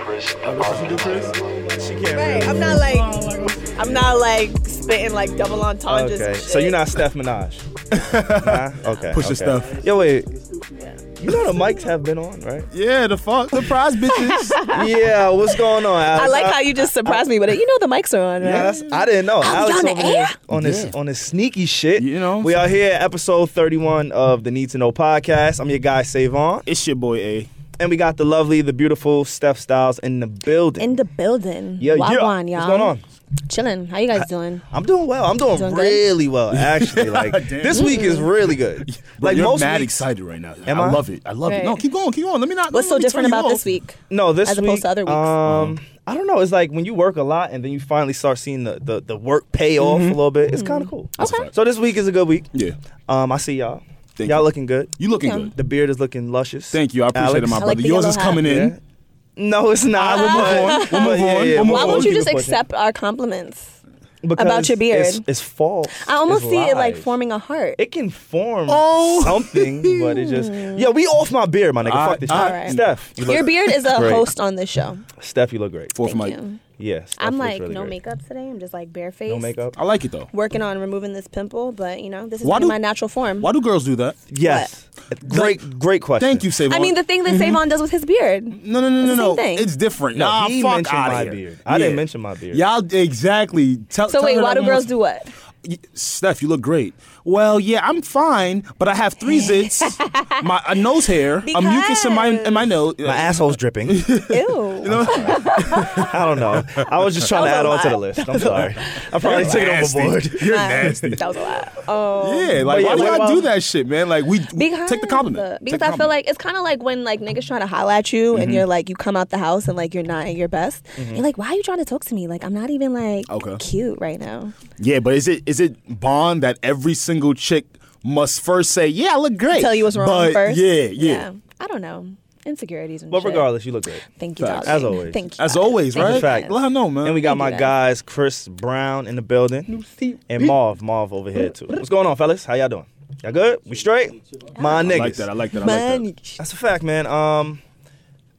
Oh, that's what you do, Chris? She can't Right. I'm not like I'm not like spitting like double entendres. Okay, and so you're shit. not Steph Minaj. Nah? Okay. Push okay. the stuff. Yo, wait. You know the mics have been on, right? Yeah, the fuck, the prize bitches. yeah. What's going on? Alex? I like how you just surprised me with it. You know the mics are on, right? Yeah, that's, I didn't know. Are we on the over there air? on this Yeah. on this sneaky shit. You know what I'm we are here, episode 31 of the Need to Know podcast. I'm your guy Savon, it's your boy A. and we got the lovely, the beautiful Steph Styles in the building. in the building. yeah, yeah. Wagwan, y'all. What's going on? Chilling. How you guys doing? I'm doing well. I'm doing, Doing good? really well, actually. Like Damn. this week is really good. Bro, like you're most mad weeks, excited right now. Am I, I? love it. I love it. Right. No, keep going, keep going. Let me not. What's let so me turn different you about off. this week? No, this As opposed week, to other weeks. Um, I don't know. It's like when you work a lot and then you finally start seeing the the, the work pay off Mm-hmm. a little bit. It's Mm-hmm. kind of cool. a Okay. fact. So this week is a good week. Yeah, Um, I see y'all. Thank y'all you. looking good. you looking Yeah. good. The beard is looking luscious. Thank you. I appreciate Alex? it, my I like brother. the Yours yellow is hat. coming in. Yeah. No, it's not. We'll move on. We'll move But yeah, on. yeah, We'll move but- Why on. won't Keep you it just pushing. accept our compliments? Because About your beard. It's, it's false. I almost It's see it like lies. forming a heart. It can form Oh. something, but it just yo. We off my beard, my nigga. I- Fuck this I- shit. All right. Steph, you look, Your beard is a Great. host on this show. Steph, you look great. Fourth Thank mic. you. Yes, yeah, I'm like really no great. makeup today. I'm just like barefaced. No makeup. I like it though. Working on removing this pimple, but you know this is Why pretty do- my natural form. Why do girls do that? Yes. Great, great question. Thank you, Savon. I mean the thing that Mm-hmm. Savon does with his beard. No, no, no, no, Same no. thing. It's different. No, nah, he fuck mentioned outta my here. beard. I didn't mention my beard. Y'all exactly. Tell, So tell wait, her why that do one girls more- do what? Y- Steph, you look great. Well, yeah, I'm fine, but I have three zits, my a nose hair, a mucus in my in my nose. My asshole's dripping. Ew. I don't know. I was just trying to That add on was to a the list. I'm sorry. I probably took it Nasty. overboard. You're Uh, nasty. That was a lot. Oh. Yeah, like yeah, why what do y'all about- do that shit, man? Like we we- Because take the compliment. Mm-hmm. Because I feel like it's kind of like when like niggas trying to holla at you and you're like you come out the house and like you're not at your best. You're like, why are you trying to talk to me? Like I'm not even like Okay. cute right now. yeah, but is it is it bond that every single chick must first say, yeah, I look great. Tell you what's wrong But first. Yeah, yeah. I don't know insecurities and But shit. regardless, you look great. Thank you, Facts. darling. As always. Thank you. As darling. always, Thank you, right? Fact. Let darling. her know, man. And we got Thank you, my guys. guys, Chris Brown in the building. And Marv, Marv over here too. What's going on, fellas? How y'all doing? Y'all good? We straight? My I niggas. like that. I like that. I like that. Man. That's a fact, man. Um,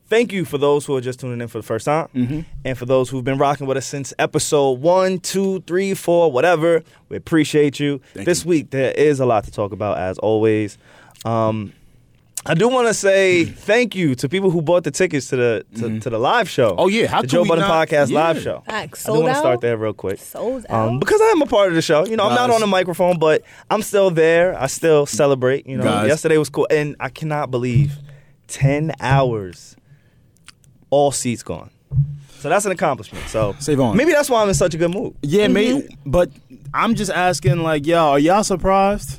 thank you for those who are just tuning in for the first time, Mm-hmm. and for those who've been rocking with us since episode one, two, three, four, whatever. We appreciate you. this week there is a lot to talk about, as always. Um, I do want to say thank you to people who bought the tickets to the to, to the live show. Oh, yeah. How the could Joe we Budden not- Podcast Yeah. live show. Like, I sold do want to out? start there real quick. Sold out. Um, because I am a part of the show. You know, I'm not Guys. on the microphone, but I'm still there. I still celebrate. You know, Guys. yesterday was cool, and I cannot believe ten hours, all seats gone. So that's an accomplishment. So Save on. Maybe that's why I'm in such a good mood. Yeah, mate. Mm-hmm. But I'm just asking, like, yo, are y'all surprised?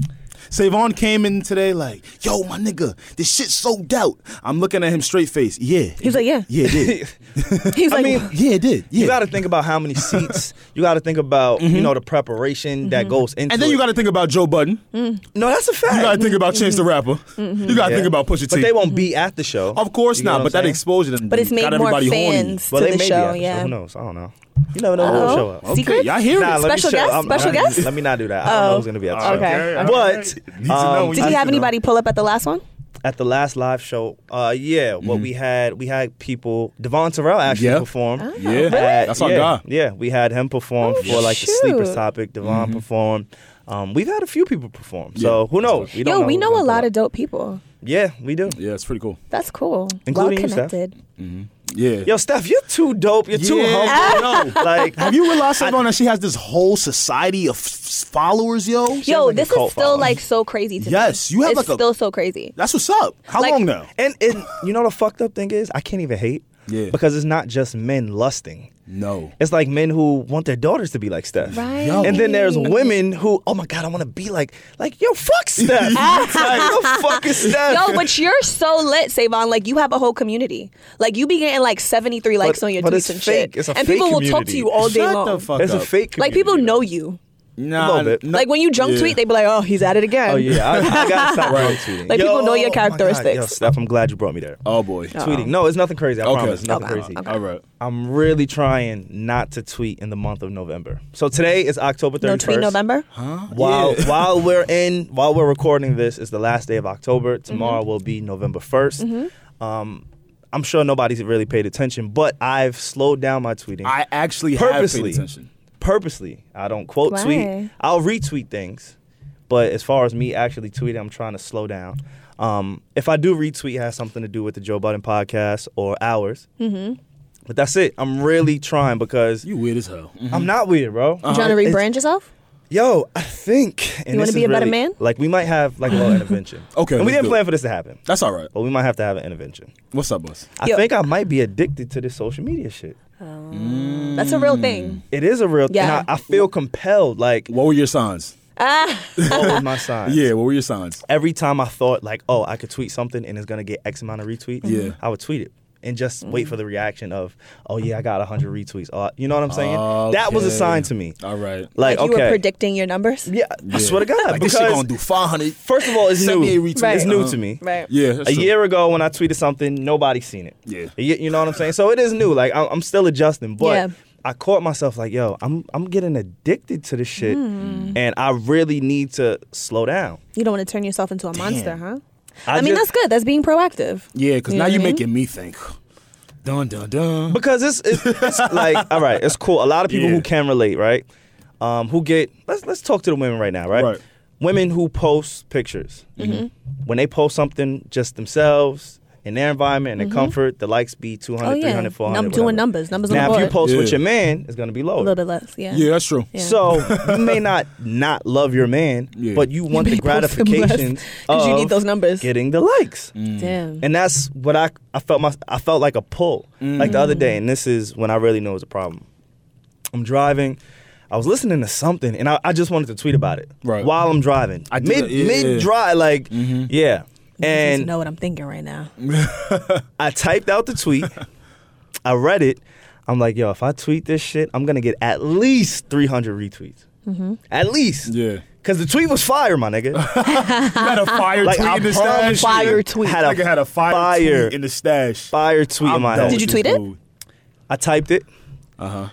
Savon came in today, like, yo, my nigga, this shit sold out. I'm looking at him straight face. Yeah. He was like, yeah. Yeah, it did. He was I like, mean, yeah, it did. Yeah. Mm-hmm. you got to think about how many seats. you got to think about you know the preparation that goes into. and then you it. got to think about Joe Budden. no, that's a fact. You got to think about Chance the Rapper. You got to Mm-hmm. Yeah. think about Pusha T. But they won't be at the show. of course You know not, what but I'm that saying? exposure done but it's made got more everybody horny. fans Well, to they the may be show. at the yeah. Who knows? I don't know. You never know who will Uh-oh. show up. Okay, Secrets? y'all hear Nah, let it. me Special show- guest? I'm- Special let me- guest? Let me not do that. I don't know Oh. who's gonna be at the Okay. show. okay. Need But to um, know when Did I he should have know. anybody pull up at the last one? at the last live show, uh, yeah, what we had, we had people. Devon Terrell actually Mm-hmm. Yeah. performed. Yeah, At- that's our yeah, guy. Yeah, we had him perform Ah, Oh, for like the sleepers shoot. topic. Devon Mm-hmm. performed. Um, we've had a few people perform. So who knows? We Yo, we who's know gonna a pull lot up. of dope people. Yeah, we do. Yeah, it's pretty cool. That's cool. Including you, well Steph. connected. Yeah. Yo, Steph, you're too dope. You're too Yeah, humble. like, Have you realized, Savon, that she has this whole society of f- followers, yo? has, Yo, like, a this is cult still following. like so crazy to me. Yes, you have, It's like, a- still so crazy. That's what's up. How Like- long now? And and you know the fucked up thing is I can't even hate. Yeah. Because it's not just men lusting. No. It's like men who want their daughters to be like Steph. Right. Yo. And then there's women who, oh my God, I want to be like, like, yo, fuck Steph. like, the fuck is Steph? Yo, but you're so lit, Savon. Like you have a whole community. Like you be getting like 73 likes on your but tweets it's and fake. shit. It's a and fake people will talk to community. you all day Shut long. the fuck it's up. a fake. like people community. know you. Nah, little bit. no- like when you junk Yeah. tweet, they be like, "Oh, he's at it again." Oh yeah, I, I gotta stop tweeting. Like, people know oh my your God. characteristics. Yo, Steph, I'm glad you brought me there. Oh boy. Tweeting. No, it's nothing crazy. I Okay. promise. Nothing Okay. crazy. Okay. All right. I'm really trying not to tweet in the month of November. So today is October 31st. No tweet November. While Yeah. while we're in while Mm-hmm. we're recording this is the last day of October. Tomorrow will be November 1st Um, I'm sure nobody's really paid attention, but I've slowed down my tweeting. I actually have purposely, paid attention. purposely. I don't quote tweet. Why? I'll retweet things, but as far as me actually tweeting, I'm trying to slow down. Um, if I do retweet, it has something to do with the Joe Budden podcast or ours. Mm-hmm. But that's it. I'm really trying because You weird as hell. I'm not weird, bro. You trying to Uh, It's- rebrand yourself? Yo, I think. And You wanna this is be a better really- man? Like we might have like a little intervention. Okay, And we let's didn't do plan it. for this to happen, That's all right. but we might have to have an intervention. What's up, boss? I Yo. think I might be addicted to this social media shit. That's a real thing. It is a real thing. Yeah. I, I feel compelled. Like, What were your signs? Ah, what was my sign? Yeah, what were your signs? Every time I thought like, oh, I could tweet something and it's gonna get X amount of retweets. Yeah. I would tweet it and just Mm-hmm. wait for the reaction of, oh yeah, I got hundred retweets. Oh, you know what I'm saying? That was a Okay. sign to me. All right. Like, like you okay, were predicting your numbers. yeah, I swear to God. Like, because this shit gonna do 500. first of all, it's Send new. me a retweet. Right. It's new Uh-huh. to me. Right. Yeah, that's a true. year ago when I tweeted something, nobody seen it. Yeah. A ye- you know what I'm saying. So it is new. Like I'm, I'm still adjusting, but Yeah. I caught myself like, yo, I'm I'm getting addicted to this shit, Hmm. and I really need to slow down. You don't want to turn yourself into a monster, huh? I I, mean, just- that's good. That's being proactive. Yeah, because You now know you're what I mean? making me think. Dun dun dun. because it's it's, it's like all right, it's cool. A lot of people Yeah. who can relate, right? Um, who get let's let's talk to the women right now, right? Right. Women who post pictures Mm-hmm. when they post something just themselves in their environment and their comfort, the likes be 200, Mm-hmm. Oh, yeah. 300, 400. Num- doing whatever. numbers. Numbers on Now, the if you board. post with Yeah. your man, it's gonna be lower. A little bit less. Yeah. Yeah, that's true. Yeah. So you may not not love your man, Yeah. but you want may the post him less gratifications 'cause you of need those numbers. getting the likes, Mm. Damn. and that's what I I felt my I felt like a pull like the other Mm. day, and this is when I really know it's a problem. I'm driving. I was listening to something, and I, I just wanted to tweet about it Right. while I'm driving. I do mid that, yeah, yeah, Mm-hmm. yeah. mid drive, like yeah. and And know what I'm thinking right now. I typed out the tweet. I read it. I'm like, yo, if I tweet this shit, I'm gonna get at least 300 retweets. At least. Yeah. Cause the tweet was fire, my nigga. You had a fire Like, I tweet in the stash. promise you, Fire tweet. Had a Nigga had a fire, fire- tweet in the stash. Fire tweet in my head. Did you tweet it? I typed it. Uh huh. Uh-huh.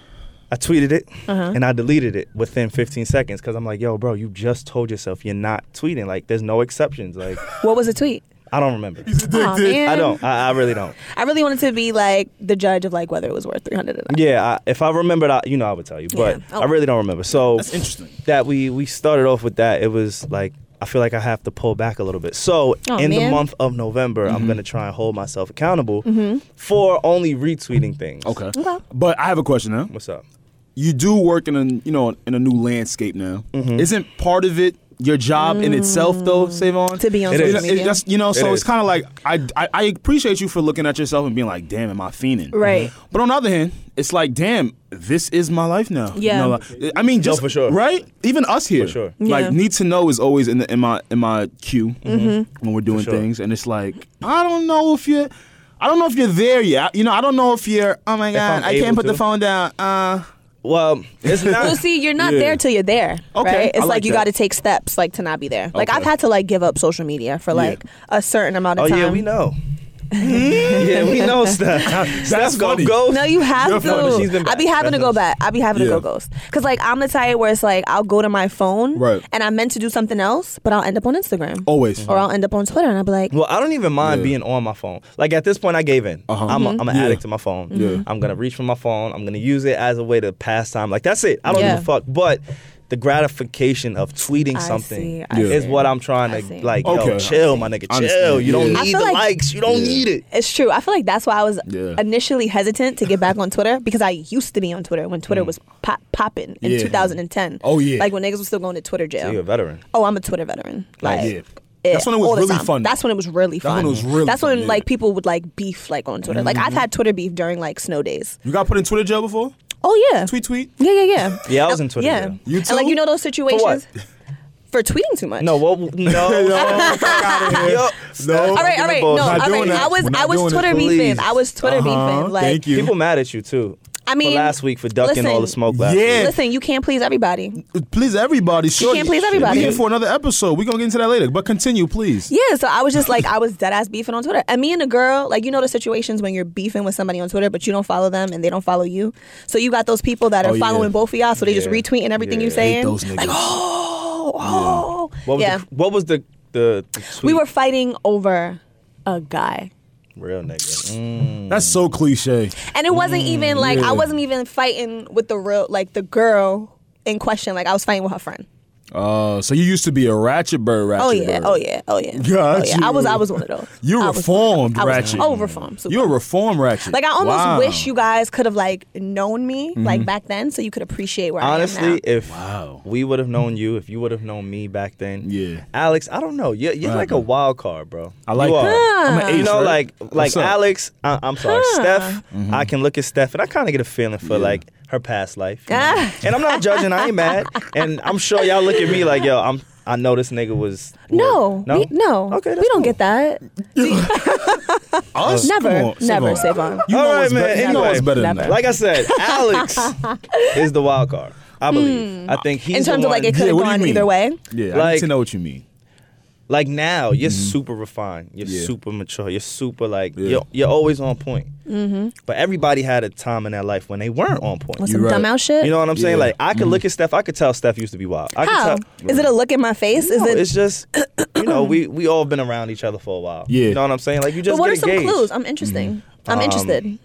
I tweeted it Uh-huh. and I deleted it within 15 seconds because I'm like, yo, bro, you just told yourself you're not tweeting. Like, there's no exceptions. Like, What was the tweet? I don't remember. Aw, man. I don't. I, I really don't. I really wanted to be like the judge of like whether it was worth 300 or not. Yeah, I, if I remembered, I, you know, I would tell you, but Yeah. Oh. I really don't remember. So That's interesting. That we we started off with that. It was like I feel like I have to pull back a little bit. So Oh, in the man. month of November, Mm-hmm. I'm gonna try and hold myself accountable Mm-hmm. for only retweeting things. Okay. Okay. But I have a question now. what's up? You do work in a you know in a new landscape now. Mm-hmm. Isn't part of it your job in itself though, Savon? Mm. To be on It social is. You know, it- media. that's- you know, so It it's is. kind of like I, I I appreciate you for looking at yourself and being like, damn, am I fiending? Mm-hmm. Right. Mhm. But on the other hand, it's like, damn, this is my life now. You Yeah. know, like- I mean, just for sure. Right. Even us here. sure. Like Yeah. Mm-hmm. need to know is always in the in my in my queue when we're doing sure. things, and it's like I don't know if you. are I don't know if you're there yet. You know, I don't know if you're. Oh my god, I'm I can't able put the to. phone down. Uh, Well, it's not. Well, see, you're not Yeah. there till you're there. Okay, Right? I It's like, like you that. got to take steps like to not be there. Like Okay. I've had to like give up social media for like a certain amount of oh time. yeah, we know. yeah, we know stuff. That's gonna funny. go. No, you have You're funny. She's to. been I'd be back. having to That's go nice. back. I'd be having to Yeah. go ghost. Cause like I'm the type where it's like I'll go to my phone Right. Oh, and I'm meant to do something else, but I'll end up on Instagram. Always. Or I'll end up on Twitter and I'll be like, Well, I don't even mind Yeah. being on my phone. Like at this point, I gave in. Uh-huh. I'm, a, I'm an Yeah. addict to my phone. Yeah. I'm gonna reach for my phone. I'm gonna use it as a way to pass time. Like that's it. I don't Yeah. give a fuck. But the gratification of tweeting I something see, I is see. what I'm trying I to see. like. Yo, Okay. chill, my nigga, chill. I understand. You don't Yeah. I need the feel like- likes. You don't Yeah. need it. It's true. I feel like that's why I was Yeah. initially hesitant to get back on Twitter because I used to be on Twitter when Twitter was pop- popping in Mm. Yeah. 2010. Oh, yeah. like when niggas was still going to Twitter jail. So you're a veteran. Oh, I'm a Twitter veteran. Like, yeah. That's when it was all the really time. fun. That's when it was really That's fun. when it was really That's fun, when yeah. Mm-hmm. like people would like beef like on Twitter. Like I've had Twitter beef during like snow days. You got put in Twitter jail before? Oh yeah, Tweet tweet. Yeah, yeah, yeah. Yeah, I was in Twitter Yeah, jail. You And like too? you know those situations For tweeting too much. No, what? No, fuck out of here. Yo, No. All right, all right, no, Bull. all Not right. doing that. I was, We're not I doing was that. Twitter Please. beefing. I was Twitter Uh-huh. beefing. Like, Thank you. people mad at you too. I mean, for last week for ducking all the listen, smoke last Yeah. week. listen, you can't please everybody. Please everybody. Sure. can't please everybody. We're here for another episode. We're gonna get into that later. But continue, please. Yeah, so I was just like, I was dead ass beefing on Twitter. And me and a girl, like, you know the situations when you're beefing with somebody on Twitter, but you don't follow them and they don't follow you. So you got those people that are Oh, yeah. following both of y'all, so they just Yeah. retweeting everything Yeah. you Hate saying. those niggas. Oh, oh. What was yeah. the, what was the the, the we tweet? were fighting over a guy. Real nigga. Mm. oh, That's so cliche. And it wasn't even like yeah. I wasn't even fighting with the real like the girl in question. Like I was fighting with her friend. Uh, so you used to be a ratchet bird, ratchet Oh yeah, bird. oh yeah, oh yeah. Got oh, yeah. I was you. I was one of those. You I was one of reformed those. I was- ratchet. Oh reformed. super. You're a reform ratchet. like I almost Wow. wish you guys could have like known me like back then so you could appreciate where I am now. Honestly, if Wow. we would have known you, if you would have known me back then, Yeah. Alex, I don't know. You're, you're Right, like bro. a wild card, bro. I like you that. are. I'm an you ace, know, right? like like What's up? Mm-hmm. Alex. I, I'm sorry, Steph. I can look at Steph, and I kind of get a feeling for like her past life. you know? Ah. and I'm not judging. I ain't mad. And I'm sure y'all look at me like, yo, I'm. I know this nigga was. no, no, we, no. Okay, we that's don't cool. get that. Us? Never, Uh, Come on, never, Savon. Savon. You know All right, what's man, better. You know anyway. what's better than Never. that. Like I said, Alex is the wild card. I believe. I think he's Hmm. in the terms of like one- it could Yeah, have what do you gone mean? either way. yeah, I need like- to know what you mean. Like now, you're super refined. You're Mm-hmm. Yeah. super mature. You're super like Yeah. you're, you're always on point. Mm-hmm. But everybody had a time in their life when they weren't on point. With You some right. dumb out shit. You know what I'm saying? Yeah. Mm-hmm. Like I could look at Steph. I could tell Steph used to be wild. I could How? tell. Is it a look in my face? No, Is it it's just you know we we all been around each other for a while. Yeah. You know what I'm saying? Like you just But what are get some engaged. clues? I'm interesting. I'm interested.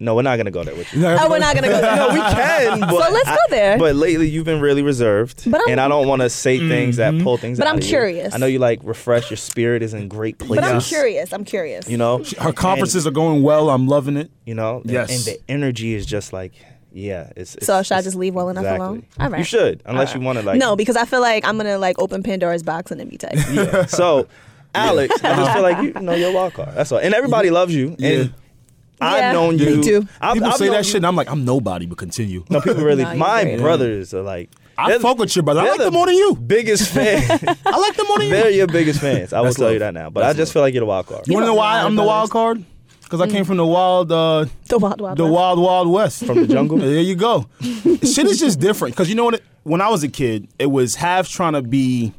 No, we're not gonna go there with you. Oh, we're not gonna go there. no, we can. But so let's I- go there. But lately, you've been really reserved, But I'm- and I don't want to say things that Mm-hmm. pull things. But out I'm of you. curious. I know you like refresh. Your spirit is in great places. but I'm Yes. curious. I'm curious. You know, Her And- conferences are going well. I'm loving it. you know and- Yes. and, the energy is just like yeah it's, it's so should I it's- just leave well enough exactly. alone? All right. you should unless you want to like no, because I feel like I'm gonna like open Pandora's box and then be tagged. yeah. so alex i just feel like you know your wild card that's all and everybody loves you and Mm-hmm. Yeah. Yeah. i've known Me you too. I've, people I've say known that you- shit, and I'm like, I'm nobody, but continue. no people really No, you're my great. brothers are like I they're- fuck with your brother. I they're like them more than you. biggest fan I like them more than they're you. your biggest fans i will That's tell you love. that now but That's i just love. feel like you're the wild card You want to know don't why lie, I'm the wild card? Because I Mm. came from the wild, uh, The wild, wild, the West. wild, wild west. from the jungle There you go. Shit is just different. Cause you know what? it- When I was a kid, it was half trying to be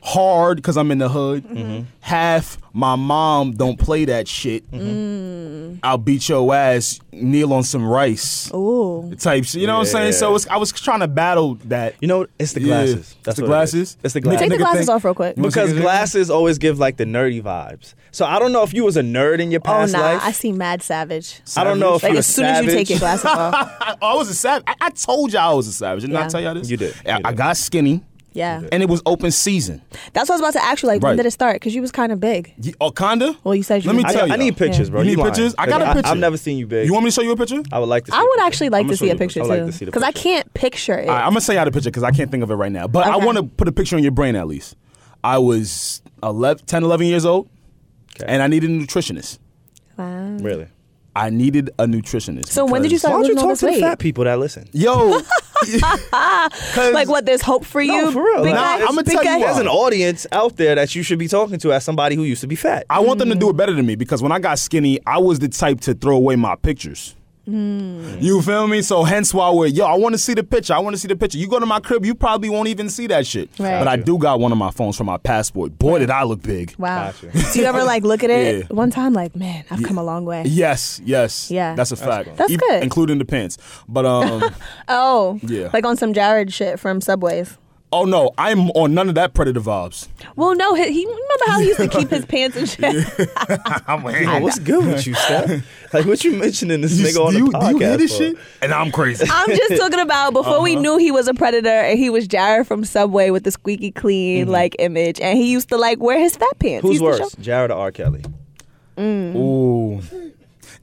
hard because I'm in the hood. Mm-hmm. Half my mom don't play that shit. Mm-hmm. I'll beat your ass, kneel on some rice Oh. Ooh. type shit. You know what I'm saying? So Yeah. it's, I was trying to battle that. you know it's the Yeah. glasses It's that's what it the is. glasses? it's the Take the glasses Take the nigga glasses think- off real quick. Look- Because Nigga. glasses always give like the nerdy vibes. So I don't know if you was a nerd in your Oh past nah, life. I see mad savage. I don't know if Like you as soon as you take your glasses off. I, I was a savage. I, I told y'all I was a savage. Didn't I Yeah. tell y'all this? You did. I, You I did. got skinny, Yeah. and it was open season. That's what I was about to ask you. Like, Right. when did it start? Because you was kind of big. Ye- Oh, kinda? Well, you said you Let me were- I, tell got- you. I need pictures, bro. You need lying. pictures? I got a Because picture. I've never seen you big. You want me to show you a picture? I would like to. See I a would picture. actually like I'ma to show see you a the picture. picture I would like too, to see the because I picture. can't picture it. I'm gonna say out a picture because I can't think of it right now. But I Okay. want to put a picture in your brain at least. I was 11, 10, 11 years old, Okay. and I needed a nutritionist. wow. really. I needed a nutritionist. So when did you because- Why don't start you losing all talk this to the weight? fat people that listen? Yo, 'cause- Like, what? There's hope for you. No, for real. Big Nah, guy? I'ma Big tell you guy? why. There's an audience out there that you should be talking to as somebody who used to be fat. I want them to hmm. do it better than me because when I got skinny, I was the type to throw away my pictures. Hmm. You feel me? So hence why we're yo. I want to see the picture. I want to see the picture. You go to my crib, you probably won't even see that shit. Right. But I do got one of my phones from my passport. Boy, did I look big. Wow. Gotcha. Do you ever like look at it Yeah. one time? Like, man, I've come a long way. Yes, yes. Yeah. That's a fact. E- That's good. Including the pants. But um Oh, Yeah. Like on some Jared shit from Subways. oh no, I'm on none of that predator vibes. Well, no, he, he remember how he used to keep his pants and shit. I'm like, Yo, what's good with you, Steph? Like what you mentioning this nigga on do, the you, podcast? do you hear this for? shit? And I'm crazy. I'm just talking about before we Uh-huh. knew he was a predator and he was Jared from Subway with the squeaky clean Mm-hmm. like image, and he used to like wear his fat pants. He Who's used to worse, show- Jared or R. Kelly? Ooh.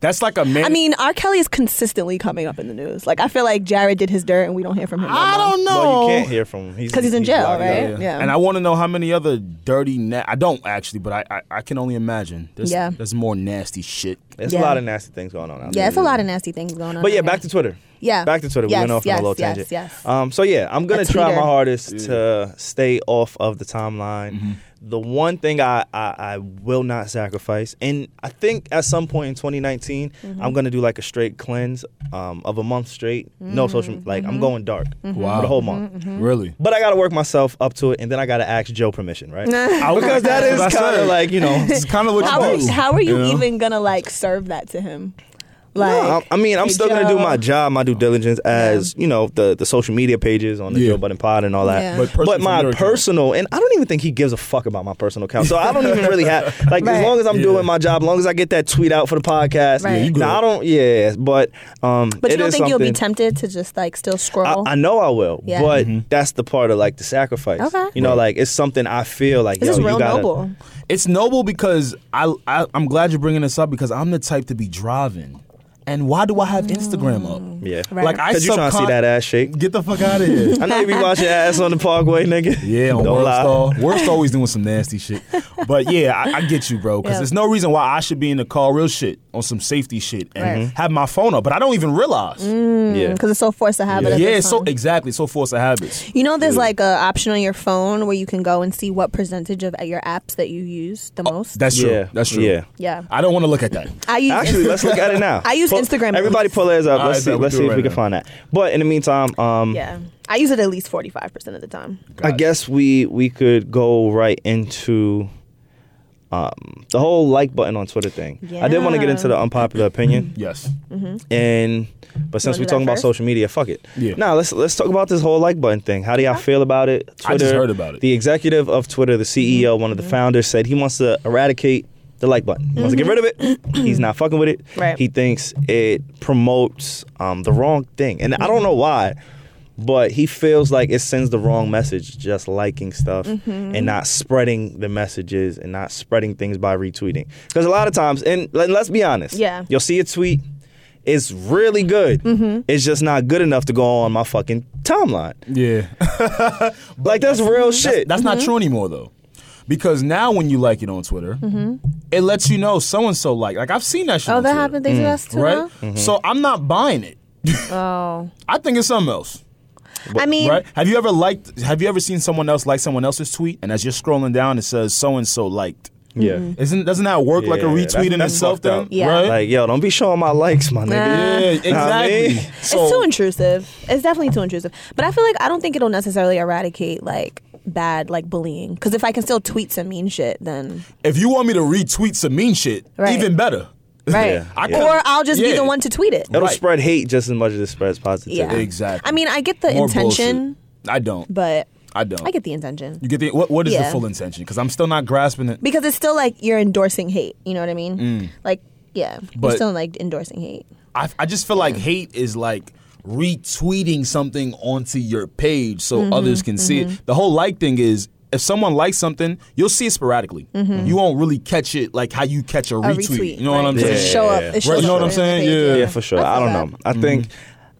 That's like a man. I mean, R. Kelly is consistently coming up in the news. Like, I feel like Jared did his dirt and we don't hear from him. no I more. don't know. Well, you can't hear from him 'Cause he's in jail, locked up. right? Yeah. Yeah. And I want to know how many other dirty. Na- I don't actually, but I I, I can only imagine. There's, Yeah. There's more nasty shit. There's Yeah. a lot of nasty things going on out there. Yeah, it's a lot of nasty things going on. But yeah, right now. back to Twitter. Yeah. Back to Twitter. Yes, we went off yes, on a little yes, tangent. yes. Um, so yeah, I'm A gonna try tweeter. my hardest to stay off of the timeline. Mm-hmm. The one thing I, I, I will not sacrifice, and I think at some point in 2019, Mm-hmm. I'm gonna do like a straight cleanse um, of a month straight. No social, Mm-hmm. like I'm going dark Wow. for the whole month. Really. But I gotta work myself up to it, and then I gotta ask Joe permission, right? because that That's is what I kind said. of like you know. It's kind of what How you are, do. how are you know? even gonna like serve that to him? Like, No, I, I mean, I'm hey, still gonna do Joe. my job, my due diligence as you know the the social media pages on the Yeah. Joe Budden Pod and all that. Yeah. But personally But from my your account. personal, and I don't even think he gives a fuck about my personal account. So I don't even really have like as Right. long as I'm Yeah. doing my job, as long as I get that tweet out for the podcast. Right. Yeah, you good. Now I don't. Yeah, but um, But you it don't is think you'll be something- tempted to just like still I, scroll? I know I will, Yeah. but Mm-hmm. that's the part of like the sacrifice. Okay. You know, like it's something I feel like this yo, is you real gotta- noble. It's noble because I, I I'm glad you're bringing this up because I'm the type to be driving, and why do I have Instagram up? Yeah, Mm, Right. Like I Cause you trying to see subcon- that ass shake. Get the fuck out of here. I know you be watching ass on the Parkway, nigga. Yeah, on don't lie. Worst Worst always doing some nasty shit. But yeah, I, I get you, bro. Because Yeah. there's no reason why I should be in the car, real shit, on some safety shit, and Right. have my phone up. But I don't even realize. Yeah. Because it's so forced to have it. Yeah, at this it's so time. exactly so force of habits. You know, there's like a option on your phone where you can go and see what percentage of your apps that you use Oh, the most. That's true. Yeah. That's true. Yeah. yeah, I don't want to look at that. I use Actually, let's look at it now. I use Pull- Instagram Everybody, at least. pull theirs up. All Let's right, see. bet, we'll Let's do see it if we right can now. find that. But in the meantime, um, yeah. I use it at least forty five percent of the time. I guess we we could go right into um, the whole like button on Twitter thing. I did want to get Yeah. into the unpopular opinion, Yes. Mm-hmm. and but since do we're that talking about first? social media, fuck it. Yeah. Now let's let's talk about this whole like button thing. How do y'all feel about it? Twitter. I just heard about it. The executive of Twitter, the CEO, Mm-hmm. one of the founders, said he wants to eradicate the like button. He wants to get rid of it. He's not fucking with it. Mm-hmm. Right. He thinks it promotes um, the wrong thing, and I don't know why. But he feels like it sends the wrong message, just liking stuff Mm-hmm. and not spreading the messages and not spreading things by retweeting. Because a lot of times, and let- let's be honest, Yeah. Mm-hmm. you'll see a tweet, it's really good. It's just not good enough to go on my fucking timeline. Yeah. Like that's Mm-hmm. real shit. That's not true anymore though. Because now when you like it on Twitter, it lets you know so and so like. Like I've seen that Mm-hmm. shit. Oh, on that Twitter, happened. They Mm. do us too. Mm-hmm. Right? So I'm not buying it. Oh, I think it's something else. I mean, Right? Have you ever liked have you ever seen someone else like someone else's tweet and as you're scrolling down it says so and so liked? yeah. Mm-hmm. Isn't doesn't that work like a Yeah, retweet that's- in that's itself fucked up. then? Yeah. Right? Like, yo, don't be showing my likes, my nigga. Nah. yeah, exactly. I mean? So- it's too intrusive. It's definitely too intrusive. But I feel like I don't think it'll necessarily eradicate like bad like bullying. Because if I can still tweet some mean shit, then if you want me to retweet some mean shit, Right. even better. right. Yeah. I Or couldn't- I'll just be Yeah. the one to tweet it. It'll Right. spread hate just as much as it spreads positivity. Yeah, Exactly. I mean, I get the More intention, bullshit. I don't. but I don't. I get the intention you get the what what is the Yeah. full intention? Because I'm still not grasping it. because it's still like you're endorsing hate. You know what I mean? Like, yeah, Mm. But- you're still like endorsing hate. I, I just feel like hate is like retweeting something onto your page so Mm-hmm, others can see it. The whole like thing is if someone likes something, you'll see it sporadically. You won't really catch it like how you catch a, Mm-hmm. A retweet. retweet. You know what right? I'm It Yeah, saying? just show up. yeah, it yeah. shows Right, you up know what I'm on the saying? page, Yeah. Mm-hmm. Yeah, for sure. I, don't know. I think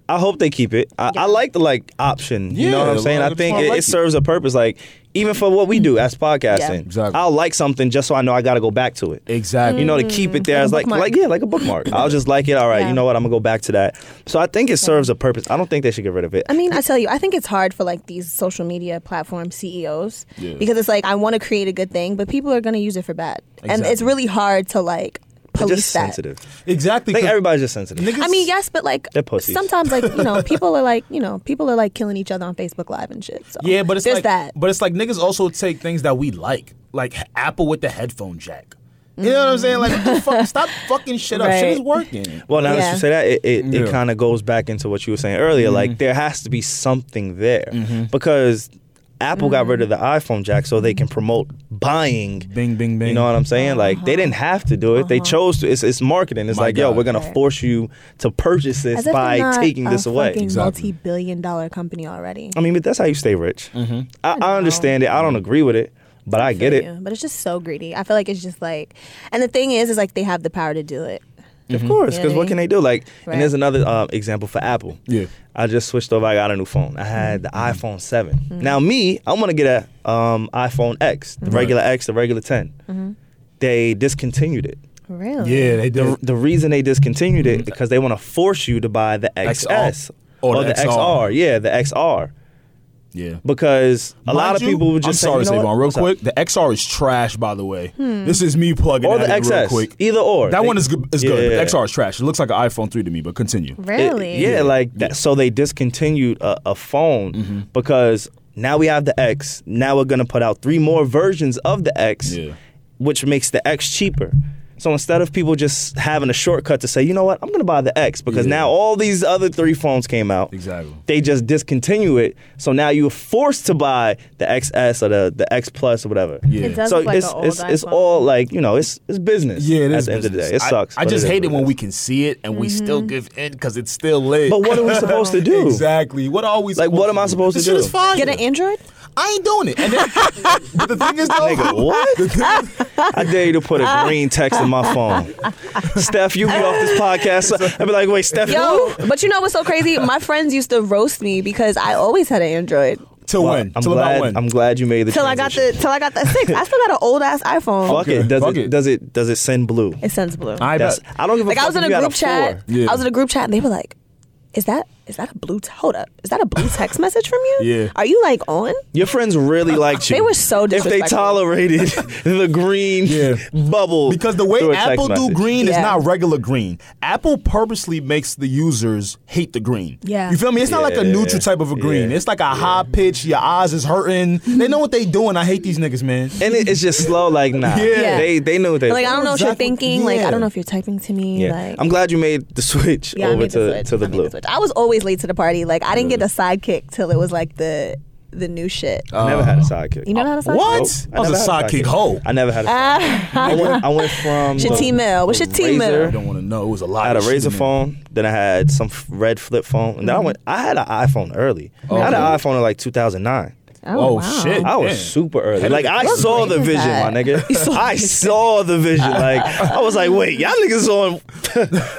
I hope they keep it. I, I like the like option. you know Yeah, what I'm saying? like, I that's think why I it, like it it. serves a purpose. Like even for what we do as podcasting, Yeah. Exactly. I'll like something just so I know I got to go back to it. Mm-hmm. Exactly. You know, to keep it there, it's like, bookmark. like yeah, like a bookmark. I'll just like it. All right, Yeah. you know what? I'm gonna go back to that. So I think it serves a purpose. I don't think they should get rid of it. I mean, I tell you, I think it's hard for like these social media platform CEOs Yeah. because it's like I want to create a good thing, but people are going to use it for bad, and Exactly. it's really hard to like They're police just that. sensitive. exactly. I think 'cause everybody's just sensitive. niggas- I mean, yes, but like They're pussies. sometimes, like you know, people are like you know, people are like killing each other on Facebook Live and shit. So Yeah, but it's there's like that. But it's like niggas also take things that we like, like h- Apple with the headphone jack. You know what I'm saying? Like, what the fuck, stop fucking shit up. Shit Mm-hmm. Right. is working. Well, now that Yeah. you say that, it, it, it Yeah. Mm-hmm. kind of goes back into what you were saying earlier. Like there has to be something there because Apple got rid of Mm-hmm. the iPhone jack so they can promote buying. Bing, bing, bing. You know what I'm saying? Like they didn't have to do it. They chose to. It's, it's marketing. It's My like, yo, God. we're gonna Uh-huh. Right. force you to purchase this As if by they're not taking a this away. fucking Exactly. multi-billion-dollar company already. I mean, but that's how you stay rich. Mm-hmm. I, I know. understand it. I don't agree with it, but I get for it. you. But it's just so greedy. I feel like it's just like, and the thing is, is like they have the power to do it. Mm-hmm. Of course, You know because what I what mean? can they do? Like, Right. and there's another um, example for Apple. Yeah. I just switched over. I got a new phone. I had the Mm-hmm. iPhone 7. Now me, I'm gonna get a um, iPhone X, Mm-hmm. the regular X, the regular 10. They discontinued it. Um, Really? Yeah, they The, do. the reason they discontinued it because they want to force you to buy the XS Or the XR. XR. Yeah, the XR. Yeah. Because a lot of people would just I'm sorry, say, you know Savon, what? real What's up? Hmm. quick. The XR is trash, by the way. This is me plugging Or at the it real XS. quick. Either or. That They- one is good. Is good. Yeah. but XR is trash. It looks like an iPhone 3 to me, but continue. It- Really? yeah, like that. So they discontinued a, a phone Mm-hmm. because now we have the X. Now we're gonna put out three more versions of the X, Yeah. which makes the X cheaper. So instead of people just having a shortcut to say, you know what, I'm gonna buy the X because Yeah. now all these other three phones came out. Exactly. They just discontinue it. So now you're forced to buy the XS or the, the X Plus or whatever. Yeah. It does so look like it's an old it's, it's iPhone. all like you know it's it's business. Yeah, it at is the end of the business. day, it I- sucks. I, but just is hate it what when we can see it and we still give in because it's still lit. But what are we supposed to do? Exactly. What are we? Like, what am I supposed to this do? Shit is fire. Get an Android? I ain't doing it. And then, but the thing is, though, Nigga, what? I dare you to put Uh. a green text in my phone. Steph, you be off this podcast. I'd be like, wait, Steph, Yo, but you know what's so crazy? My friends used to roast me because I always had an Android. to Well, when? I'm Till glad. about when? I'm glad you made the. Till I got the till I got that six. I still got an old ass iPhone. Fuck Okay, it. Does fuck it, it. Does it? Does it send blue? It sends blue. I That's- bet. I don't give a like fuck. I was in if a you got group chat. four. Yeah. I was in a group chat and they were like, Is that is that a blue t- hold up? Is that a blue text message from you? Yeah. Are you like on? Your friends really liked you. They were so If they disrespectful. tolerated the green Yeah. bubble, Because the way through a text Apple do message. green is Yeah. not regular green. Apple purposely makes the users hate the green. Yeah. You feel me? It's not like a Yeah, neutral type of a green. yeah, It's like a high pitch. Your eyes is hurting. They know what they doing. I hate these niggas, man. and it, it's just slow. Like nah, Yeah. they they know what they. Like I don't know what Exactly. you're thinking. Like Yeah. I don't know if you're typing to me. yeah. Like I'm glad you made the switch Yeah, I over made to switch. to the I made blue. switch. I was always late to the party. Like I didn't get a sidekick till it was like the the new shit. I never had a sidekick. you know how to sidekick? Oh, What? Nope. Oh. I was a never had sidekick hoe. I never had a sidekick. I went, I went from What's your the- T-mail? What's your the I Razor. T-mail? don't want to know. It was a lot. I had a of shit razor in there. phone, then I had some f- red flip phone, and then I Mm-hmm. went. I had an iPhone early. I had an iPhone in like 2009. Oh, shit! I was Damn. super early. Like I What saw the is vision, my that? nigga. I saw the vision. Like I was like, wait, y'all niggas on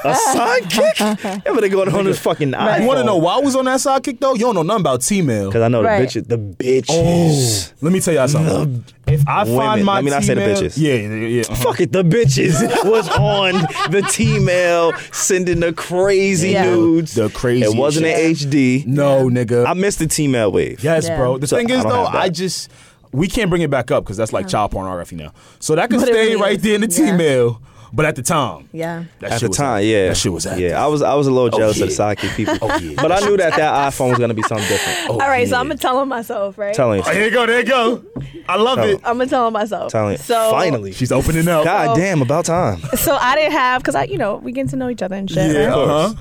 a sidekick? Everybody going on this fucking iPhone. You want to know why I was on that sidekick though? You don't know nothing about T-mail. Because I know Right. the bitches. The bitches. Let me tell y'all something. If I women. find my Let me not say the T-mail- bitches. Yeah, yeah, yeah. uh-huh. Fuck it, the bitches was on the T mail sending the crazy Yeah. nudes. The crazy It wasn't shit. in HD. No, nigga. I missed the T mail wave. Yes, Yeah. bro. The So thing I is, don't though, have that. I just we can't bring it back up because that's like child pornography now. So that could But it stay really right is. there in the Yeah. T-mail. But at the time, Yeah. that At shit the was time, active. yeah, that shit was active. yeah. I was I was a little jealous of the yeah. sidekick people, Oh, yeah. but I knew that that iPhone was gonna be something different. Oh, All right, so yeah. I'm gonna tell on myself, right? telling you, Oh, here you go, there you go. I love Tell it. I'm gonna tell on myself. telling you. So Oh. Finally, She's opening up. God damn, about time. So I didn't have because I, you know, we get to know each other and shit. Yeah. Right? Uh-huh.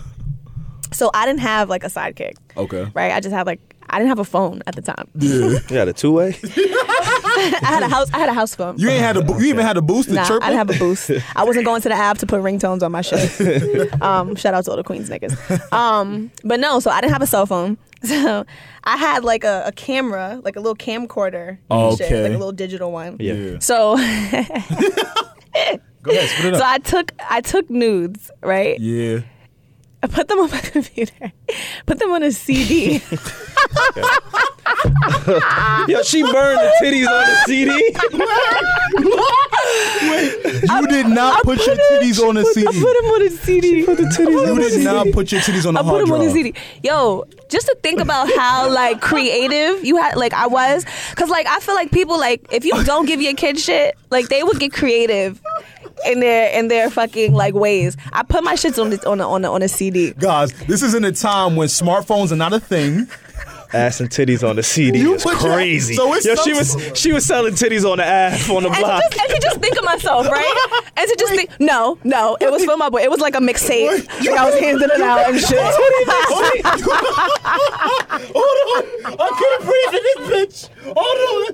So I didn't have like a sidekick, Okay. right? I just had like I didn't have a phone at the time. You had a two way. I had a house. I had a house phone. You ain't had a. bo- You even had a boost to Nah, chirp. I didn't have a boost. I wasn't going to the app to put ringtones on my shit. um, shout out to all the Queens niggas. Um, but no, so I didn't have a cell phone. So I had like a, a camera, like a little camcorder. and shit, Okay. like a little digital one. Yeah. So Go ahead, spit it so up. I took I took nudes, right? Yeah. I put them on my computer. Put them on a CD. Yo, she burned the titties on the CD. You did not put your titties on the I put CD. them on a CD. The titties You on the did CD. not put your titties on the I hard put him on drive. his CD. Yo, just to think about how like creative you had, like I was, because like I feel like people like if you don't give your kid shit, like they would get creative in their in their fucking like ways. I put my shits on the, on a, on a, on a CD. Guys, this is in a time when smartphones are not a thing. Ass and titties on the CD You is put your- crazy. so it's Yo, some- she was she was selling titties on the ass on the And to, block. just, and to just think of myself, right? And to just think, no, no, it was for my boy. It was like a mixtape. Like I was handing it out and shit. I couldn't breathe in this bitch. Hold on.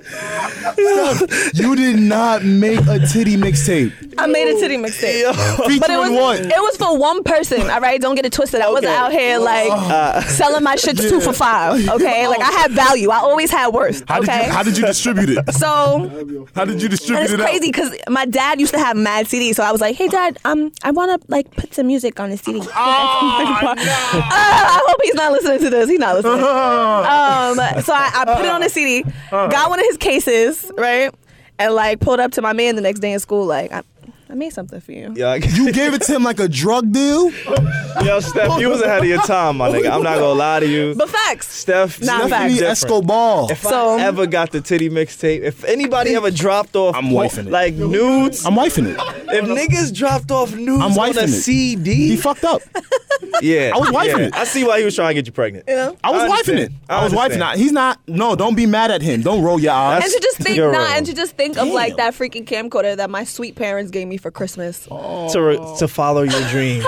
Steph, you did not make a titty mixtape. I made a titty mixtape. Featuring But it was one. it was for one person, all right. Don't get it twisted. I wasn't Okay. out here like Uh, selling my shit two for five, okay? Like I had value. I always had worth, how, did okay? you, how did you distribute it? so How did you and distribute it's it out? crazy because my dad used to have mad CDs, so I was like, "Hey, dad, um, I want to like put some music on the CD." Uh, Ah, nah. I hope he's not listening to this. He's not listening. Um, so I, I put it on a CD, Uh-huh. got one of his cases, right, and like pulled up to my man the next day in school, like, I, I made something for you. Yo, I- You gave it to him like a drug deal? Yo, Steph, you was ahead of your time, my nigga. I'm not gonna lie to you. But facts. Steph, Nah, you facts. Stephanie different. Escobar. If So- I ever got the titty mixtape, if anybody ever dropped off, I'm wifing it. like nudes, I'm wifing it. if niggas dropped off nudes I'm on wifing a it. CD, He fucked up. yeah, I was wifing yeah. it. I see why he was trying to get you pregnant. I was I wifing it. understand. I I was wifing understand. it. He's not. No, don't be mad at him. Don't roll your eyes. and to just think You're nah, wrong. and to just think of like Damn. that freaking camcorder that my sweet parents gave me for Christmas. to, re- to follow your dreams,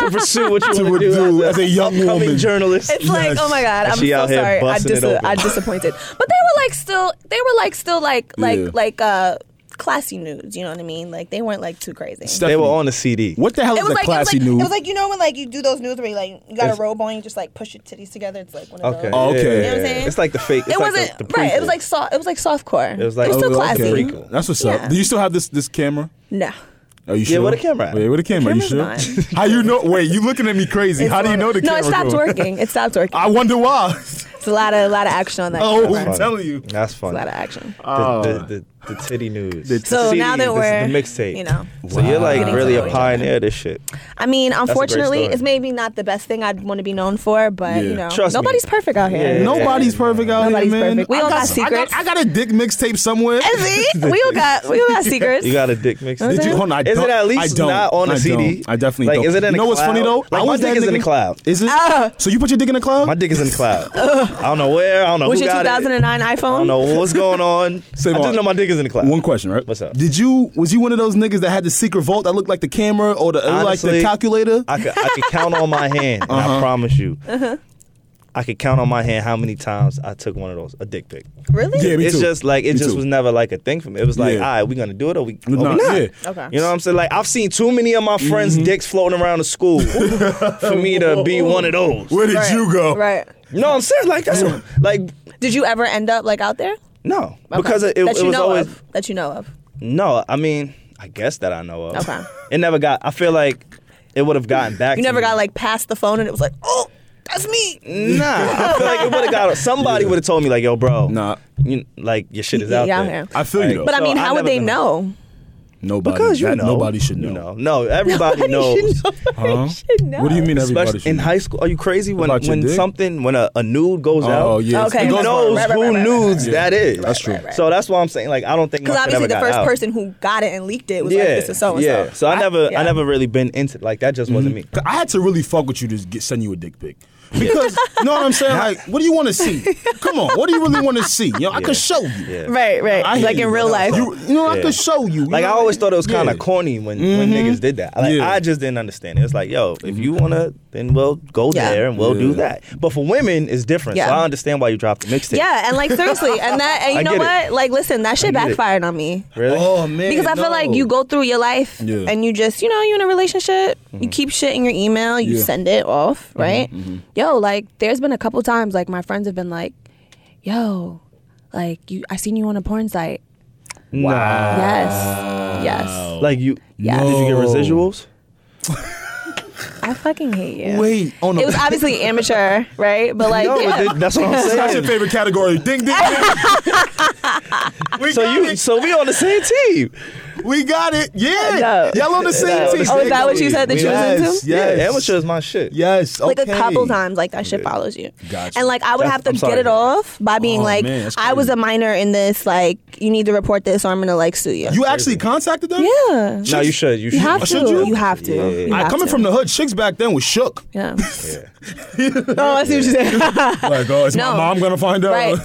to pursue what you want to do as a young upcoming woman. journalist. It's like, Yes. oh my god, And I'm she so out here sorry. I, busting it dis- open. I disappointed. But they were like still they were like still like like Yeah. like uh classy nudes, you know what I mean? Like they weren't like too crazy. they were on the CD. What the hell It is was a like classy it was like, nude? it was like you know when like you do those nudes where you like you got It's- a robe on, you just like push your titties together. It's like one of Okay. those. Oh, okay. yeah. You know what I'm saying? It's like the fake. It's it like the- wasn't the right. It was prequel. like soft. It was like softcore. It was was like- like it was still Oh, classy. okay. That's what's Yeah. up. Do you still have this this camera? No, Are you Yeah, sure? where the camera at? Yeah, where the camera? Camera's you sure? How you know? Wait, you looking at me crazy? It's How do you know the no, camera? it stopped going? working. It stopped working. I wonder why. It's a lot of a lot of action on that. oh, camera. I'm Funny. telling you. Oh. That's It's a lot fun. of action. The, the, the, the titty news. The So now that we're this is the mixtape, you know, so you're like Getting really to a know each pioneer. This shit. I mean, unfortunately, story. it's maybe not the best thing I'd want to be known for, but Yeah. you know, Trust me. nobody's perfect out here. Yeah. Nobody's perfect out Nobody's here, man. perfect. We I all got s- I secrets. I got a dick mixtape somewhere. See? we all got we all got secrets. You got a dick mixtape. Did Did you- hold on, I Is don't- it at least I don't, not on a I CD? don't. I definitely like. don't. Is it in You a know what's funny cloud? though? Like I my was dick that is in the nigga- cloud. Is it? Oh, so you put your dick in the cloud? uh, My dick is in the cloud. I don't know where. I don't know Was who your got it. 2009 I don't iPhone? know what's going on. Say I more. just know my dick is in the cloud. One question, right? What's up? Did you was you one of those niggas that had the secret vault that looked like the camera or the or like Honestly, the calculator? I could, I could count on my hand. and Uh-huh. I promise you. Uh-huh. I could count on my hand how many times I took one of those a dick pic. Really? Yeah, me it's too. just like it Me just too. was never like a thing for me. It was like, Yeah. all right, we gonna do it or we, or Nah, we not. yeah. Mm-hmm. Okay. You know what I'm saying? Like I've seen too many of my friends' dicks floating around the school for me to be one of those. Where did Right, you go? Right. No, I'm serious. Like that's like Did you ever end up like out there? no Okay. because it, that it, you was know always of, that you know of. no. I mean, I guess that I know of. Okay. It never got. I feel like it would have gotten back. You to never me. got like past the phone and it was like, oh, that's me. Nah, I feel like it would have got somebody would have told me like, yo, bro, Nah. you, like your shit is Yeah, out yeah, there. yeah. I feel you Like, though. But I so mean, how would never they been- know? Nobody. Because you that know, Nobody should know. You know, no, everybody knows. Huh? What do you mean everybody Especially should in know? high school, are you crazy when About your when dick? something when a, a nude goes out? Oh yeah. Okay. It It goes goes knows viral. Right, who right, right, right, nudes right. that is. That's true. So that's why I'm saying like I don't think Because nothing obviously ever got the first out. person who got it and leaked it was yeah, like, this is so and yeah. so. So I never I yeah. never really been into like that. Just wasn't me. I had to really fuck with you to get send you a dick pic. Because you know what I'm saying? Like, what do you want to see? Come on, what do you really want to see? You know, I Yeah. could show you. Yeah. Right, right. I hear like you, in bro. real life. You, you know, I Yeah. could show you. you Like I know? always thought it was kind of Yeah. Mm-hmm. corny when, when niggas did that. Like Yeah. Mm-hmm. I just didn't understand it. It's like, yo, if you wanna, then we'll go Yeah. there and we'll do Yeah. that. But for women, it's different. So Yeah. I understand why you dropped the mixtape. Yeah, and like seriously, and that, and I you know get it. what? Like, listen, that shit get it. backfired on me. Really? Oh man. Because I feel like you no. go through your life Yeah. and you just, you know, you're in a relationship, Mm-hmm. you keep shit in your email, you Yeah. send it off, right? Yo, like there's been a couple times like my friends have been like, "Yo, like you I seen you on a porn site." Wow. Yes. Yes. Like you Yeah. did you get No. residuals? I fucking hate you. Wait, oh, on It was obviously amateur, right? But like no, yeah. but that's what I'm That's your saying. favorite category. Ding ding. ding. we So got you it. so we on the same team. we got it. Yeah, No. y'all on the same No, team. oh, is that what you said that you was yes, into? Yes, Yeah, amateur is my shit. Yes, like okay. a couple times like that shit follows you Gotcha. and like i would That's- have to I'm sorry. get it off by being Oh, like man, that's i was crazy. a minor in this like you need to report this or i'm gonna like sue you You actually contacted them? yeah No, you should. You should. you have to Should you? you have to Yeah. You I, have coming to. from the hood, chicks back then was shook. yeah Yeah. no i see what you're saying Like, oh, is No. my mom gonna find out? right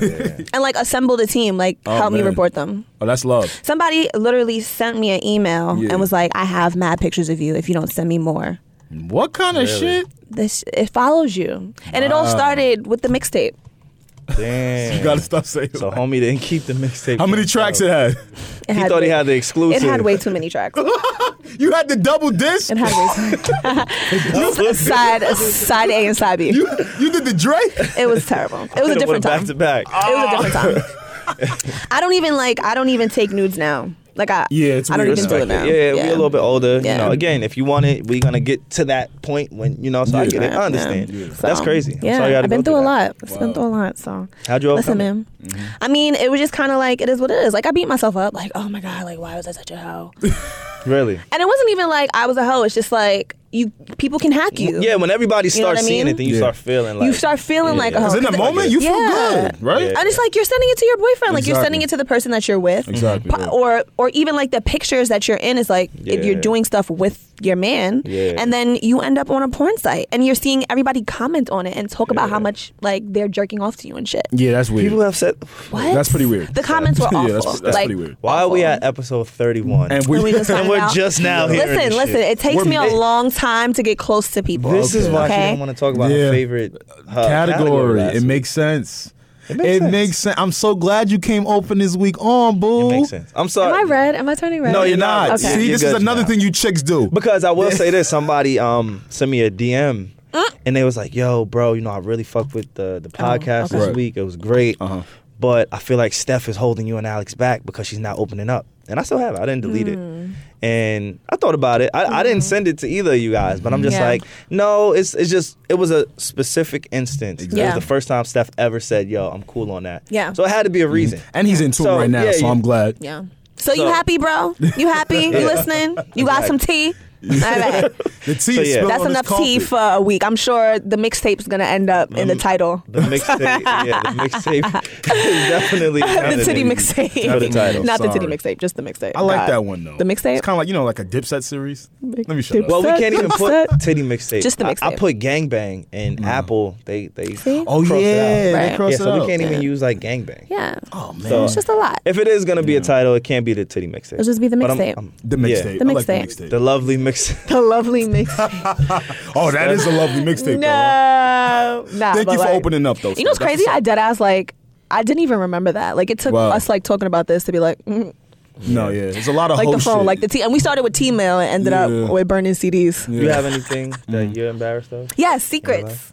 and like assembled a team like Oh, help me man. report them Oh, that's love. somebody literally sent me an email Yeah. and was like i have mad pictures of you if you don't send me more What kind of shit? this it follows you and it all started with the mixtape Damn. You gotta stop saying. so that. homie didn't keep the mixtape. How many to tracks it himself. it had? He thought he way- had the it exclusive. had way too many tracks You had the double disc. It had reason. side side A and side B. You you did the Drake. it was terrible. It was a Could've went different time. back to back. It was a different time. I don't even like. I don't even take nudes now. Like I. Yeah, it's I don't weird. even do Respect it it. now. Yeah, we a little bit older. Yeah. You know, again, if you want it, we're gonna get to that point when you know. So I Yeah. get it. I understand. That's So, crazy. I'm yeah, sorry you had to I've been go through a that. lot. I've been through a lot. So How'd you listen, overcome it? man. I mean, it was just kind of like it is what it is. Like I beat myself up. Like oh my god, like why was I such a hoe? Really? And it wasn't even like I was a hoe. It's just like you people can hack you. Yeah, when everybody You know what starts I seeing mean? it, then you Yeah. start feeling like you start feeling like Yeah. oh, 'Cause in the like- moment you feel Yeah. good, right? Yeah. and it's like you're sending it to your boyfriend, like you're Exactly. sending it to the person that you're with, Exactly. Po- or or even like the pictures that you're in is like if Yeah. you're doing stuff with your man, Yeah. and then you end up on a porn site and you're seeing everybody comment on it and talk about how much like they're jerking off to you and shit. Yeah, that's weird. people have said, What? That's pretty weird. The comments were awful. Yeah, that's- that's like, pretty weird. "Why are we awful. at episode 31?" And we- And we just and found we're out. just now here. Listen, listen. It takes We're me a ma- long time to get close to people. This is why she okay? didn't want to talk about her Yeah. favorite uh, category. last It week. makes sense. It makes sense. sense. I'm so glad you came open this week on, boo. It makes sense. I'm sorry. Am I red? Am I turning red? No, No, you're You're not. not. Okay. See, You're this is good another now. thing you chicks do. Because I will say this, somebody um sent me a DM Uh. and they was like, "Yo, bro, you know I really fucked with the the podcast Oh, okay. this Right. week. It was great, Uh-huh. but I feel like Steph is holding you and Alex back because she's not opening up." And I still have it. I didn't delete Hmm. it. And I thought about it. I, I didn't send it to either of you guys, but I'm just Yeah. like, no, it's it's just it was a specific instance. It Yeah. was the first time Steph ever said, "Yo, I'm cool on that." Yeah. So it had to be a reason. Mm. And he's into So, it right now, yeah, so you- I'm glad. Yeah. So, you So- happy, bro? You happy? You listening? You got some tea? All right. The tea So, is yeah. spilled That's on his enough tea carpet. for a week. I'm sure the mixtape's gonna end up in the Um, title. The mixtape, yeah, the mixtape is definitely the titty mixtape. Not the title. Not the Sorry. titty mixtape, just the mixtape. I like God. that one though. The mixtape? It's kind of like you know, like a Dipset series. Let me shut up. Well, we Set, can't even set. put titty mixtape. Just the I- I, mixtape. put gangbang and Apple. They they. See? Mm. oh cross it yeah, out. they Right. cross yeah, it so we out. can't even use like gangbang. Yeah. Oh man, So- It's just a lot. If it is gonna be a title, it can't be the titty mixtape. It'll just be the But I'm- mixtape. I'm- the yeah. mixtape. The I like the mixtape. The mixtape. lovely mix. The lovely mixtape. Oh, that is a lovely mixtape. though. no. Nah, Thank but you for like- opening up though. You know what's Steph. That's crazy? I what's dead ass like I didn't even remember that. Like it took Wow. us like talking about this to be like, mm, up. No, yeah, there's a lot of like whole the phone, shit. like the T. And we started with T mail and ended Yeah. up with burning CDs. Do you have anything Mm. that you're embarrassed of? Yes, secrets.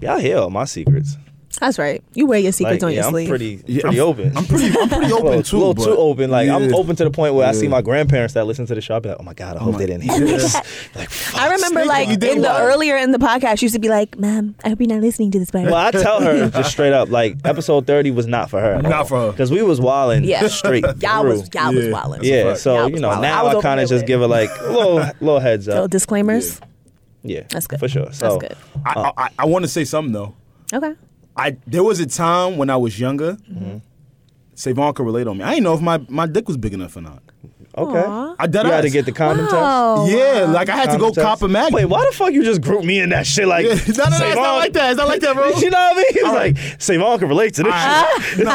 Y'all hear all my secrets. That's right. You wear your secrets Like, on yeah, your I'm sleeve. pretty, Yeah, pretty I'm- open. I'm pretty, I'm pretty a open little, too. little but- too open. Like I'm Yeah. open to the point where I see Yeah. my grandparents that listen to the show. I be like, oh my god, I hope they didn't hear this. Like, fuck. I remember Sneaker, like you did in the what? earlier in the podcast, you used to be like, "Ma'am, I hope you're not listening to this." Part. Well, I tell her just straight up, like episode thirty was not for her. Not for her. Because we was wilding Yeah. straight y'all through. was y'all was Yeah. wilding. yeah, fact. so Y'all you was know wildin'. I now was I, okay kind of with just it. give her like little little heads Little up. disclaimers. yeah, That's good. for sure. So That's good. I, I, I, I want to say something though. Okay. I there was a time when I was younger. Mm-hmm. Savon could relate on me. I didn't know if my, my dick was big enough or not. okay, Aw. I dead you had to ass. get the condom test. Oh. yeah, like I had to Condom go test. cop a mag. Wait, why the fuck you just group me in that shit? Like, Yeah, no, no, no, it's Savon- not like that. It's not like that, bro. you know what I mean? It's All right. like Savon can relate to this. shit. Alright. No.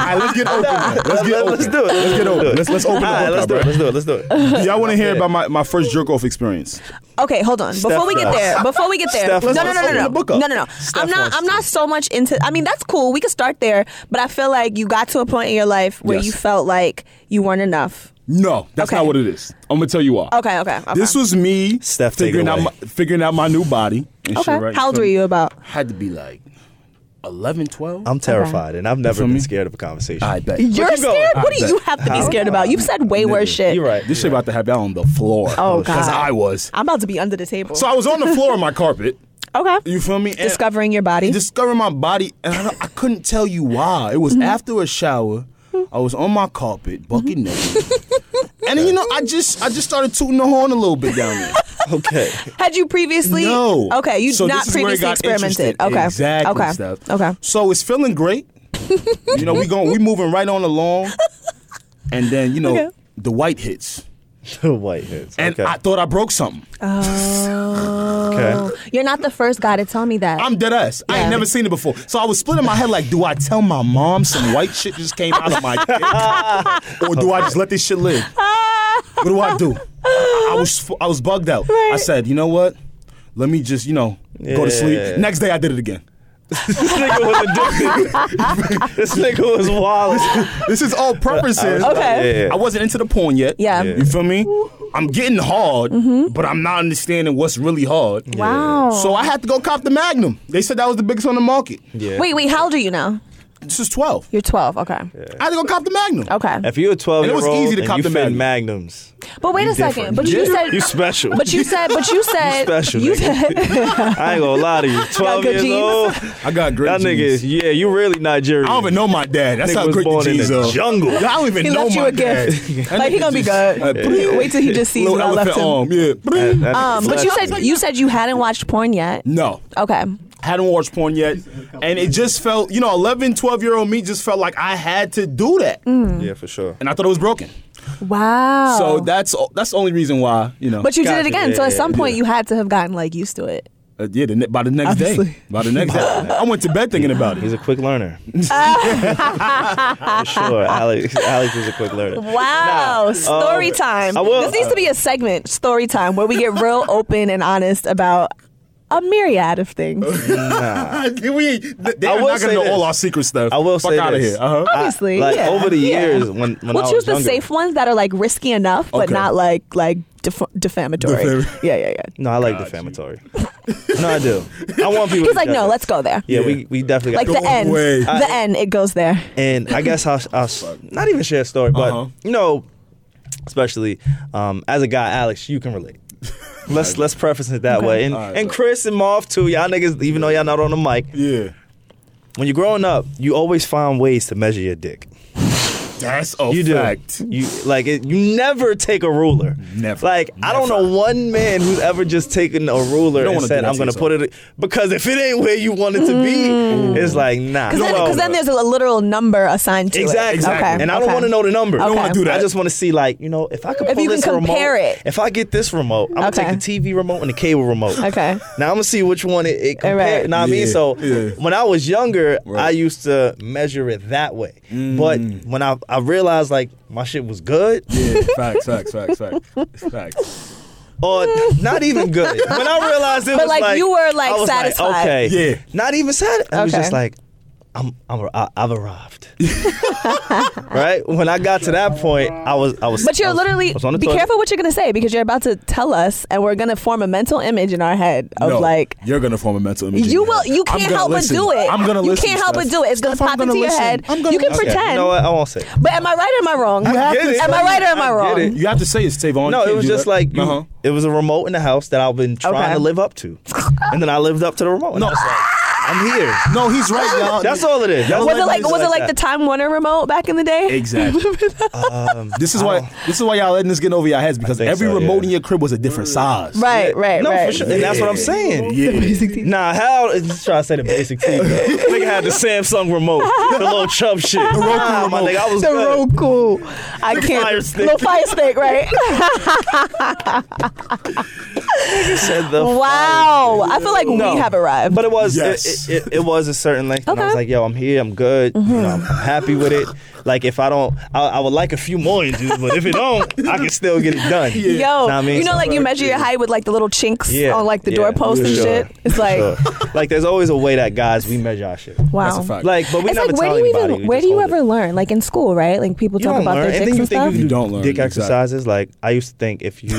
Alright, let's get open. man. Let's get open. Let's do it. Let's get open. Let's let's open the Alright, book let's up, do bro. it. Let's do it. Let's do it. Do y'all want to hear about my, my first jerk off experience? Okay, hold on. Before we get Steph there, before we get there, Steph no, no, no, wants to no, no, open no, the book up. no, no, no. Steph I'm not. wants I'm to. not so much into. I mean, that's cool. We could start there, but I feel like you got to a point in your life where Yes. you felt like you weren't enough. No, that's Okay. not what it is. I'm gonna tell you why. Okay, okay, okay. This was me Steph, take it figuring out away. my, figuring out my new body. And okay. shit, right? How old So were you about? Had to be like 11, 12. I'm terrified, and I've never feel been me? scared of a conversation. I bet. You're you going? scared. What do I you bet. have to be How? scared about? You've said way Nigga, worse shit. You're right. This shit about to have that on the floor. Oh, Because God. I was. I'm about to be under the table. So I was on the floor of my carpet. okay. You feel me? And- Discovering your body. discovering my body, and I, don't- I couldn't tell you why. It was Mm-hmm. after a shower. I was on my carpet, bucket naked, and you know, I just I just started tooting the horn a little bit down there. Okay. Had you previously? No, Okay, you so not this is where it previously got experimented. interesting. Okay. exactly. Okay. Steph. Okay. So it's feeling great. you know, we going we moving right on along, and then you know Okay. the white hits, The white hits. and Okay. I thought I broke something. okay. Oh. You're not the first guy to tell me that. I'm dead ass. I ain't Yeah. never seen it before. So I was splitting my head like, do I tell my mom some white shit just came out of my dick? Or do I just let this shit live? What do I do? I, I was I was bugged out. I said, you know what? Let me just, you know, go to Yeah. sleep. Next day I did it again. This nigga was a dick. this nigga was wild. This is all purposes. Okay. Yeah, yeah. I wasn't into the porn yet. Yeah. Mm-hmm. Yeah. You feel me? I'm getting hard, but I'm not understanding what's really hard. wow. So I had to go cop the Magnum. They said that was the biggest on the market. Yeah. Wait, wait. How old are you now? this is 12. You're 12. Okay. I had to go cop the Magnum. Okay. If you're a 12 And it year was old easy to and cop you the fit Magnum. magnums, But wait you a second. different. But you Yeah. said you special. But you said but you said special, you nigga. said I ain't gonna lie to you. 12 good years genes. old, I got great that nigga is, genes. yeah, you really Nigerian. I don't even know my dad. That's Nigga how was great born the in genes the are. jungle. I don't even He know left you my a gift. dad. That Like, he nigga gonna be just- good. Uh, bling. Wait till he just sees Little what I left elephant him. arm. Yeah. Bling. That nigga Um, but you slapped said you said you hadn't watched porn yet. no. Okay. hadn't watched porn yet and it just felt you know 11 12 year old me just felt like i had to do that Mm. Yeah, for sure. and i thought it was broken Wow. so that's that's the only reason why you know Oh. But you did Gotcha. it again. so Yeah, at some yeah, point you had to have gotten like used to it. uh, yeah the, ne- by the next day Obviously. by the next day i went to bed thinking about He's it a quick learner. for sure. Alex, Alex was a quick learner. Wow. story time. um, I will- this needs to be a segment, story time, where we get real open and honest about a myriad of things. we, they I are will not gonna say know this. all our secret stuff I will Fuck say out of this. here uh-huh I- Obviously, like yeah, over the yeah. years when when I We'll was choose the younger- safe ones that are like risky enough, but Okay. not like like def- defamatory. Defam- yeah, yeah, yeah. No, I like defamatory. no, I do. I want people. He's to like, judge no, us. let's go there. Yeah, Yeah. we we definitely Like got the Go end, away. the end, it goes there. and I guess I'll, I'll s- not even share a story, but Uh-huh. you know, especially um, as a guy, Alex, you can relate. Let's let's preface it that way, and Alright, and bro. Chris and Marv too, y'all niggas. Even though y'all not on the mic, yeah when you're growing up, you always find ways to measure your dick. that's a You do. fact Oh, You like it, you never take a ruler. Never. Like I don't Never. know one man who's ever just taken a ruler You and don't wanna do said, that "I'm to gonna yourself. put it," because if it ain't where you want it to be, it's like nah. Mm. Because then, 'cause then there's a literal number assigned to Exactly. it. Okay. And I okay. don't want to know the number. You don't wanna Okay. do that. I just want to see, like, you know, if I could If pull you can this compare remote, it. If I get this remote, I'm Okay. gonna take the TV remote and the cable remote. Okay. Now I'm gonna see which one it, it All compares. right. You know what I mean? Yeah, So yeah. when I was younger, I Right. Mm. used to measure it that way. But when I, I realized like my shit was good, yeah facts facts facts facts facts or not even good. When I realized it But, was like, like, you were, like, I was satisfied. okay, Yeah. not even sad. I was Okay. just like, I'm, I'm, I- I've arrived. right when I got to that point, I was, I was. But I you're was- I literally was on the be toilet. careful what you're gonna say because you're about to tell us, and we're gonna form a mental image in our head of no, like you're gonna form a mental image. in you your will. head. You I'm can't gonna help listen. but do it. I'm gonna You listen. can't help Steph. but do it. It's gonna Steph, I'm pop into gonna your listen. head. I'm gonna You can listen. Okay, pretend. You know what? I won't say. it. But am I right or am I wrong? You have to Am I say- right or am I, I wrong? get it. You have to say it's Tavon. No, Can't it was do just that. like you, Uh-huh. it was a remote in the house that I've been trying Okay. to live up to, and then I lived up to the remote. and No. I was like, I'm here. No, he's right, y'all. That's all it is. That's Was all it like was it like the that. Time Warner remote back in the day? Exactly. this is why this is why y'all letting this get over your heads because think every so, remote yeah. in your crib was a different size. Right, right, no, right. for sure. And that's what I'm saying. Yeah. Nah, how? Just trying to say the basic TV. nigga had the Samsung remote, the little chub shit. The Roku nah, my remote. nigga, I was The good. Roku. I can't. fire stick. Little fire stick, right? Said the wow. I feel like No. we have arrived. But it was Yes. it, it, it, it was a certain length, and I was Okay. like, "Yo, I'm here. I'm good. You know, I'm happy with it. Like, if I don't, I, I would like a few more inches, but if it don't, I can still get it done. Yo, Know what I mean? you know, So- like you measure your height with like the little chinks Yeah, on like the yeah, doorpost for and sure, shit. It's like, Sure. uh, like, there's always a way that guys we measure our shit. wow. a fact. Like, but we it's never like tell where do you anybody. even we where just do you hold it. ever learn? Like in school, right? Like people You talk don't about learn. their And dicks then you and think stuff. you can do don't learn, dick exactly. exercises. Like I used to think if you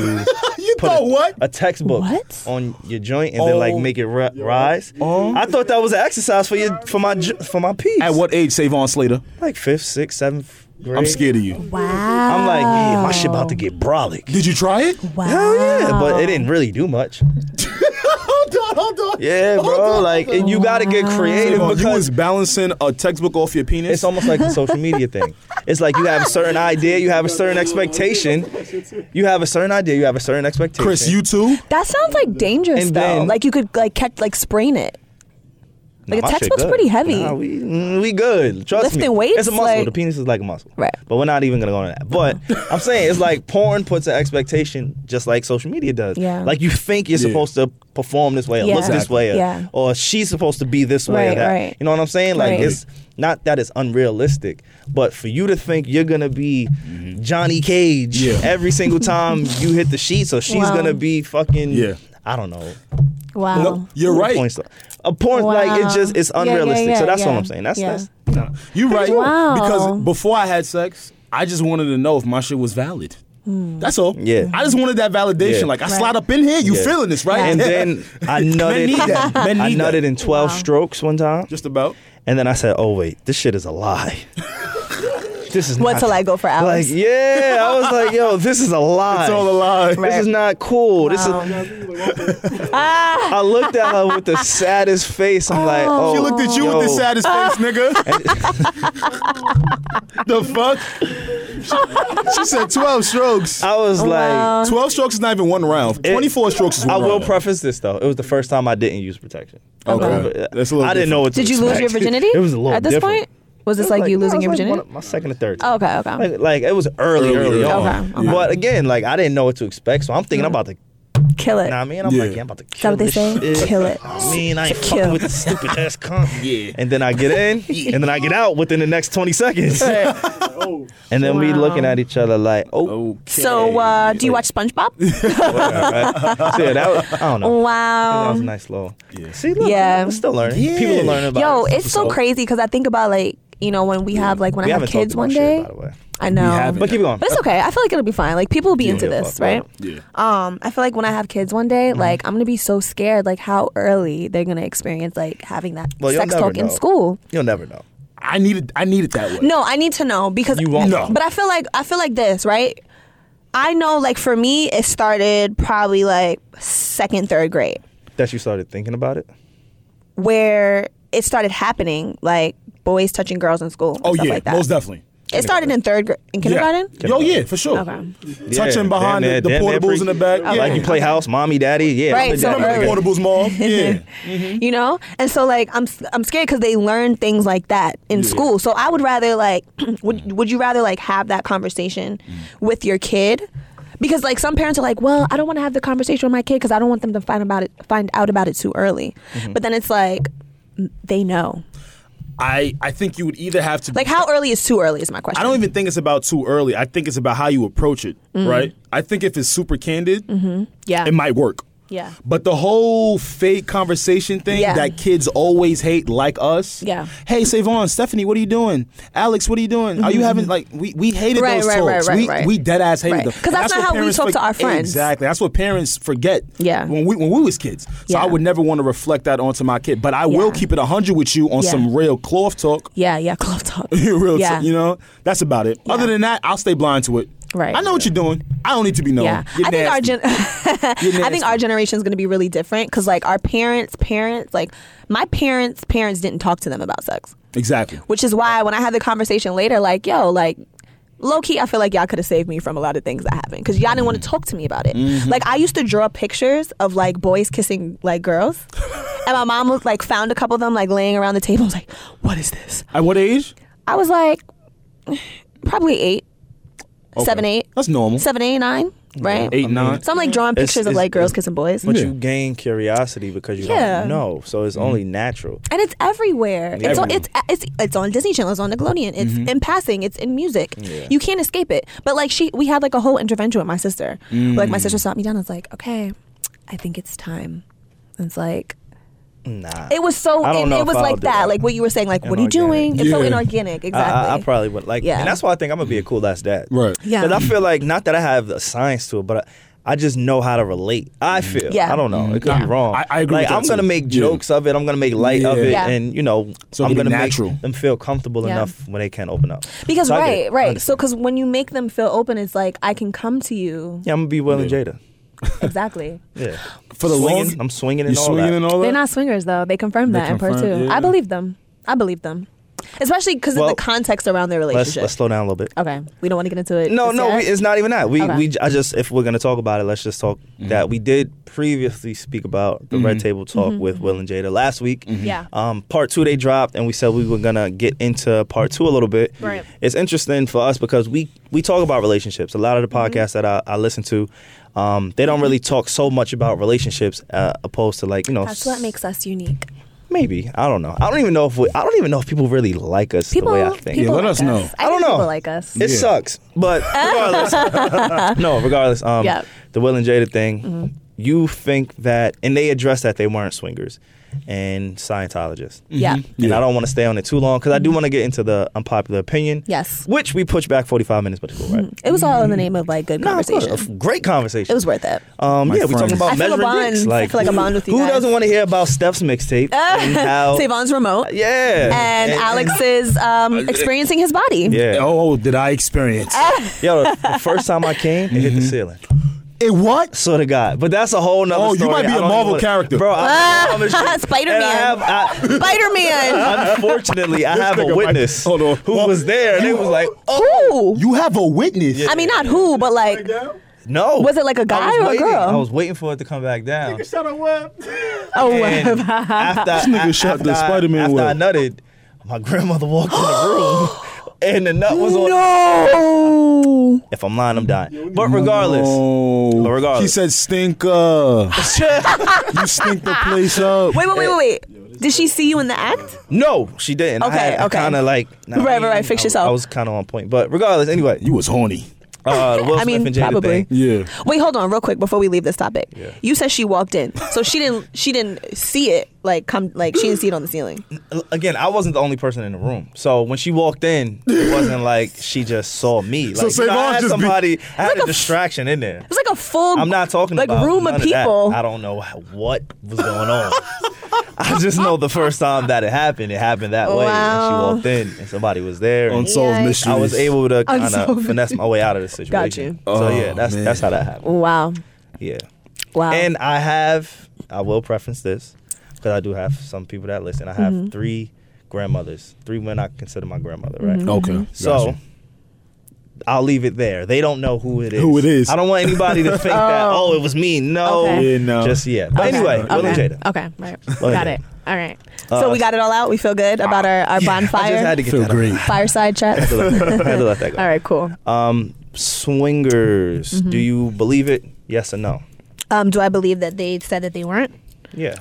You put thought a, what? a textbook What? on your joint and then like Oh. make it ri- rise. I thought that was an exercise for your for my ju- for my piece. At what age, Savon Slater? Like fifth, sixth, seventh grade. I'm scared of you. wow. I'm like, yeah, my shit about to get brolic. Did you try it? Wow. Hell yeah, but it didn't really do much. hold on, hold on. Yeah, bro. Like, and you gotta get creative Savon, you because was balancing a textbook off your penis. It's almost like the social media thing. It's like you have a certain idea, you have a certain expectation. You have a certain idea, you have a certain expectation. Chris, you too. That sounds like dangerous And though. then- like you could like catch like sprain it. Nah, like, a my shit textbook's good. pretty heavy. Nah, we, mm, we good. Trust me. Lifting weights, It's a muscle. like- the penis is like a muscle. Right. But we're not even gonna go into that. But I'm saying it's like porn puts an expectation just like social media does. Yeah. Like you think you're Yeah. supposed to perform this way or Yeah. look this way or, Yeah. or she's supposed to be this way or Right, that. right. You know what I'm saying? Like Right. it's not that it's unrealistic, but for you to think you're gonna be Johnny Cage Mm-hmm. Yeah. every single time you hit the sheet, so she's Wow. gonna be fucking Yeah. I don't know. Wow. No, you're A porn right. star. A porn like it Wow. just it's Yeah, yeah, unrealistic. yeah, so that's what yeah. I'm saying. That's Yeah. that's You're right. Wow. Because before I had sex, I just wanted to know if my shit was valid. That's all. Yeah. I just wanted that validation. Yeah. Like I Hmm. Right. slide up in here, you Yeah. feeling this, right? And then I nutted. need that. Men I need nutted that. in twelve Wow. strokes one time, just about. and then I said, "Oh wait, this shit is a lie." this is What not- till I go for hours? Like yeah, I was like, "Yo, this is a lie. It's all a lie. This is not cool. This is." ah, I looked at her with the saddest face. I'm like, oh. She looked at you yo. with the saddest face, nigga. the fuck? She, she said 12 strokes. I was Wow. like, 12 strokes is not even one round. 24 strokes is one I will round. preface this though. It was the first time I didn't use protection. Okay. uh, I didn't That's a little know what. To did you lose your expect. virginity? it was a little at this different. point. Was It this was like, you no, it losing your was like virginity? one of- my second or third. Oh, okay, okay. Like, like, it was early, Early, early, early on. on. Okay, okay. But again, like I didn't know what to expect, so I'm thinking I'm about to. Kill it. Nah, I mean, I'm Yeah. like, yeah, I'm about to that kill what they this say? shit. Kill it. I mean, I ain't Kill. fucking with this stupid ass cunt. Yeah. And then I get in, and then I get out within the next 20 seconds. and then we Wow. looking at each other like, oh, Okay. So, uh, do you watch SpongeBob? right. So, yeah, that was, I don't know. That wow. was a nice little. See, look, Yeah. yeah. I'm still learning. Yeah. People are learning about Yo, it. it's so crazy because I think about like you know when we have like when Mm. we I have haven't talked kids one about shit, day. by the way. I know, haven't. But keep going. but it's okay. I feel like it'll be fine. Like people will be into give a this, fuck, right? Yeah. Um, I feel like when I have kids one Mm-hmm. day, like I'm gonna be so scared, like how early they're gonna experience like having that Well, you'll sex never talk in know. school. You'll never know. I needed I needed that one. No, I need to know because You won't. No. But I feel like I feel like this, right? I know, like for me, it started probably like second, third grade, That you started thinking about it. where it started happening, like boys touching girls in school. and Oh stuff yeah, like that. most definitely. It started in third grade, in kindergarten. Yeah. Yo, Oh, yeah, for sure. Okay. Touching Yeah, behind damn the, the near- damn near portables in the freaky. back. Okay. Yeah. Like you play house, mommy, daddy. Yeah, Right, I'm the so daddy. Remember the early. portables mall? Yeah. mm-hmm. you know and so like i'm i'm scared because they learn things like that in school so i would rather like would, would you rather like have that conversation Mm. with your kid because like some parents are like well i don't want to have the conversation with my kid because i don't want them to find about it find out about it too early Mm-hmm. but then it's like they know I, I think you would either have to like how early is too early is my question I don't even think it's about too early. I think it's about how you approach it, Mm. right? I think if it's super candid, Mm-hmm. yeah it might work. yeah But the whole fake conversation thing Yeah. that kids always hate, like us. Yeah. Hey, Savon, Stephanie, what are you doing? Alex, what are you doing? Are you having like we, we Mm-hmm. hated Right, those right, right, talks. right, we right. we dead ass hated Right. them. 'Cause And that's not what how we parents talk to our friends. Exactly. That's what parents forget. Yeah. When we when we was kids, so Yeah. I would never want to reflect that onto my kid. But I Yeah. will keep it hundred with you on Yeah. some real cloth talk. yeah yeah club talk real yeah talk. You know, that's about it. Other than that, I'll stay blind to it. Right. I know what you're doing. I don't need to be known. Yeah, You're I think our nasty. gen- I nasty. think our generation is going to be really different because like our parents' parents, like my parents' parents didn't talk to them about sex, exactly. which is why when I had the conversation later, like yo, like low key, I feel like y'all could have saved me from a lot of things that happened because y'all didn't Mm. want to talk to me about it. Mm-hmm. Like I used to draw pictures of like boys kissing like girls, and my mom was like found a couple of them like laying around the table. I was like, what is this? At what age? I was like, probably eight, Okay. seven, eight, That's normal. seven, eight, nine, right? Eight, nine. So I'm like drawing It's- pictures of it's- like girls kissing boys. But Yeah. you gain curiosity because you Yeah. don't know. So Mm-hmm. it's only natural. and it's everywhere. It's, on, Everywhere. it's it's it's on Disney Channel. It's on Nickelodeon. It's Mm-hmm. in passing. It's in music. You can't escape it. But like she, we had like a whole intervention with my sister. Like my Mm. sister sat me down. and was like, okay, I think it's time. And it's like Nah. it was so. I don't it, know it if was I'll like do that. that. Like what you were saying. Like what are you Inorganic. doing? It's so Yeah. inorganic. Exactly. I, I, I probably would like, Yeah. and that's why I think I'm gonna be a cool ass dad. Right. Yeah. Because I feel like not that I have the science to it, but I, I just know how to relate. I feel. Yeah. I don't know. It could Yeah. be wrong. Mm-hmm. I- I agree Like with that I'm gonna too. make Yeah. jokes of it. I'm gonna make light of it, Yeah. and you know, So I'm it'll be gonna natural. make them feel comfortable Yeah. enough when they can't open up. because So I get it. right, I right. So understand. because when you make them feel open, it's like I can come to you. yeah, I'm gonna be Will and Jada. Exactly. Yeah. For the swinging, long, I'm swinging you're and all swinging that. and all that. They're not swingers though. They confirmed They that in part confirmed- two. yeah. I believe them. I believe them, especially because Well, of the context around their Let's relationship. let's slow down a little bit. Okay, we don't want to get into it. No, just no, yet. we, it's not even that. We, Okay. we, I just, if we're gonna talk about it, let's just talk that we did previously speak about the Red Table Talk with Will and Jada last week. Yeah. Um, part two they dropped, and we said we were gonna get into part two a little bit. Right. It's interesting for us because we we talk about relationships. A lot of the podcasts that I, I listen to, um, they don't really talk so much about relationships, uh, opposed to like you know. That's what makes us unique. maybe I don't know. I don't even know if we, I don't even know if people really like us People, the way I think. people Yeah, let like us know. I, I don't think know. People like us. It Yeah. sucks, but regardless, no, regardless, um, Yeah. Mm-hmm. the Will and Jada thing, you think that, and they addressed that they weren't swingers. and Scientologist. Yeah. And Mm. Yeah. I don't want to stay on it too long because I do want to get into the unpopular opinion. Mm-hmm. Yes. Which we push back 45 minutes, but it's cool, right? It was all in the name of like good Nah, of course. conversation. A f- great conversation. It was worth it. Um, My yeah, we're friends. talking about I feel a measuring bond. dicks. I Like, feel like a bond with you Who guys. doesn't want to hear about Steph's mixtape and how? Savon's remote. Oh. yeah. And, Alex's um, experiencing his body. Yeah. Oh, did I experience? Ah. Yo, the first time I came, it Mm-hmm. hit the ceiling. It what? Swear to God. But that's a whole nother Oh, you story. might be I a don't even Marvel wanna- character. Bro, Ah, I, I'm a Spider-Man. And I have, Spider Man. I, unfortunately, I have a nigga might- witness hold on. who was there and it was like, oh, Who? You have a witness. I mean, not who, but like, no. Was it like a guy I was or a waiting. girl? I was waiting for it to come back down. Shut up, web. oh, And after, this nigga shot the Spider-Man After I web. nutted, my grandmother walked in the room and the nut was on. no. If I'm lying, I'm dying. But regardless, Oh, But regardless. he said stinker. you stink the place up. Wait, wait, wait, wait, wait. Did she see you in the act? no, she didn't. I Okay, had, okay. kind of like. nah, Right, right, right, fix I- yourself. I was kind of on point. But regardless, anyway, You was horny. uh, the Will Smith I mean, and Jada probably. thing. Yeah. Wait, hold on, real quick before we leave this topic. Yeah. You said she walked in, so she didn't. She didn't see it. Like come, like she didn't see it on the ceiling. again, I wasn't the only person in the room. So when she walked in, it wasn't like she just saw me. Like, you know, I Savon had just be- somebody, I had Like a a- distraction in there. It was like a full. I'm not talking like about room none of that. people. I don't know what was going on. I just know the first time that it happened, it happened that way. Wow. And she walked in, and somebody was there. and Unsolved Yikes. mysteries. I was able to kind of Unsolved. finesse my way out of the situation. So you. yeah, that's Oh, man. that's how that happened. wow. Yeah, Wow. and I have, I will preference this because I do have some people that listen. I Mm-hmm. have three grandmothers, three women I consider my grandmother, right? Mm-hmm. Okay. So gotcha. I'll leave it there. They don't know who it is. Who it is. I don't want anybody to think that, oh, it was me. No. Okay. Yeah, no. Just yeah. But Okay. anyway, Will and okay. Jada. Okay, right. and got Jada. Uh, it. All right. so we got it all out. We feel good about our, our bonfire, I just had to get feel that out. great. fireside I had chat. to all let that- I had to let that go. right, cool. Um, swingers. Mm-hmm. Do you believe it? Yes or no? Um, do I believe that they said that they weren't? Yeah.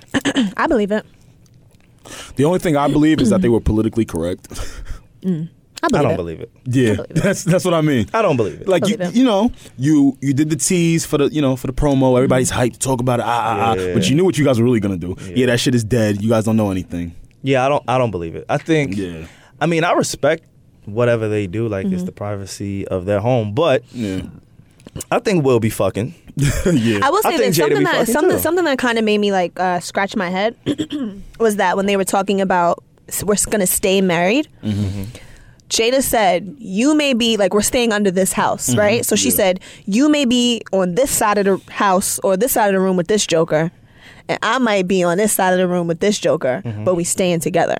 I believe it. The only thing I believe is that they were politically correct. I I believe don't it. believe it. yeah, believe it. that's that's what I mean. I don't believe it. Like you, Believe it. you know, you you did the tease for the you know for the promo. Everybody's hyped to talk about it. Ah, ah, ah. Yeah. But you knew what you guys were really gonna do. Yeah. that shit is dead. You guys don't know anything. yeah, I don't I don't believe it. I think Yeah. I mean I respect whatever they do, like Mm-hmm. it's the privacy of their home. But Yeah, I think we'll be fucking. yeah. I will I say think that Jada be something that fucking something too. something that kind of made me like uh, scratch my head was that when they were talking about s- we're going to stay married. Mm-hmm. Jada said, "You may be like we're staying under this house, Mm-hmm. right?" So she said, "You may be on this side of the house or this side of the room with this joker, and I might be on this side of the room with this joker, Mm-hmm. but we staying together."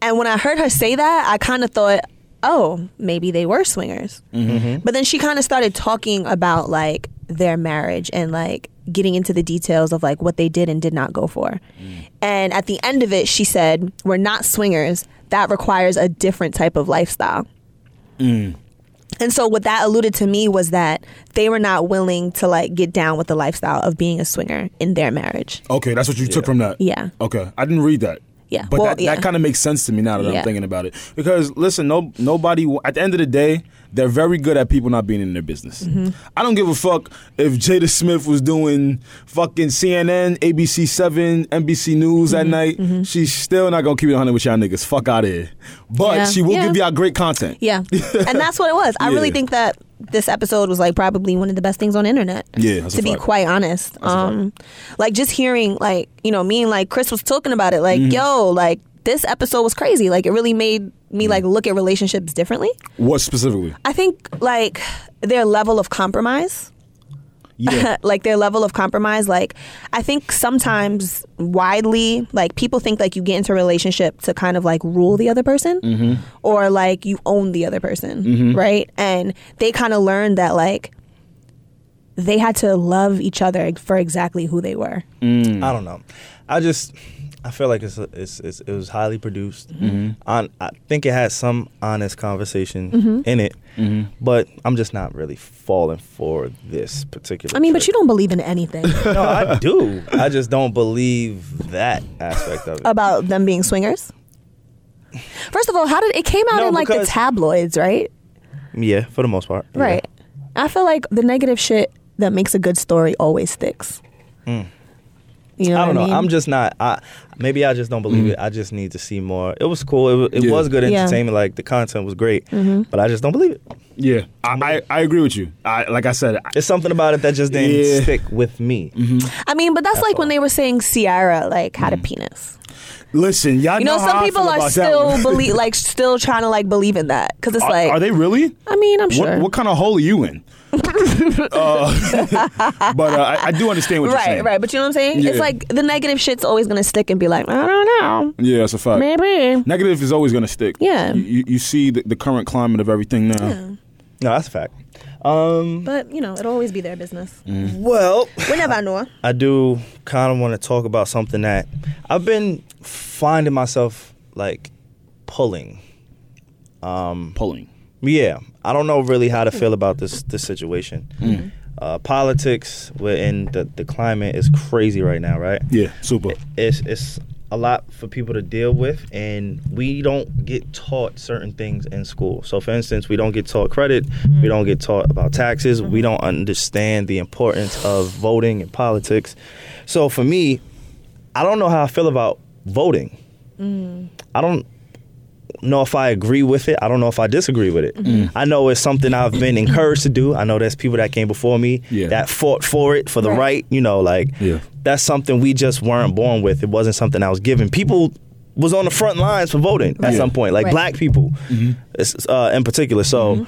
And when I heard her say that, I kind of thought, "Oh, maybe they were swingers." But then she kind of started talking about like their marriage and like getting into the details of like what they did and did not go for. And at the end of it, she said, We're not swingers. That requires a different type of lifestyle. And so what that alluded to me was that they were not willing to like get down with the lifestyle of being a swinger in their marriage. Okay, that's what you took from that. Yeah. Okay, I didn't read that. Yeah, But well, that, yeah. that kind of makes sense to me now that Yeah. I'm thinking about it. Because listen, no, nobody. At the end of the day, they're very good at people not being in their business. Mm-hmm. I don't give a fuck if Jada Smith was doing fucking CNN, ABC Seven, NBC News Mm-hmm. at night. She's still not gonna keep it 100 with y'all niggas. Fuck out of here. But Yeah. she will Yeah. give y'all great content. Yeah. and that's what it was. I really Yeah. think that this episode was like probably one of the best things on the internet. Yeah, that's to a be fact. quite honest. um like just hearing like, you know, me and like Chris was talking about it Mm-hmm. like, yo, like this episode was crazy. Like it really made me Mm-hmm. like look at relationships differently. What specifically? I think like their level of compromise Yeah. like their level of compromise like i think sometimes widely like people think like you get into a relationship to kind of like rule the other person Mm-hmm. or like you own the other person right and they kind of learned that like they had to love each other for exactly who they were I don't know. I just I feel like it's, it's, it's it was highly produced. On I think it had some honest conversation Mm-hmm. in it, but I'm just not really falling for this particular. i mean but you don't believe in anything don't. No, I do. I just don't believe that aspect of it. about them being swingers first of all how did it came out No, in like the because- tabloids right yeah, for the most part. Yeah. Right. I feel like the negative shit that makes a good story always sticks. You know I don't what know. I mean? I'm just not. I maybe I just don't believe it. I just need to see more. It was cool. It, wa- it Mm-hmm. Yeah. was good Yeah. Mm-hmm. entertainment. Like the content was great, but I just don't believe it. Yeah, I, I, I agree with you. I like I said, I, There's something about it that just didn't Yeah. Mm-hmm. stick with me. I mean, but that's, like when they were saying Ciara like had a penis. listen, y'all You know, how some I people feel are about that still one. believe like still trying to like believe in that because it's Are, like are they really? I mean, I'm sure. What, what kind of hole are you in? uh, but uh, I, I do understand what you're right, saying. right. But you know what I'm saying? It's Yeah. like the negative shit's always gonna stick and be like, I don't know, Yeah, that's a fact. maybe. Negative is always going to stick. Yeah. You- You, you see the, the current climate of everything now. No, that's a fact. Um, But you know, it'll always be their business. Mm-hmm. well, Whenever I know. I do kind of want to talk about something that I've been finding myself like pulling. Pulling. Yeah, I don't know really how to feel about this this situation. Mm-hmm. Uh, politics within the the climate is crazy right now, right? Yeah, super. it's it's a lot for people to deal with and we don't get taught certain things in school so for instance we don't get taught credit Mm-hmm. we don't get taught about taxes we don't understand the importance of voting and politics so for me i don't know how i feel about voting Mm. i don't know if I agree with it. I don't know if I disagree with it. Mm-hmm. Mm. I know it's something I've been encouraged to do. I know there's people that came before me Yeah. that fought for it for the Right. right. You know, like Yeah. that's something we just weren't born with. It wasn't something I was given. People was on the front lines for voting at Right. some point, like Right. Mm-hmm. black people, Mm-hmm. it's- uh, in particular. So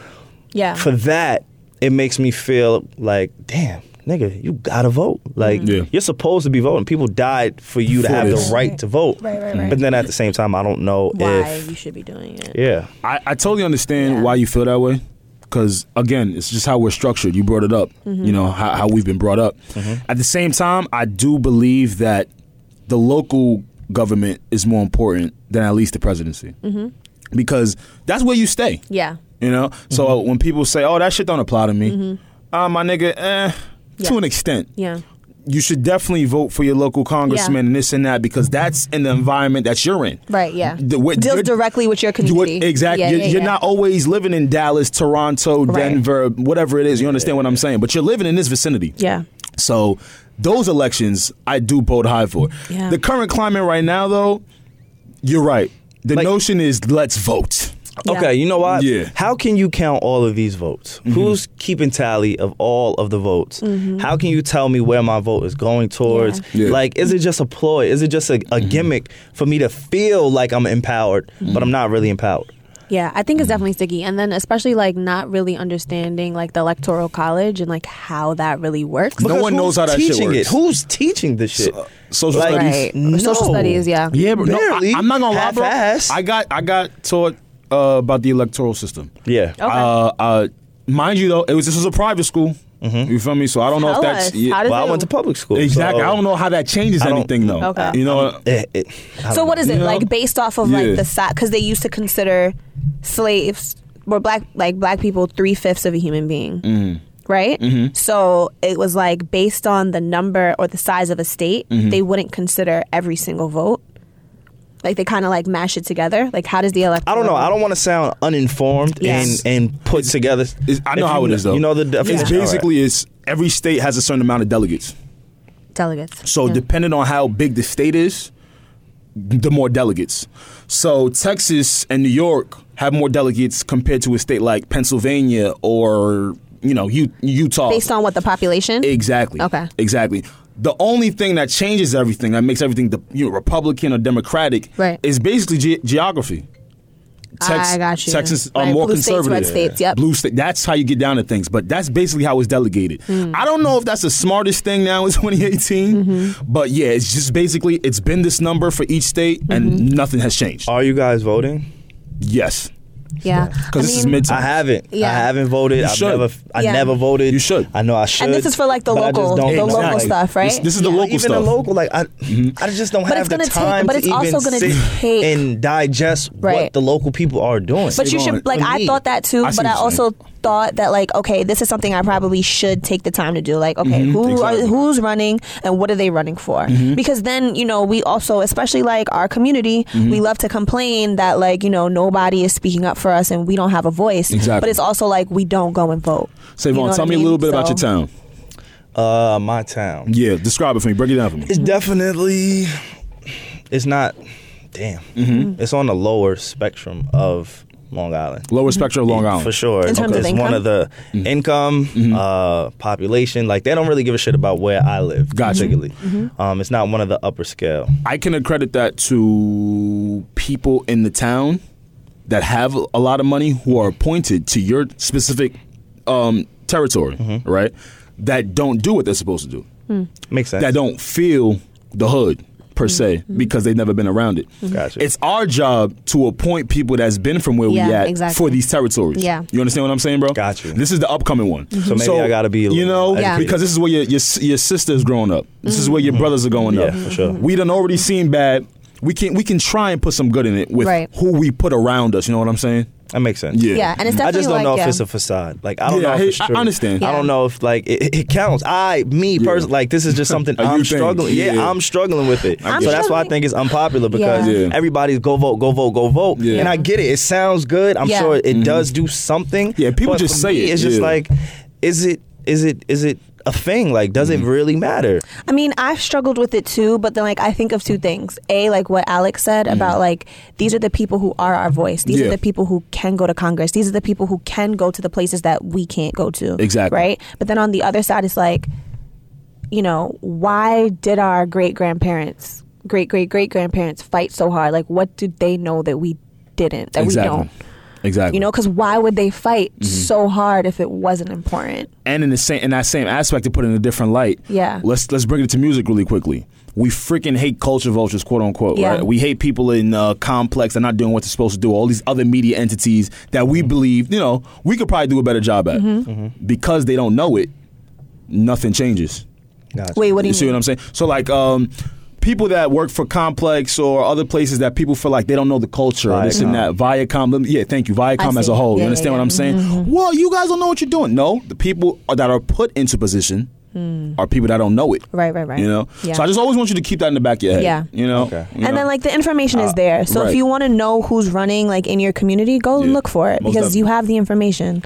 Yeah. for that, it makes me feel like, damn, nigga, you gotta vote. Like Mm-hmm. Yeah. you're supposed to be voting. People died for you to For have this. Mm-hmm. the right to vote. Right, right, right. But then at the same time, I don't know Why if you should be doing it. yeah. I, I totally understand Yeah. why you feel that way. Because again, it's just how we're structured. You brought it up, Mm-hmm. you know, how, how we've been brought up. At the same time, I do believe that the local government is more important than at least the presidency. Because that's where you stay. Mm-hmm. Yeah. Mm-hmm. You know, so when people say, "Oh, that shit don't apply to me," ah, my nigga, eh, Yeah. to an extent, Yeah. you should definitely vote for your local congressman and this and that because that's in the environment that you're in. Right, yeah. The- what- Deals you're- directly with your You would- community. exactly. Yeah, you're yeah, you're yeah. not always living in Dallas, Toronto, Right. Denver, whatever it is. You understand what I'm saying? But you're living in this vicinity. Yeah. So those elections, I do vote high for. Yeah. The current climate right now, though, you're right. The Like- notion is let's vote. Yeah. Okay, you know what? Yeah. Mm-hmm. How can you count all of these votes? Who's keeping tally of all of the votes? Mm-hmm. How can you tell me where my vote is going towards? Yeah. Yeah. Like, is it just a ploy? Is it just a, a Mm-hmm. gimmick for me to feel like I'm empowered, but I'm not really empowered? Yeah, I think it's definitely sticky. And then especially like not really understanding like the electoral college and like how that really works. No one knows who's how that shit teaching works. It? Who's teaching this shit? So- uh, social studies. Right. Or Social no. studies, yeah. Yeah, but Barely. no, I, am not gonna lie, bro. Half-assed. I got I got taught uh, about the electoral system. Yeah. Okay. Uh, uh, mind you, though, it was this was a private school. You feel me? So I don't know Tell if that's us. How does Well, I it- went to public school. exactly. Mm-hmm. so- I don't know how that changes I don't- anything, though. Okay. You know, Eh, eh, I don't So what know. is it You know? like based off of Yeah. like the side? Because they used to consider slaves were black like black people three fifths of a human being, Mm-hmm. right? So it was like based on the number or the size of a state, Mm-hmm. they wouldn't consider every single vote. Like they kind of like mash it together. Like how does the election? I don't know. I don't want to sound uninformed Yes. and, and put together. it's- I know If how you it is, though. You know the definition. it's All right. basically it's every state has a certain amount of delegates. delegates. So Yeah. depending on how big the state is, the more delegates. So Texas and New York have more delegates compared to a state like Pennsylvania or you know U- Utah. based on what the population? Exactly. Okay. Exactly. The only thing that changes everything, that makes everything the you know, Republican or Democratic, Right. is basically ge- geography. I got you. Texas are Right, more blue states, red conservative. states, yep. Blue state. That's how you get down to things. But that's basically how it's delegated. Hmm. I don't know if that's the smartest thing now in 2018. Mm-hmm. But yeah, it's just basically it's been this number for each state, Mm-hmm. and nothing has changed. Are you guys voting? yes, yeah, because I this is mean- midterm. I haven't. I Yeah. haven't voted. I've should. never. I Yeah. never voted. You should. I know I should. And this is for like the but I local, just don't the know, local like, stuff, right? This, this is the Yeah. local Even stuff. Mm-hmm. the local, like I, I just don't But have it's the gonna take- time but to it's even also gonna sit take- and digest Right. what the local people are doing. But you on should it. like For I me. thought that too, I see but what I you're also thought that like okay, this is something I probably should take the time to do. Like okay, who Mm-hmm. exactly. Mm-hmm. are, who's running and what are they running for? Because then you know we also, especially like our community, Mm-hmm. we love to complain that like you know nobody is speaking up for us and we don't have a voice. Exactly. But it's also like we don't go and vote. You Savon, know what tell I me a mean? little bit about So- your town. Uh, my town. Yeah, describe it for me. Break it down for me. It's definitely. It's not. Damn. Mm-hmm. It's on the lower spectrum of Long Island. Lower spectrum of Long Island. For sure. In terms of it's income? one of the Mm-hmm. income, uh, population. Like they don't really give a shit about where I live. Gotcha. Particularly. Mm-hmm. Um, it's not one of the upper scale. I can accredit that to people in the town that have a lot of money who are appointed to your specific um, territory, right? That don't do what they're supposed to do. Makes sense. That don't feel the hood per se because they've never been around it. Gotcha. It's our job to appoint people that's been from where we Yeah, at exactly. for these territories. Yeah. you understand what I'm saying, bro? Got you. This is the upcoming one. So maybe I gotta be a little you know, educated. Mm-hmm. Yeah. because this is where your your, s- your sister's growing up. This is where your brothers are going up. Yeah, for sure. We done already seen bad. We can we can try and put some good in it with Right. who we put around us. You know what I'm saying? that makes sense. Yeah. Yeah, and it's I definitely just don't like, know yeah. if it's a facade. Like I don't Yeah, I know. If hear- it's I true. understand. I don't know if like it, it counts. I me Yeah. personally like this is just something A you I'm thing. struggling. Yeah, Yeah. I'm struggling with it. I'm so that's why I struggling. think it's unpopular because Yeah. Yeah. everybody's go vote, go vote, go vote. Yeah. Mm-hmm. And I get it. It sounds good. I'm Yeah. sure it does do something. Yeah, people but just for say me, it. It's just Yeah. like, is it is it is it a thing? Like, does Mm-hmm. it really matter? I mean, I've struggled with it too, but then like I think of two things. A, like what Alex said about like these are the people who are our voice. These Mm. Yeah. are the people who can go to Congress. These are the people who can go to the places that we can't go to. Exactly. Right? But then on the other side it's like, you know, why did our great grandparents, great great great grandparents fight so hard? Like what did they know that we didn't, that exactly. we don't? Exactly. Mm-hmm. You know, because why would they fight so hard if it wasn't important? and in the same in that same aspect to put it in a different light. Yeah. Let's let's bring it to music really quickly. We freaking hate culture vultures, quote unquote. Yeah. Right. We hate people in uh, complex and not doing what they're supposed to do. All these other media entities that we believe, you know, we could probably do a better job at Mm-hmm. because they don't know it. Nothing changes. Gotcha. Wait, what do you, see mean? what I'm saying? So like um people that work for Complex or other places that people feel like they don't know the culture or this and that. Viacom, let me- yeah, thank you. Viacom as I a see. whole. you Yeah, understand yeah, what I'm saying? Mm-hmm. Well, you guys don't know what you're doing. No, the people are- that are put into position Hmm. are people that don't know it. Right, right, right. You know? Yeah. So I just always want you to keep that in the back of your head. Yeah. You know? Okay. You and know? then like the information Uh, is there so right. if you want to know who's running like in your community go Yeah, look for it most because you definitely. have the information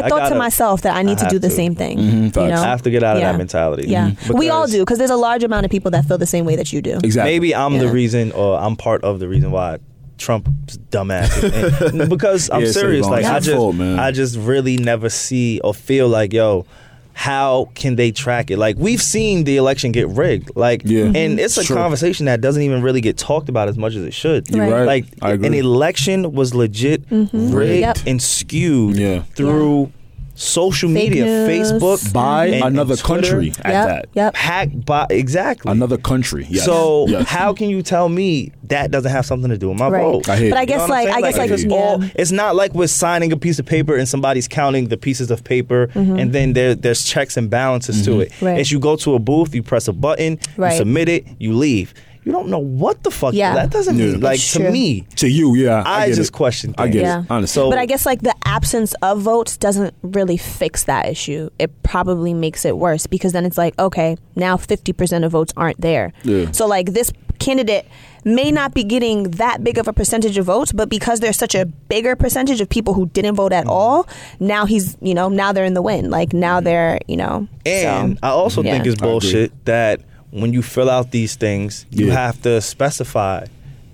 I thought gotta- to myself that i need I to do have to. the Mm-hmm, same thing you facts. know I have to get out of Yeah. that mentality. Mm-hmm. yeah we all Because do because there's a large amount of people that feel the same way that you do Exactly. Maybe I'm the Yeah. reason, or I'm part of the reason why Trump's dumbass. And- because I'm Yeah, so serious. wrong. Like It's I your just, fault, man. I just really never see or feel like, yo. How can they track it? Like we've seen the election get rigged. Like, Yeah. and it's a Sure. conversation that doesn't even really get talked about as much as it should. You're right. Like I agree. an election was legit rigged Mm-hmm. Yep. and skewed Yeah. through social Fake media, news. Facebook, by and- and another Twitter, country at yep that. yep hacked by exactly Another country. Yes. so Yes. how can you tell me that doesn't have something to do with my Right. vote? I hear but you. I guess You know what I'm like I saying? guess like, it's yeah. all it's not like we're signing a piece of paper and somebody's counting the pieces of paper and then there there's checks and balances Mm-hmm. to it. Mm-hmm. Right. It's you go to a booth, you press a button, Right. you submit it, you leave. You don't know what the fuck Yeah. that doesn't Yeah. mean like It's to true. me. to you, yeah. I, get just it. question I things. get Yeah. it. Honestly. So- but I guess like the absence of votes doesn't really fix that issue. It probably makes it worse because then it's like, okay, now 50% of votes aren't there. Yeah. So like this candidate may not be getting that big of a percentage of votes, but because there's such a bigger percentage of people who didn't vote Mm. at all, now he's, you know, now they're in the win. Like now they're, you know. And uh, so, I also think yeah. it's I agree. bullshit that when you fill out these things, you Yeah. have to specify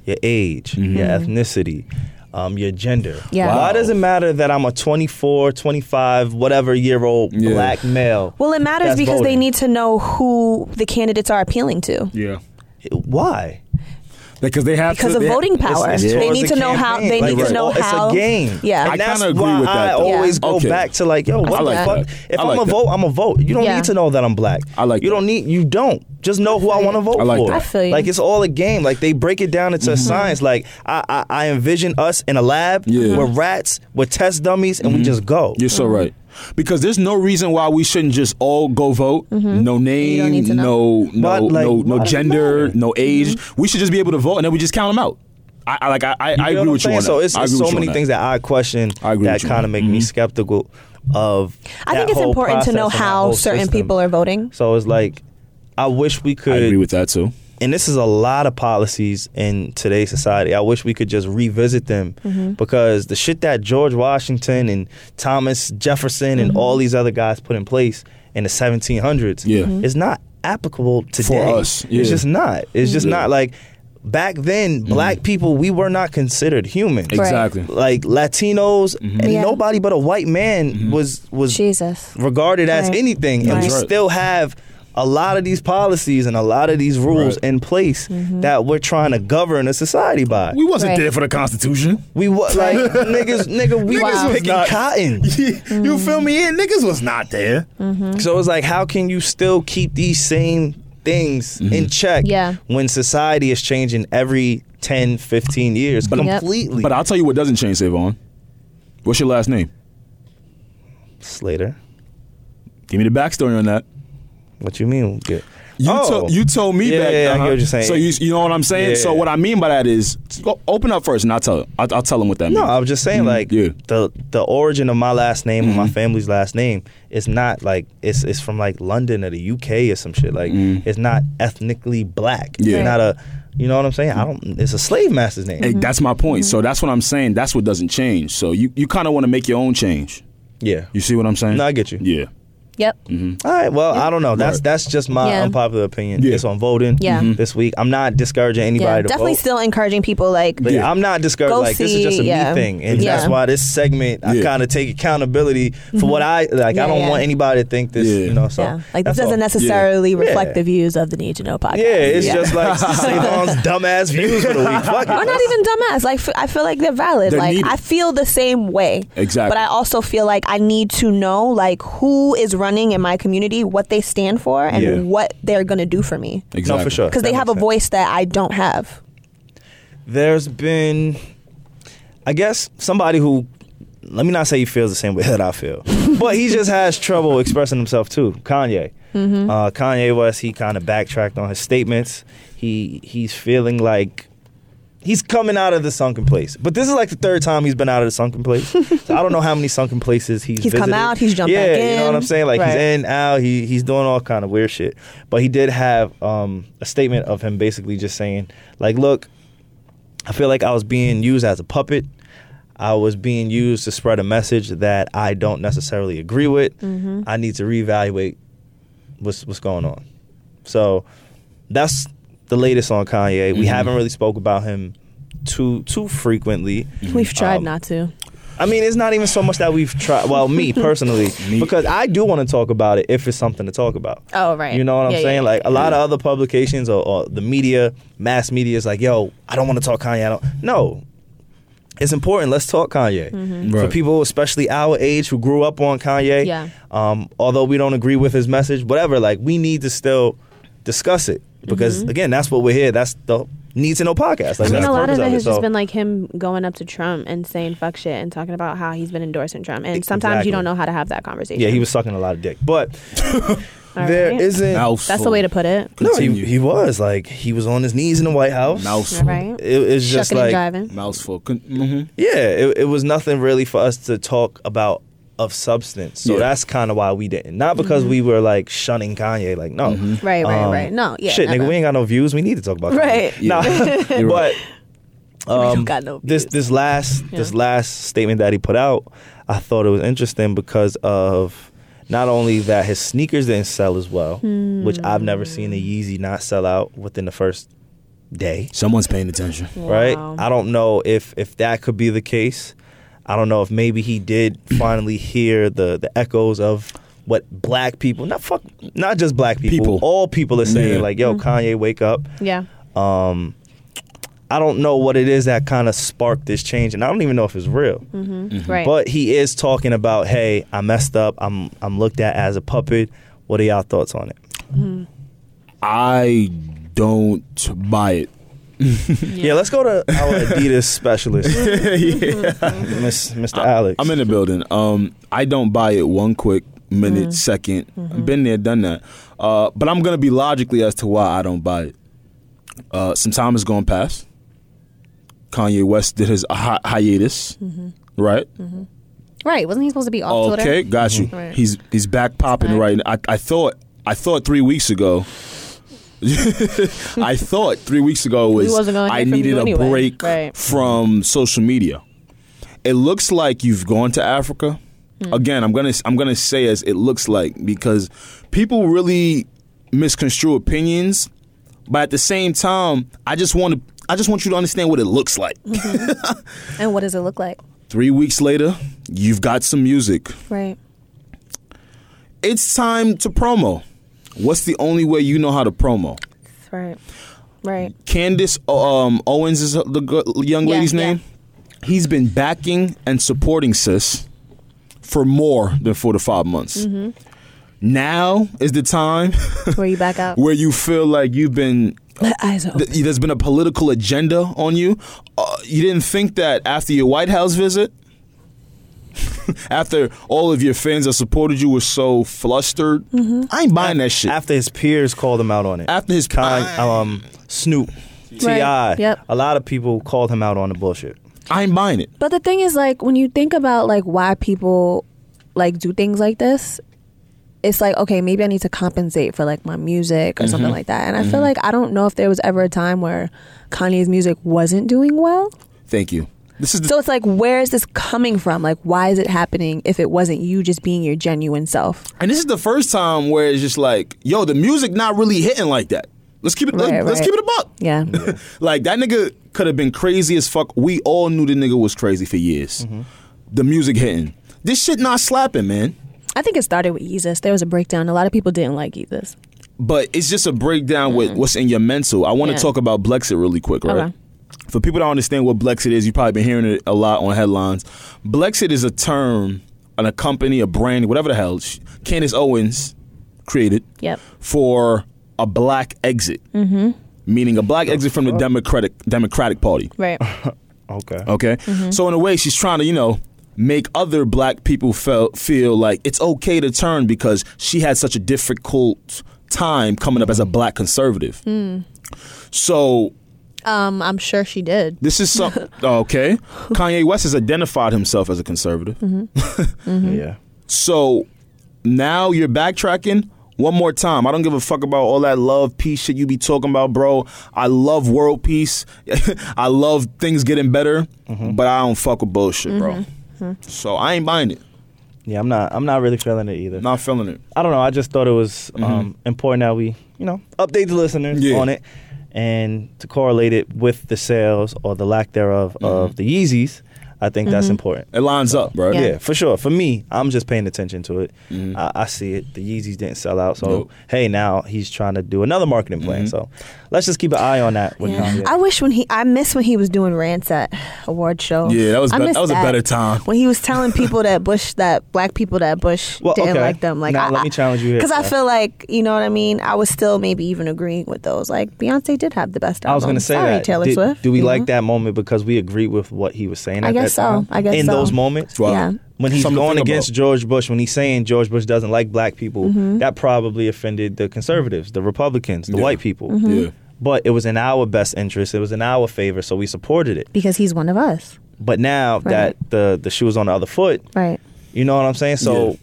your age, your Mm-hmm. ethnicity, um, your gender. Yeah. Wow. Why does it matter that I'm a 24, 25, whatever year old Yeah. black male? Well, it matters that's because they voting? need to know who the candidates are appealing to. yeah. Why? Because they have Because to, of they- voting power, It's- it's they towards need the to know how. campaign. They Like, need it's to know all- it's how. a game. Yeah, and I that's kinda agree why with that, I though. always Yeah. go Okay. back to like, yo, I what like the that. fuck? If I I'm like a that. vote, I'm a vote. You don't Yeah. need to know that I'm black. I like You that. don't need. You don't. Just know who I want to vote I like for. that. I feel you. Mm-hmm. Like it's all a game. Like they break it down into science. Like I, I, I envision us in a lab. Yeah. Mm-hmm. We're rats. We're test dummies, and we just go. You're Mm-hmm. so right. Because there's no reason why we shouldn't just all go vote. No name, Mm-hmm. need to Mm-hmm. no no But, like, no no why does it gender, matter? no age. We should just be able to vote, and then we just count them out. I, I like I, I, I You agree know with what you I'm saying? on So that. it's, I it's agree so with you many on things that I question I agree that with you on kind that. Mm-hmm. of make me skeptical of. I that think it's whole important to process know and that how whole certain system. people are voting. So it's like, I wish we Mm-hmm. I could. agree with that too. and this is a lot of policies in today's society. I wish we could just revisit them Mm-hmm. because Mm-hmm. the shit that George Washington and Thomas Jefferson and all these other guys put in place in the 1700s Yeah. Mm-hmm. Mhm. is not applicable today. us, yeah. Mm-hmm. It's just not. It's just not like back then. Black people we were not considered humans. Exactly. Mm-hmm. Like Latinos and Yeah. nobody but a white man was was Jesus. regarded as Right. anything, and That's we right. still have a lot of these policies and a lot of these rules Right. in place Mm-hmm. that we're trying to govern a society by. We wasn't Right. there for the Constitution. We was like niggas, nigga, we Niggas was was picking not- cotton. you feel me? Yeah, niggas was not there. Mm-hmm. So it's like, how can you still keep these same things Mm-hmm. in check Yeah. when society is changing every 10, 15 years But I'm- Yep. completely? But I'll tell you what doesn't change, Savon. What's your last name? Slater, Give me the backstory on that. what you mean? Good. You, Oh. to- you told me Yeah, back. yeah, yeah, I hear what you're saying. So you, you know what I'm saying. Yeah. So what I mean by that is, go, open up first, and I'll tell. I'll, I'll tell them what that No, means. I was just saying like Mm, yeah. Mm-hmm. the the origin of my last name or my family's last name is not like it's it's from like London or the UK or some shit. Like it's not ethnically black. Mm. Yeah. It's not a you know what I'm saying? I don't it's a slave master's name. Hey, that's my point. Mm-hmm. So that's what I'm saying. That's what doesn't change. So you, you kind of want to make your own change. yeah. You see what I'm saying? No, I get you. Yeah. Yep. All right. Well, I don't know. That's Right. that's just my Yeah. unpopular opinion. Yeah. Mm-hmm. It's on voting Yeah. Mhm. this week. I'm not discouraging anybody Yeah. to Definitely vote. still encouraging people like But Yeah. I'm not discouraged. Go like this is see- just a yeah. me thing, and Yeah. that's why this segment I Yeah. kind of take accountability for what I like. I Mm-hmm. Yeah, don't yeah. want anybody to think this, Yeah. you know. So yeah. Like this that's all. doesn't necessarily reflect Yeah. the views of the Need to Know podcast. Yeah, it's just like Savon's dumbass views for the week. Fuck it. Or not even dumbass. Like f- I feel like they're valid. They're like needed. I feel the same way. Exactly. But I also feel like I need to know like who is running in my community, what they stand for, and Yeah. what they're gonna do for me. No, Exactly. for sure. Because That they have makes a sense. voice that I don't have. There's been, I guess, somebody who, let me not say he feels the same way that I feel, but he just has trouble expressing himself too. Kanye. Mm-hmm. Uh, Kanye West, he kind of backtracked on his statements. He He's feeling like he's coming out of the sunken place. But this is like the third time he's been out of the sunken place. so I don't know how many sunken places he's He's come visited. out, he's jumped yeah, back you know what in. I'm saying? Like he's Right. in, out, he he's doing all kind of weird shit. But he did have um, a statement of him basically just saying, like, look, I feel like I was being used as a puppet. I was being used to spread a message that I don't necessarily agree with. Mm-hmm. I need to reevaluate what's what's going on. So that's the latest on Kanye. We haven't really spoke about him too too frequently. We've tried Um, not to. I mean, it's not even so much that we've tried. Well, me personally, Me. because I do want to talk about it if it's something to talk about. Oh, right. You know what I'm Yeah, yeah, saying? yeah. Like a lot of other publications or, or the media, mass media is like, "Yo, I don't want to talk Kanye." I don't. No, it's important. Let's talk Kanye for Right. people, especially our age who grew up on Kanye. Mm-hmm. Yeah. Um, although we don't agree with his message, whatever. Like we need to still discuss it because again, that's what we're here. That's the need to know podcast. Like I mean, that's I a the lot purpose of it of has So- just Mm-hmm. been like him going up to Trump and saying fuck shit and talking about how he's been endorsing Trump. And sometimes Exactly. you don't know how to have that conversation. Yeah, he was sucking a lot of dick, but All there right. not Mouthful. That's the way to put it. No, he, Continue. he was like he was on his knees in the White House. Mouthful. Right? It, it's just Shucking like and driving. Mouthful. Con- mhm. yeah, it, it was nothing really for us to talk about of substance. So Yeah. that's kind of why we didn't. Not because we were like shunning Kanye. Like no, Mm-hmm. Mm-hmm. Um, Right, right, right. No, yeah, shit, nigga, never. we ain't got no views. We need to talk about Kanye. Right. Nah, You're right. but um, got no this this last this last statement that he put out, I thought it was interesting because of not only that his sneakers didn't sell as well, which I've never seen a Yeezy not sell out within the first day Someone's paying attention. right? Wow. I don't know if if that could be the case. I don't know if maybe he did finally hear the the echoes of what black people, not fuck, not just black people, People. all people are saying Yeah. like, "Yo, Kanye, wake up." Yeah. Um, I don't know what it is that kind of sparked this change, and I don't even know if it's real. Mm-hmm. Right. Mhm. But he is talking about, "Hey, I messed up. I'm I'm looked at as a puppet." What are y'all thoughts on it? I don't buy it. Yeah, let's go to our Adidas specialist, Miss, Mr. Alex. I'm in the building. Um, I don't buy it one quick minute, 2nd I've been there, done that. Uh, but I'm gonna be logically as to why I don't buy it. Uh, some time has gone past. Kanye West did his hi- hiatus, right? Right. Wasn't he supposed to be oh, off Twitter? Okay, got you. Right. He's he's back popping right. now. I, I thought I thought three weeks ago. I thought three weeks ago was wasn't gonna hear I from you needed a anyway. break Right. from social media. It looks like you've gone to Africa. Hmm. Again, I'm gonna I'm gonna say as it looks like because people really misconstrue opinions, but at the same time, I just want to I just want you to understand what it looks like. Hmm. And what does it look like? Three weeks later, you've got some music. Right. It's time to promo. What's the only way you know how to promo? Right. Right. Candace um, Owens is the g- young Yeah, lady's yeah. name. He's been backing and supporting sis for more than four to five months. Mm-hmm. Now is the time Where you back out? where you feel like you've been Eyes open. th- there's been a political agenda on you. Uh, you didn't think that after your White House visit, after all of your fans that supported you were so flustered. Mm-hmm. I ain't buying that shit. After his peers called him out on it. After his Kanye, um, Snoop, Ti, Right, yep. a lot of people called him out on the bullshit. I ain't buying it. But the thing is, like, when you think about like why people like do things like this, it's like okay, maybe I need to compensate for like my music or something like that. And I feel like I don't know if there was ever a time where Kanye's music wasn't doing well. Thank you. This is the So it's like, where is this coming from? Like, why is it happening if it wasn't you just being your genuine self? And this is the first time where it's just like, yo, the music not really hitting like that. Let's keep it. let, Right, us right. keep it a buck. Yeah. Like that nigga could have been crazy as fuck. We all knew the nigga was crazy for years. Mm-hmm. The music hitting. This shit not slapping, man. I think it started with Jesus. There was a breakdown. A lot of people didn't like Jesus. But it's just a breakdown with what's in your mental. I want to Mm-hmm. Yeah. talk about Blexit really quick, right? Okay. For people that don't understand what Blexit is, you've probably been hearing it a lot on headlines. Blexit is a term, on a company, a brand, whatever the hell, sh- Candace Owens created. Yep. for a black exit, mm-hmm. meaning a black exit from the Democratic Democratic Party. Right. Okay. Okay, so in a way, she's trying to you know make other black people feel feel like it's okay to turn because she had such a difficult time coming up as a black conservative. So Um, I'm sure she did. this is some okay. Kanye West has identified himself as a conservative. Yeah. So now you're backtracking one more time. I don't give a fuck about all that love peace shit you be talking about, bro. I love world peace. I love things getting better, Mm-hmm. but I don't fuck with bullshit, bro. Mm-hmm. So I ain't buying it. Yeah, I'm not. I'm not really feeling it either. Not feeling it. I don't know. I just thought it was um, important that we, you know, update the listeners Mm-hmm. Yeah. on it and to correlate it with the sales or the lack thereof Mm-hmm. of the Yeezys. I think that's Mm-hmm. important. It lines up, bro. Yeah. for sure. For me, I'm just paying attention to it. I, I see it. The Yeezys didn't sell out, so Mm-hmm. Nope. Mm-hmm. hey, now he's trying to do another marketing plan. So let's just keep an eye on that with Kanye. I wish when he, I miss when he was doing rants at award show. Yeah, that was I bet- miss that was a better time. When he was telling people that Bush, that black people that Bush Well, didn't okay. like them. Like, Now, I, let me challenge you here, because I Steph. feel like you know what I mean. I was still maybe even agreeing with those. Like Beyonce did have the best. Album. I was going to say Sorry, that. Taylor Did- Swift. Do we you like know? that moment because we agree with what he was saying? I at guess that so. time? I guess in so. those moments, Wow. Yeah. when he's Something to going think against about. George Bush, when he's saying George Bush doesn't like black people, Mm-hmm. that probably offended the conservatives, the Republicans, the Yeah. white people. Mm-hmm. Yeah. But it was in our best interest. It was in our favor, so we supported it. Because he's one of us, But now that the the shoe is on the other foot, right? you know what I'm saying? So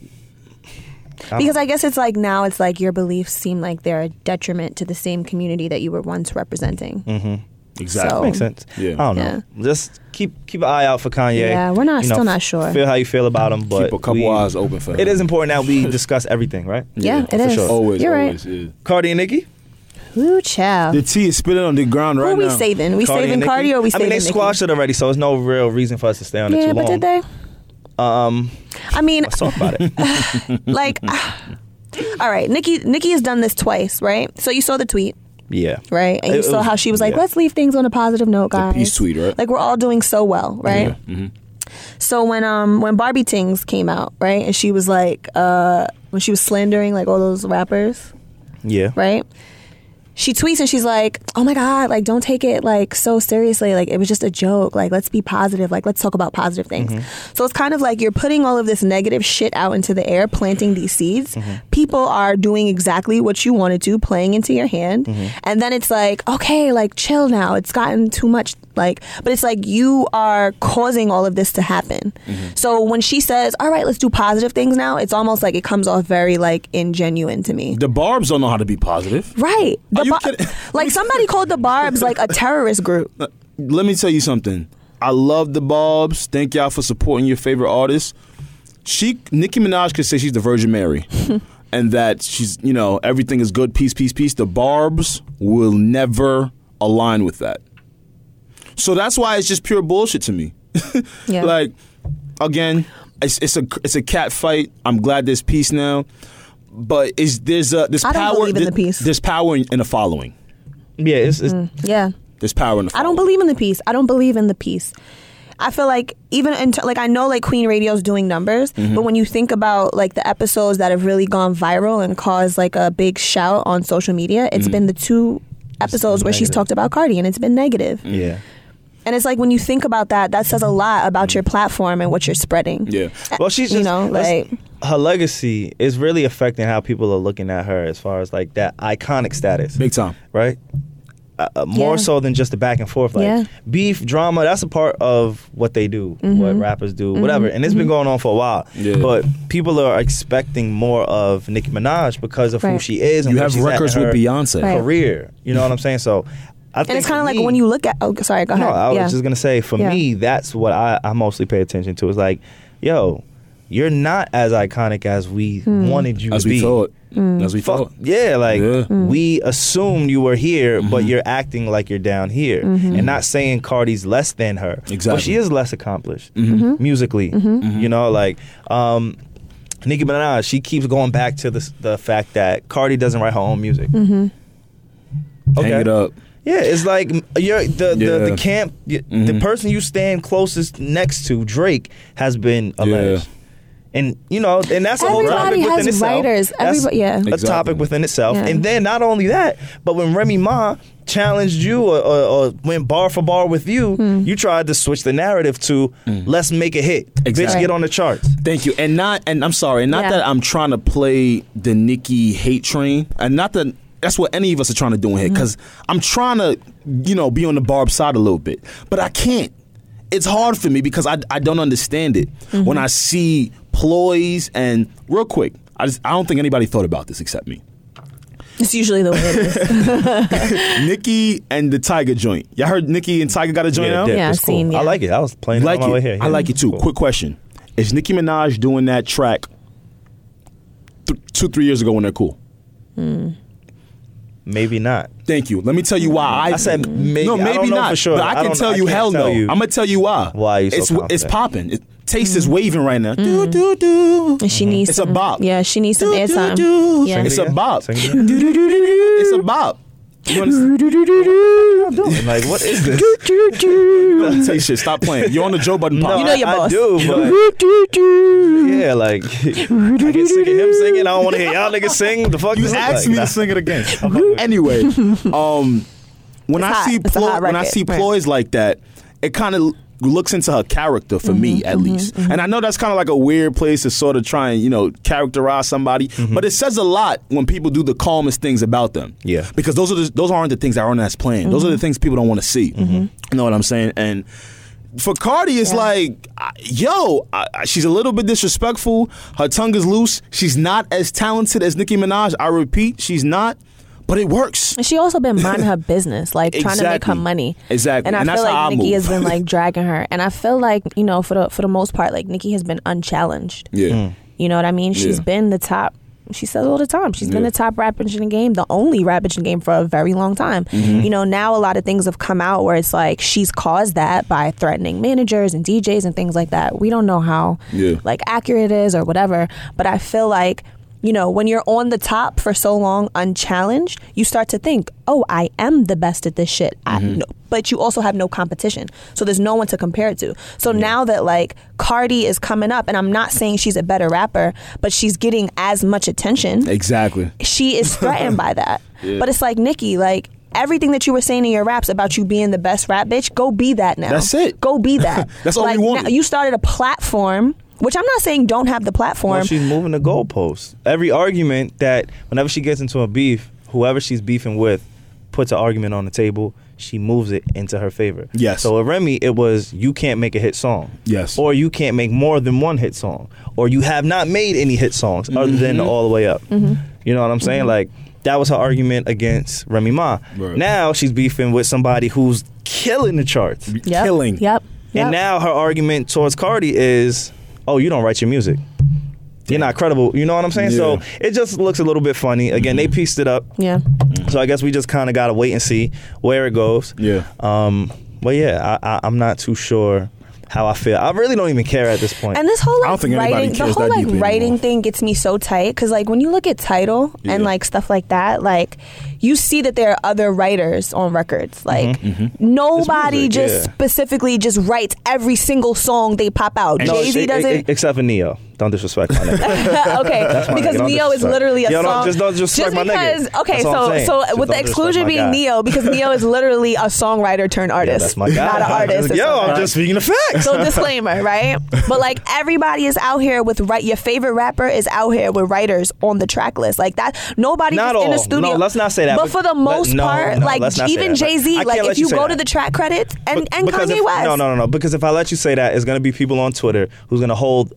I'm- Because I guess it's like now it's like your beliefs seem like they're a detriment to the same community that you were once representing. Mm-hmm. Exactly. So- makes sense. Yeah. I don't know. Just keep keep an eye out for Kanye. Yeah, we're not- You know, still not f- sure. Feel how you feel about him, but Keep a couple we- eyes open for him. It is important that we discuss everything, right? Yeah, it for is. sure. Always, You're always. right. yeah. Cardi and Nicki. Ooh, child. The tea is spilling on the ground Who right are we now. saving? We saving and Nicki? Cardi or we I saving mean, they Nicki? squashed it already, so there's no real reason for us to stay on it Yeah, too but long. did they? Um, I mean, let's talk about it. like, all right, Nikki. Nikki has done this twice, right? So you saw the tweet, Yeah. right? And It- you it saw was- how she was like, yeah. "Let's leave things on a positive note, a guys." peace tweet, right? Like we're all doing so well, right? Mm-hmm. So when um when Barbie Tings came out, right, and she was like, uh when she was slandering like all those rappers, Yeah. right? She tweets and she's like, "Oh my god, like don't take it like so seriously. Like it was just a joke. Like let's be positive. Like let's talk about positive things." So it's kind of like you're putting all of this negative shit out into the air, planting these seeds. People are doing exactly what you wanted to, playing into your hand. And then it's like, "Okay, like chill now. It's gotten too much like but it's like you are causing all of this to happen." So when she says, "All right, let's do positive things now." It's almost like it comes off very like ingenuine to me. The Barb's don't know how to be positive. Right. The Are you Bar- kidding? Like somebody called the Barb's like a terrorist group. let me tell you something. I love the Bobs. Thank y'all for supporting your favorite artists. she Nicki Minaj could say she's the Virgin Mary, and that she's you know everything is good, peace, peace, peace. The Barb's will never align with that. So that's why it's just pure bullshit to me. Yeah. Like again, it's, it's a it's a cat fight. I'm glad there's peace now, but is there's a there's I don't power believe in the there- peace. There's power in, in the following. Yeah, it's, Mm. it's Yeah. There's power in the. I Following. don't believe in the peace. I don't believe in the peace. I feel like even in t- like I know like Queen Radio's doing numbers, Mm-hmm. but when you think about like the episodes that have really gone viral and caused like a big shout on social media, it's been the two episodes where she's Mm-hmm. negative. Mm. talked about Cardi and it's been negative. yeah. And it's like when you think about that, that says a lot about your platform and what you're spreading. Yeah. Mm. Well, she's just you know that's- like her legacy is really affecting how people are looking at her as far as like that iconic status, Big time. right? Uh, uh, more Yeah. so than just the back and forth, like Yeah. beef, drama. That's a part of what they do, what Mm-hmm. rappers do, whatever. And it's been going on for a while, Yeah. but people are expecting more of Nicki Minaj because of who Right. she is. And You where have she's at in records with her Beyonce. Right. career. You know what I'm saying? So, I think and it's for kind of like me- when you look at oh sorry go ahead no, I was yeah. just gonna say for Yeah. me, that's what I, I mostly pay attention to. Is like, yo, you're not as iconic as we Hmm. wanted you As to we be. thought. Mm. As we Fuck thought. yeah, like Yeah. Mm-hmm. we assumed you were here, but you're acting like you're down here, and not saying Cardi's less than her. Exactly. Mm-hmm. but she is less accomplished musically. You know, like. um Nicki Minaj, she keeps going back to the the fact that Cardi doesn't write her own music. Hang it up. Yeah, it's like m- you're the the, Yeah. Mm-hmm. the camp, y the person you stand closest next to, Drake, has been alleged. And you know, and that's a whole topic Everybody within has itself. writers. That's Everybo- yeah. a Exactly. topic within itself. Yeah. And then not only that, but when Remy Ma challenged you or, or, or went bar for bar with you, Hmm. you tried to switch the narrative to let's make a hit, bitch, Mm. Exactly. get on the charts. Thank you. And not and I'm sorry, and not Yeah. that I'm trying to play the Nikki hate train. And not that that's what any of us are trying to do in Mm-hmm. here. Cause I'm trying to, you know, be on the Barb side a little bit. But I can't. It's hard for me because I, I don't understand it. Mm-hmm. When I see ploys and real quick, I just I don't think anybody thought about this except me. it's usually the way it is Nikki and the Tiger joint. Y'all heard Nikki and Tiger got a joint out? Yeah, that's I've seen, I yeah. like it. I was playing You it like on my way it? here. I Yeah, like it too. cool. Quick question: Is Nicki Minaj doing that track th- two, three years ago when they're cool? Maybe not. Thank you. Let me tell you why. I, I said maybe. no, I maybe don't know not. for sure. But I I can don't- tell I you, can't hell tell no. you I'm gonna tell you why. why you so it's it's confident. popping. It, Taste is waving right now. Do do do. and Mm-hmm. she needs It's a some- bop. Mm-hmm. yeah she needs some Do, do, airtime do. yeah It's a again. bop. Sing it again. It's a bop. You understand? I'm like, what is this? Don't say shit. Stop playing. You're on the Joe Button No, podcast. You know I- your I, boss. do, but Yeah, like I get sick of him singing. I don't want to hear y'all niggas sing. The fuck You this look asked like? me to sing it again. anyway, um, when I hot. see It's a ploy, hot when I record. see Right. ploys like that, it kind of looks into her character for me Mm-hmm, at least. And I know that's kind of like a weird place to sort of try and you know characterize somebody, Mm-hmm. but it says a lot when people do the calmest things about them. Yeah. because those are the, those aren't the things that aren't as planned. Those Mm-hmm. are the things people don't want to see. You know what I'm saying? And for Cardi, it's like, I- yo, I, I- she's a little bit disrespectful. Her tongue is loose. She's not as talented as Nicki Minaj. I repeat, she's not, but it works. And she also been minding her business, like trying to make her Exactly. money. Exactly. And I And that's feel how I like Nikki move. has been like dragging her. And I feel like, you know, for the for the most part, like Nikki has been unchallenged. Yeah. Mm. You know what I mean? She's Yeah. been the top she says all the time. She's been Yeah. the top rapper in the game, the only rapper in the game for a very long time. Mm-hmm. You know, now a lot of things have come out where it's like she's caused that by threatening managers and DJs and things like that. We don't know how Yeah. like accurate it is or whatever, but I feel like you know, when you're on the top for so long unchallenged, you start to think, "Oh, I am the best at this shit." I no, but you also have no competition. So there's no one to compare it to. So now that like Cardi is coming up and I'm not saying she's a better rapper, but she's getting as much attention Exactly. she is threatened by that. But it's like Nikki, like everything that you were saying in your raps about you being the best rap bitch, go be that now. That's it. Go be that. That's all we like, wanted. Now, you started a platform, which I'm not saying don't have the platform. Well, she's moving the goalposts. Every argument that whenever she gets into a beef, whoever she's beefing with puts an argument on the table. She moves it into her favor. Yes. So with Remy, it was you can't make a hit song. Yes. Or you can't make more than one hit song. Or you have not made any hit songs other Mm-hmm. than All the Way Up. You know what I'm saying? Like that was her argument against Remy Ma. Right. Now she's beefing with somebody who's killing the charts. Yep. Killing. Yep. And Yep. now her argument towards Cardi is, oh, you don't write your music. you're not credible. You know what I'm saying? So Yeah. it just looks a little bit funny. Again, they pieced it up. Yeah. So I guess we just kind of gotta wait and see where it goes. Yeah. Um. But yeah, I, I, I'm not too sure how I feel. I really don't even care at this point. And this whole I don't like think anybody writing, the cares whole that like deeply writing anymore. thing gets me so tight because like when you look at title and Yeah. like stuff like that, like you see that there are other writers on records. Mm-hmm, Like nobody music, just yeah. specifically just writes every single song they pop out. No, Jay Z e- e- doesn't. except for Neo. Don't disrespect my nigga. okay, my because nigga. Don't Neo is disrespect. literally a Yo, don't- song. just don't disrespect my nigga. because, Okay, That's all I'm so saying. Just so don't with the disrespect exclusion my being guy. Neo, because Neo is literally a songwriter turned Yeah, artist, that's my guy. not an artist. Just- It's Yo, a I'm songwriter. just speaking the facts. So disclaimer, right? But like everybody is out here with right. Your favorite rapper is out here with writers on the track list like that. Nobody Not just in all. the studio. No, let's not say that. But But- for the let- most no, part, no, like let's not say even that. Jay I Z, can't like let if you you, say go that. to the track credits and and because Kanye if, West. No, no, no, no. Because if I let you say that, it's gonna be people on Twitter who's gonna hold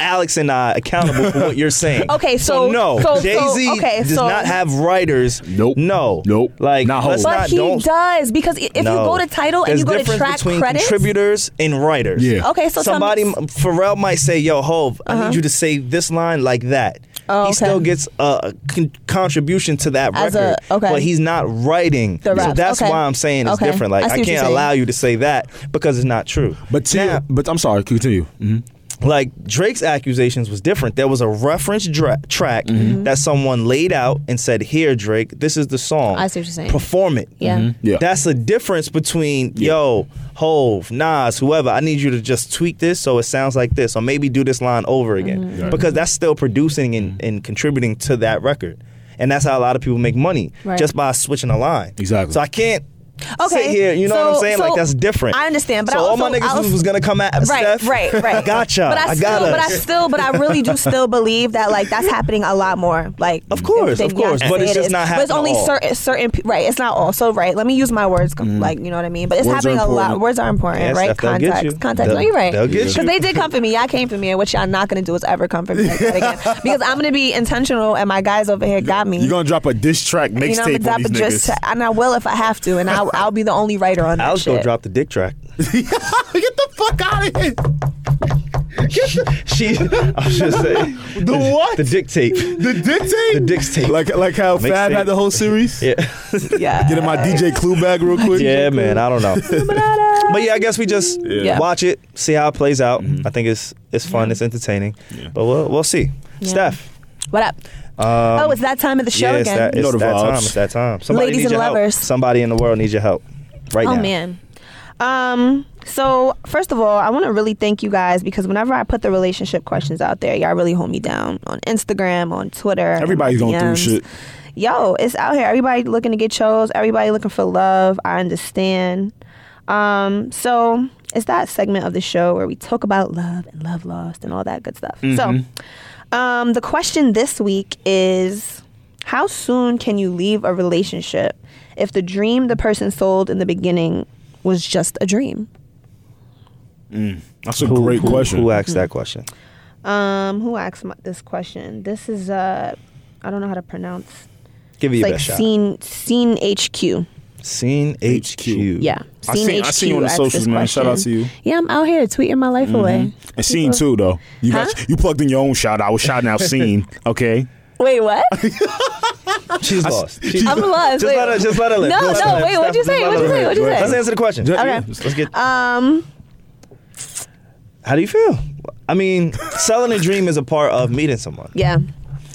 Alex and I accountable for what you're saying. Okay, so- no, so- so- Jay Z okay, does so- not have writers. Nope. no, Nope. Like, Not let's hold. But not. he don't, does because i- if you No. go to title and There's you go to difference track between credits, contributors and writers. Yeah. Okay, so tell somebody me- Pharrell might say, "Yo, Hove, I need you to say this line like that." Oh, He okay. still gets a con- contribution to that As a- record, okay. but he's not writing. The so raps, that's okay. why I'm saying it's Okay. different. Like I I, see what you're can't saying. allow you to say that because it's not true. But to Now- but I'm sorry. Continue. Mhm. like Drake's accusations was different. There was a reference dra- track Mm-hmm. that someone laid out and said, "Here, Drake, this is the song. I see what you're saying. Perform it." Yeah. Mhm. Yeah. That's the difference between yo, Hove, Nas, whoever. I need you to just tweak this so it sounds like this, or maybe do this line over again Mm-hmm. Right. because that's still producing and, and contributing to that record. And that's how a lot of people make money Right. just by switching a line. Exactly. So I can't. Okay, Sit here, you know what I'm so- saying? so like that's different. I understand, but so I all my also- I niggas who also- was gonna come at Right, Steph, right, right. Gotcha. But I, I still, got but I us. still, but I really do still believe that like that's happening a lot more. Like, Of course, than of course, Beyonce but it's it just is. not But it's happening only all. Mm-hmm. certain, certain, pe- right? It's not all. So right, let me use my words, com- like you know what I mean. But it's Words are happening a lot. important. Words are important, Yeah, right? Steph, they'll get Context, you. context. They'll- no, you're right. they'll get you. Because they did come for me. Y'all came for me, and what y'all not gonna do is ever come for me like that again. because I'm gonna be intentional, and my guys over here got me. You're gonna drop a diss track You know, mixtape I'm gonna on drop these a dress, niggas. and I will if I have to, and I'll, I'll be the only writer on that Alex shit. gonna drop the dick track. Get the fuck out of here. She, I was just saying. The what? The dick tape. The dictate. The dick's tape. Like like how Mixtape. Fab had the whole series. Yeah, yeah. Get in my DJ Clue bag real quick. yeah, man. I don't know. But yeah, I guess we just Yeah. watch it, see how it plays out. I think it's it's fun, it's entertaining. But we'll we'll see. Steph. uh, What up? oh, it's that time of the show yeah, it's again. Um, that, You know it's the that vibes. time. It's that time. Somebody Ladies needs and your lovers. Help. Somebody in the world needs your help right oh now. man. Um. So first of all, I want to really thank you guys because whenever I put the relationship questions out there, y'all really hold me down on Instagram, on Twitter. in Everybody's my going through DMs. shit. Yo, it's out here. Everybody looking to get chose. Everybody looking for love. I understand. Um. So it's that segment of the show where we talk about love and love lost and all that good stuff. So, um, the question this week is. How soon can you leave a relationship if the dream the person sold in the beginning was just a dream? That's a Who- great who- question. Who Hmm. asked that question? Um, who asked my, this question? This is uh, I don't know how to pronounce. Give it It's your like best scene scene shot. HQ. Scene HQ. Yeah, I Scene seen- I seen you on the asked socials, this man. Shout out to question. you. Yeah, I'm out here tweeting my life away. And scene too though. You got you plugged in your own shout out. I was shouting out scene. Okay. Wait, what? She's lost. She's I'm lost. Just Wait. let her. Just let her. live. No, Just no, let her- wait, what'd you Steph, just let say? What'd you her say? live. What'd you Go ahead. say? Let's answer the question. Okay. Let's get. Um, How do you feel? I mean, selling a dream is a part of meeting someone. yeah.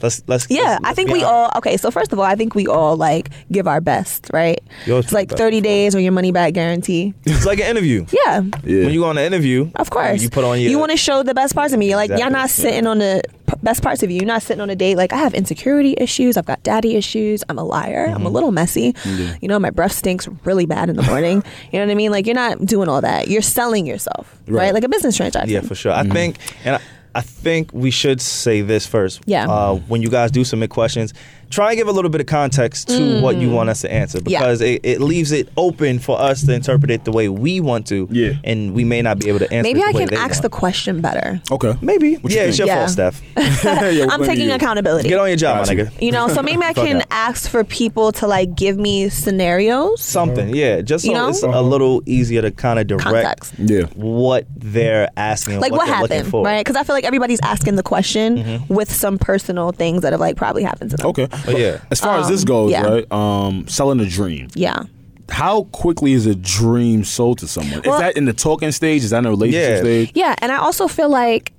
Let's let's. Yeah, let's- I let's think be we honest. all okay. So first of all, I think we all like give our best, right? You always It's do like the best. thirty days or your money back guarantee. It's like an interview. Yeah, Yeah. When you go on an interview, of course. you put on your. You want to show the best parts of me. You're like, y'all Exactly. not sitting on the p- best parts of you. You're not sitting on a date. Like, I have insecurity issues. I've got daddy issues. I'm a liar. Mm-hmm. I'm a little messy. You know, my breath stinks really bad in the morning. you know what I mean? Like, you're not doing all that. You're selling yourself, right? Right. Like a business transaction. Yeah, for sure. Mm-hmm. I think, and I, I think we should say this first. Yeah. Uh, when you guys do submit questions, try and give a little bit of context to what you want us to answer Mm-hmm. Yeah. because it, it leaves it open for us to interpret it the way we want to. Yeah. And we may not be able to answer Maybe it the I way can they ask want. the question better. Okay. Maybe. you yeah, it's your think? fault, Steph. Oh, Yeah, I'm what taking you- accountability. Get on your job, my Gotcha. nigga. You know, so maybe I Fuck can that. ask for people to like give me scenarios. Something, yeah. Just so You know? it's a little easier to kind of direct Context. Yeah. what they're asking. and like what, what, they're looking happened, for. Mm-hmm. right? Because I feel like everybody's asking the question with some personal things that have like probably happened to them. Okay. But Oh, yeah. As far as this Um, goes, yeah. right? Um, selling a dream. Yeah. How quickly is a dream sold to someone? Well- is that in the talking stage? Is that in the relationship Yeah. stage? Yeah, and I also feel like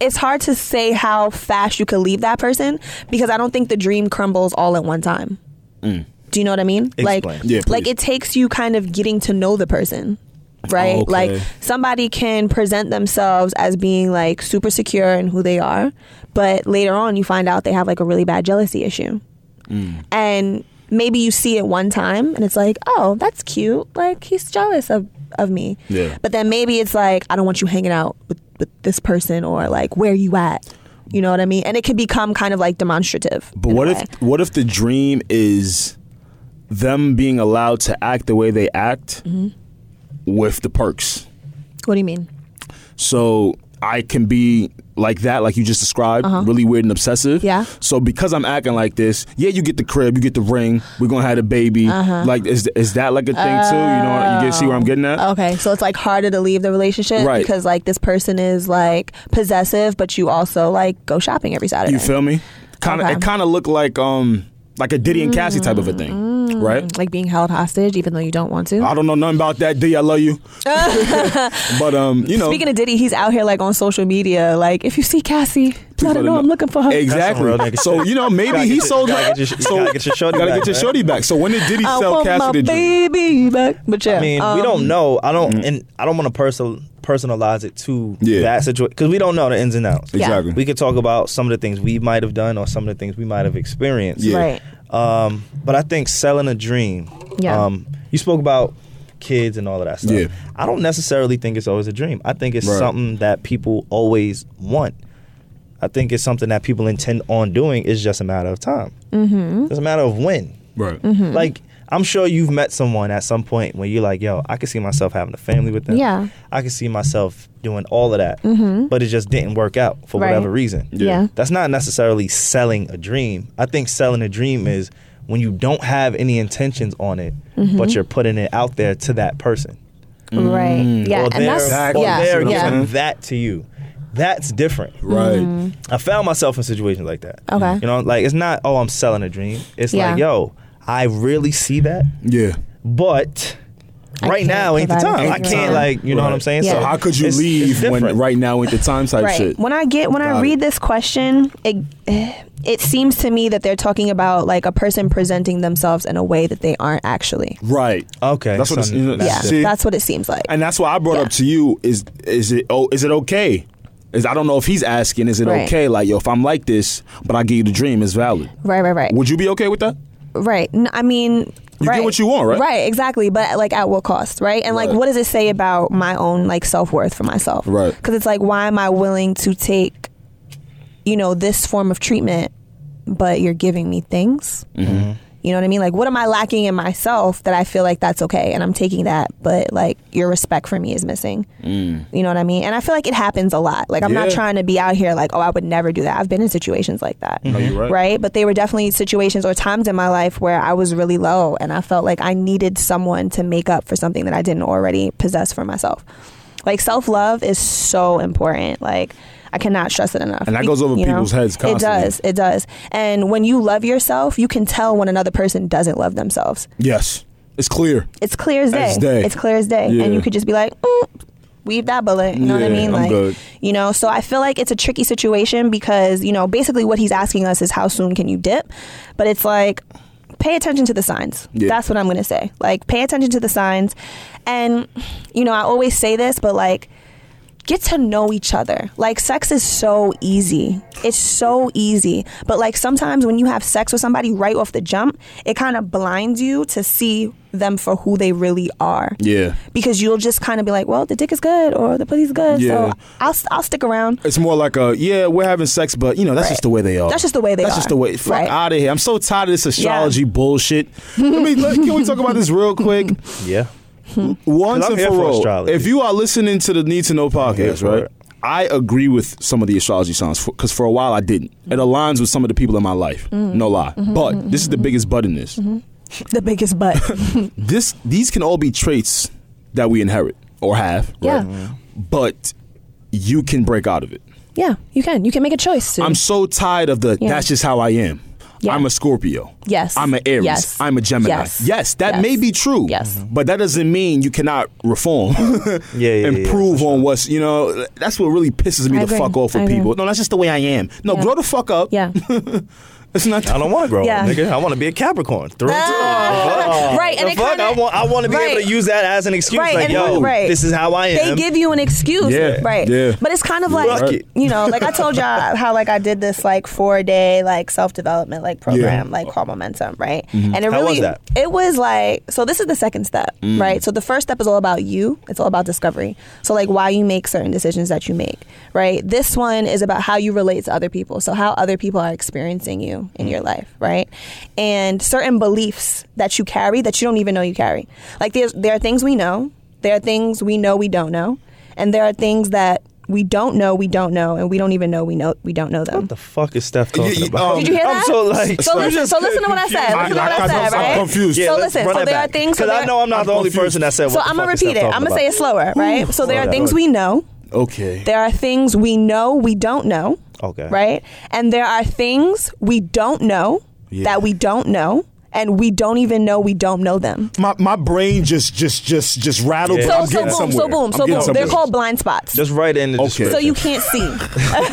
it's hard to say how fast you could leave that person because I don't think the dream crumbles all at one time. Do you know what I mean? Mm. Explain. Like, Yeah, like please. it takes you kind of getting to know the person. Oh, Right? Okay. Like somebody can present themselves as being like super secure in who they are, but later on you find out they have like a really bad jealousy issue. And maybe you see it one time and it's like, "Oh, that's cute. Like he's jealous of of me." Yeah. But then maybe it's like, I don't want you hanging out with, with this person or like, where you at? You know what I mean? And it can become kind of like demonstrative. But in a what way. if what if the dream is them being allowed to act the way they act Mm-hmm. with the perks? What do you mean? So I can be like that, like you just described, really weird and obsessive. Uh-huh. Yeah. So because I'm acting like this, yeah, you get the crib, you get the ring, we're gonna have a baby. Uh-huh. Like is is that like a thing too? You know, you get see where I'm getting at? Okay, so it's like harder to leave the relationship Right. because like this person is like possessive, but you also like go shopping every Saturday. You feel me? Kind of Okay. it kind of looked like um like a Diddy and Cassie type of a thing, Mm-hmm. right? like being held hostage even though you don't want to. I don't know nothing about that. D, I love you, but um, you know, Speaking of Diddy, he's out here like on social media. Like, if you see Cassie, let her let her know I'm know. looking for her. That's some real Exactly. nigga So shit. you know, maybe Gotta he get your- sold. gotta get your sh- so gotta get your shorty gotta back, get your man. shorty back. So when did Diddy I sell want my Cassie the dream? baby back. But yeah, I mean, we um, don't know. I Mm. don't, and I don't want to personal personalize it to Yeah. that situation because we don't know the ins and outs. Yeah. Exactly. We could talk about some of the things we might have done or some of the things we might have experienced. Yeah. Right. Um, but I think selling a dream. Yeah. Um, you spoke about kids and all of that stuff. Yeah. I don't necessarily think it's always a dream. I think it's Right. something that people always want. I think it's something that people intend on doing. It's just a matter of time. Mm-hmm. It's a matter of when. Right. Hmm. Like I'm sure you've met someone at some point when you're like, "Yo, I could see myself having a family with them. Yeah. Mm-hmm. I could see myself doing all of that, but it just didn't work out for Right. whatever reason. Yeah. that's not necessarily selling a dream. I think selling a dream is when you don't have any intentions on it, Mm-hmm. but you're putting it out there to that person. Mm. right. Yeah, or and they're, that's or yeah, they're yeah. Mm-hmm. giving that to you. That's different. Right. I found myself in situations like that. Okay. You know, like it's not, oh, I'm selling a dream. It's like, Yeah. yo, I really see that Yeah. but right can't now ain't the provide time. it I right can't now. like you know what I'm Right. saying. Yeah. So So how could you it's- leave it's when different. right now ain't the time type right. shit? When I get when I Got read it. this question, it it seems to me that they're talking about like a person presenting themselves in a way that they aren't actually. Right. Okay, That's what. It's, so you know, Yeah, see? that's what it seems like. and that's why I brought Yeah. up to you is is it oh is it okay? Is I don't know if he's asking is it Right. okay? Like yo, if I'm like this, but I give you the dream, it's valid. Right, right, right, Would you be okay with that? right. N- I mean, You get right. what you want, right? Right, exactly. But like, at what cost, right? And like, Right. what does it say about my own like self worth for myself? Right. Because it's like, why am I willing to take, you know, this form of treatment, but you're giving me things? You know what I mean? Like, what am I lacking in myself that I feel like that's okay and I'm taking that, but like your respect for me is missing? You know what I mean? And I feel like it happens a lot. Like, I'm not Mm. Yeah. trying to be out here like, oh, I would never do that. I've been in situations like that. No, you're right. But they were definitely situations or times in my life where I was really low and I felt like I needed someone to make up for something that I didn't already possess for myself. Like, self love is so important. Like, I cannot stress it enough. And that goes over You know? people's heads It constantly. does. It does. And when you love yourself, you can tell when another person doesn't love themselves. Yes. It's clear. It's clear as day. As day. It's clear as day. Yeah. And you could just be like, mm, weave that bullet. You know what I Yeah, mean? I'm Like, good. you know, so I feel like it's a tricky situation because, you know, basically what he's asking us is how soon can you dip? But it's like, pay attention to the signs. Yeah. That's what I'm going to say. Like, pay attention to the signs. And, you know, I always say this, but like, get to know each other. Like sex is so easy. It's so easy. But like sometimes when you have sex with somebody right off the jump, it kind of blinds you to see them for who they really are. Yeah. Because you'll just kind of be like, well, the dick is good or the pussy's good. Yeah. So I'll, I'll stick around. It's more like a yeah, we're having sex, but you know that's Right. just the way they are. That's just the way they that's are. just the way. Fuck Right. out of here. I'm so tired of this astrology bullshit. I mean, look, can we talk about this real quick? Yeah. Once I'm and here for for all, astrology. if you are listening to the Need to Know here podcast, for right? it. I agree with some of the astrology signs because for a while I didn't. It aligns with some of the people in my life. No lie. But this is the biggest but in this. The biggest butt. This these can all be traits that we inherit or have, Yeah. right? But you can break out of it. yeah, you can. You can make a choice. Too. I'm so tired of the Yeah. that's just how I am. Yeah. I'm a Scorpio. Yes. I'm an Aries. Yes. I'm a Gemini. Yes. Yes. that Yes. may be true. Yes. Mhm. But that doesn't mean you cannot reform. yeah, yeah, Improve on what's you know. That's what really pisses me I the agree. fuck off I with agree. people. No, that's just the way I am. No, Yeah. grow the fuck up. yeah. It's not. I don't want to grow Yeah. up, nigga. I want to be a Capricorn. Through and through. Ah, Fuck. right, and The it fuck? kinda- I want. I want to be able Right. to use that as an excuse. Right, like, and- yo, right. this is how I they am. give you an excuse, Yeah, right? yeah. But it's kind of Fuck like it. you know, like I told y'all how like I did this like four day like self development like program Yeah. Mm-hmm. like called momentum, right? And it How really was that? Mm. it was like so this is the second step, right? So the first step is all about you. It's all about discovery. So like why you make certain decisions that you make, right? This one is about how you relate to other people. So how other people are experiencing you Mm. in your life, right? And certain beliefs that you carry that you don't even know you carry. Like there's there are things we know, there are things we know we don't know, and there are things that we don't know we don't know and we don't even know we know we don't know them. What the fuck is Steph talking You- you- about? um, Did you hear I'm that? so like. so listen, just so listen to what I said. confused. Listen to what I, I- I- said, I'm right? confused. Yeah, so let's listen, run so that there are back. things. so Because there- I know I'm not the only confused. person that said. what So the I'm gonna fuck is Steph repeat it. I'm talking gonna about? say it slower, right? So there Slow are down. things we know. Okay. There are things we know we don't know. Okay. Right? And there are things we don't know Yeah. that we don't know and we don't even know we don't know them. My my brain just just just just rattled. Yeah. but So, I'm so getting boom, somewhere. so boom, I'm so boom. getting They're somewhere. called blind spots. Just right in the Okay. description. so you can't see.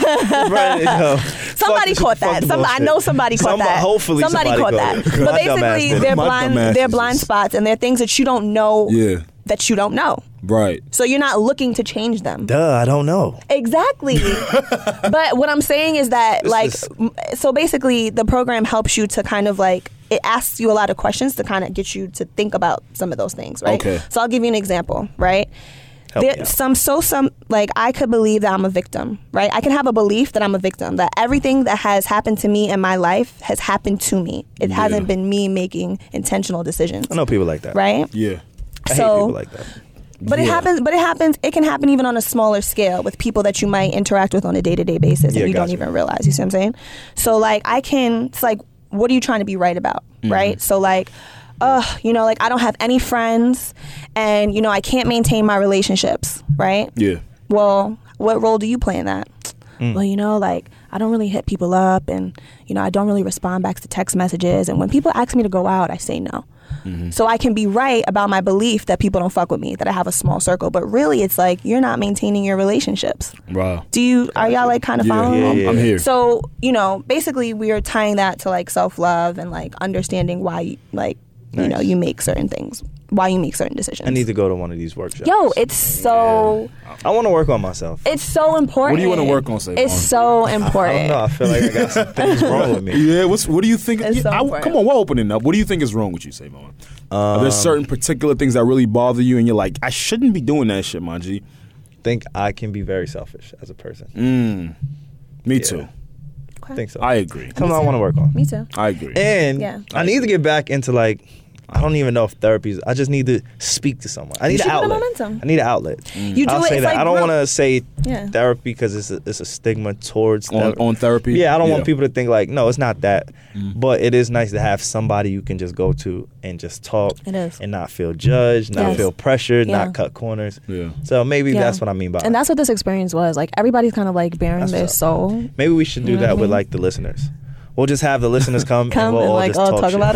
Right, you know, fuck Somebody this- caught fuck that. the Somebody, I bullshit. know somebody caught Somebody- that. Hopefully somebody, caught that. it. But My dumb ass basically, did. they're My blind. dumbass They're did. blind spots, and they're things that you don't know Yeah. that you don't know. Right. So you're not looking to change them. Duh, I don't know. Exactly. but what I'm saying is that, This like, is- m so basically, the program helps you to kind of like, it asks you a lot of questions to kind of get you to think about some of those things, right? Okay. So I'll give you an example, right? Help me There, out. some so some like I could believe that I'm a victim, right? I can have a belief that I'm a victim, that everything that has happened to me in my life has happened to me. It hasn't been me making intentional decisions, I know people like that. right? Yeah. I hate so people like that. but it Yeah. happens. But it happens. It can happen even on a smaller scale with people that you might interact with on a day to day basis, Yeah, and you don't gotcha. even realize. You see what I'm saying? So like, I can. It's like, what are you trying to be right about, Mm-hmm. right? So like. Ugh, you know, like I don't have any friends and, you know, I can't maintain my relationships, right? Yeah. well, what role do you play in that? Well, you know, like I don't really hit people up and you know, I don't really respond back to text messages and when people ask me to go out, I say no. So I can be right about my belief that people don't fuck with me, that I have a small circle, but really it's like you're not maintaining your relationships. Wow. Do you are y'all like kind of Yeah, following? yeah, me? yeah. I'm here. So, you know, basically we are tying that to like self-love and like understanding why you, like you know, you make certain things, why you make certain decisions. I need to go to one of these workshops. Yo, Eh. it's so I want to work on myself. it's so important. What do you wanna work on, Savon? It's so important. I don't know. I feel like I got some things wrong with me. Yeah, what's what do you think? It's yeah, so I- important. come on, we're opening up. What do you think is wrong with you, Savon? Are Um, there certain particular things that really bother you, and you're like, I shouldn't be doing that shit, man. G. think I can be very selfish as a person. Mm. Me too. I think so. I agree. Something I want to work on. Me too. I agree. And Yeah. I need to get back into like I don't even know if therapy is. I just need to speak to someone. I need should an go to outlet. Momentum. I need an outlet. You do I'll it, say it's that. like I don't group- want to say Yeah. therapy because it's a, it's a stigma towards On- ther- on therapy? Yeah, I don't want Yeah. Mm. people to think like no, it's not that. But it is nice to have somebody you can just go to and just talk It is. and not feel judged, not Yes. feel pressured, Yeah. not cut corners. Yeah. So maybe Yeah. that's what I mean by. And it. that's what this experience was. Like everybody's kind of like bearing That's their what's soul. Maybe we should do that with like the listeners. We'll just have the listeners come, and Mm-hmm. Come we'll and all like just all talk, talk shit. about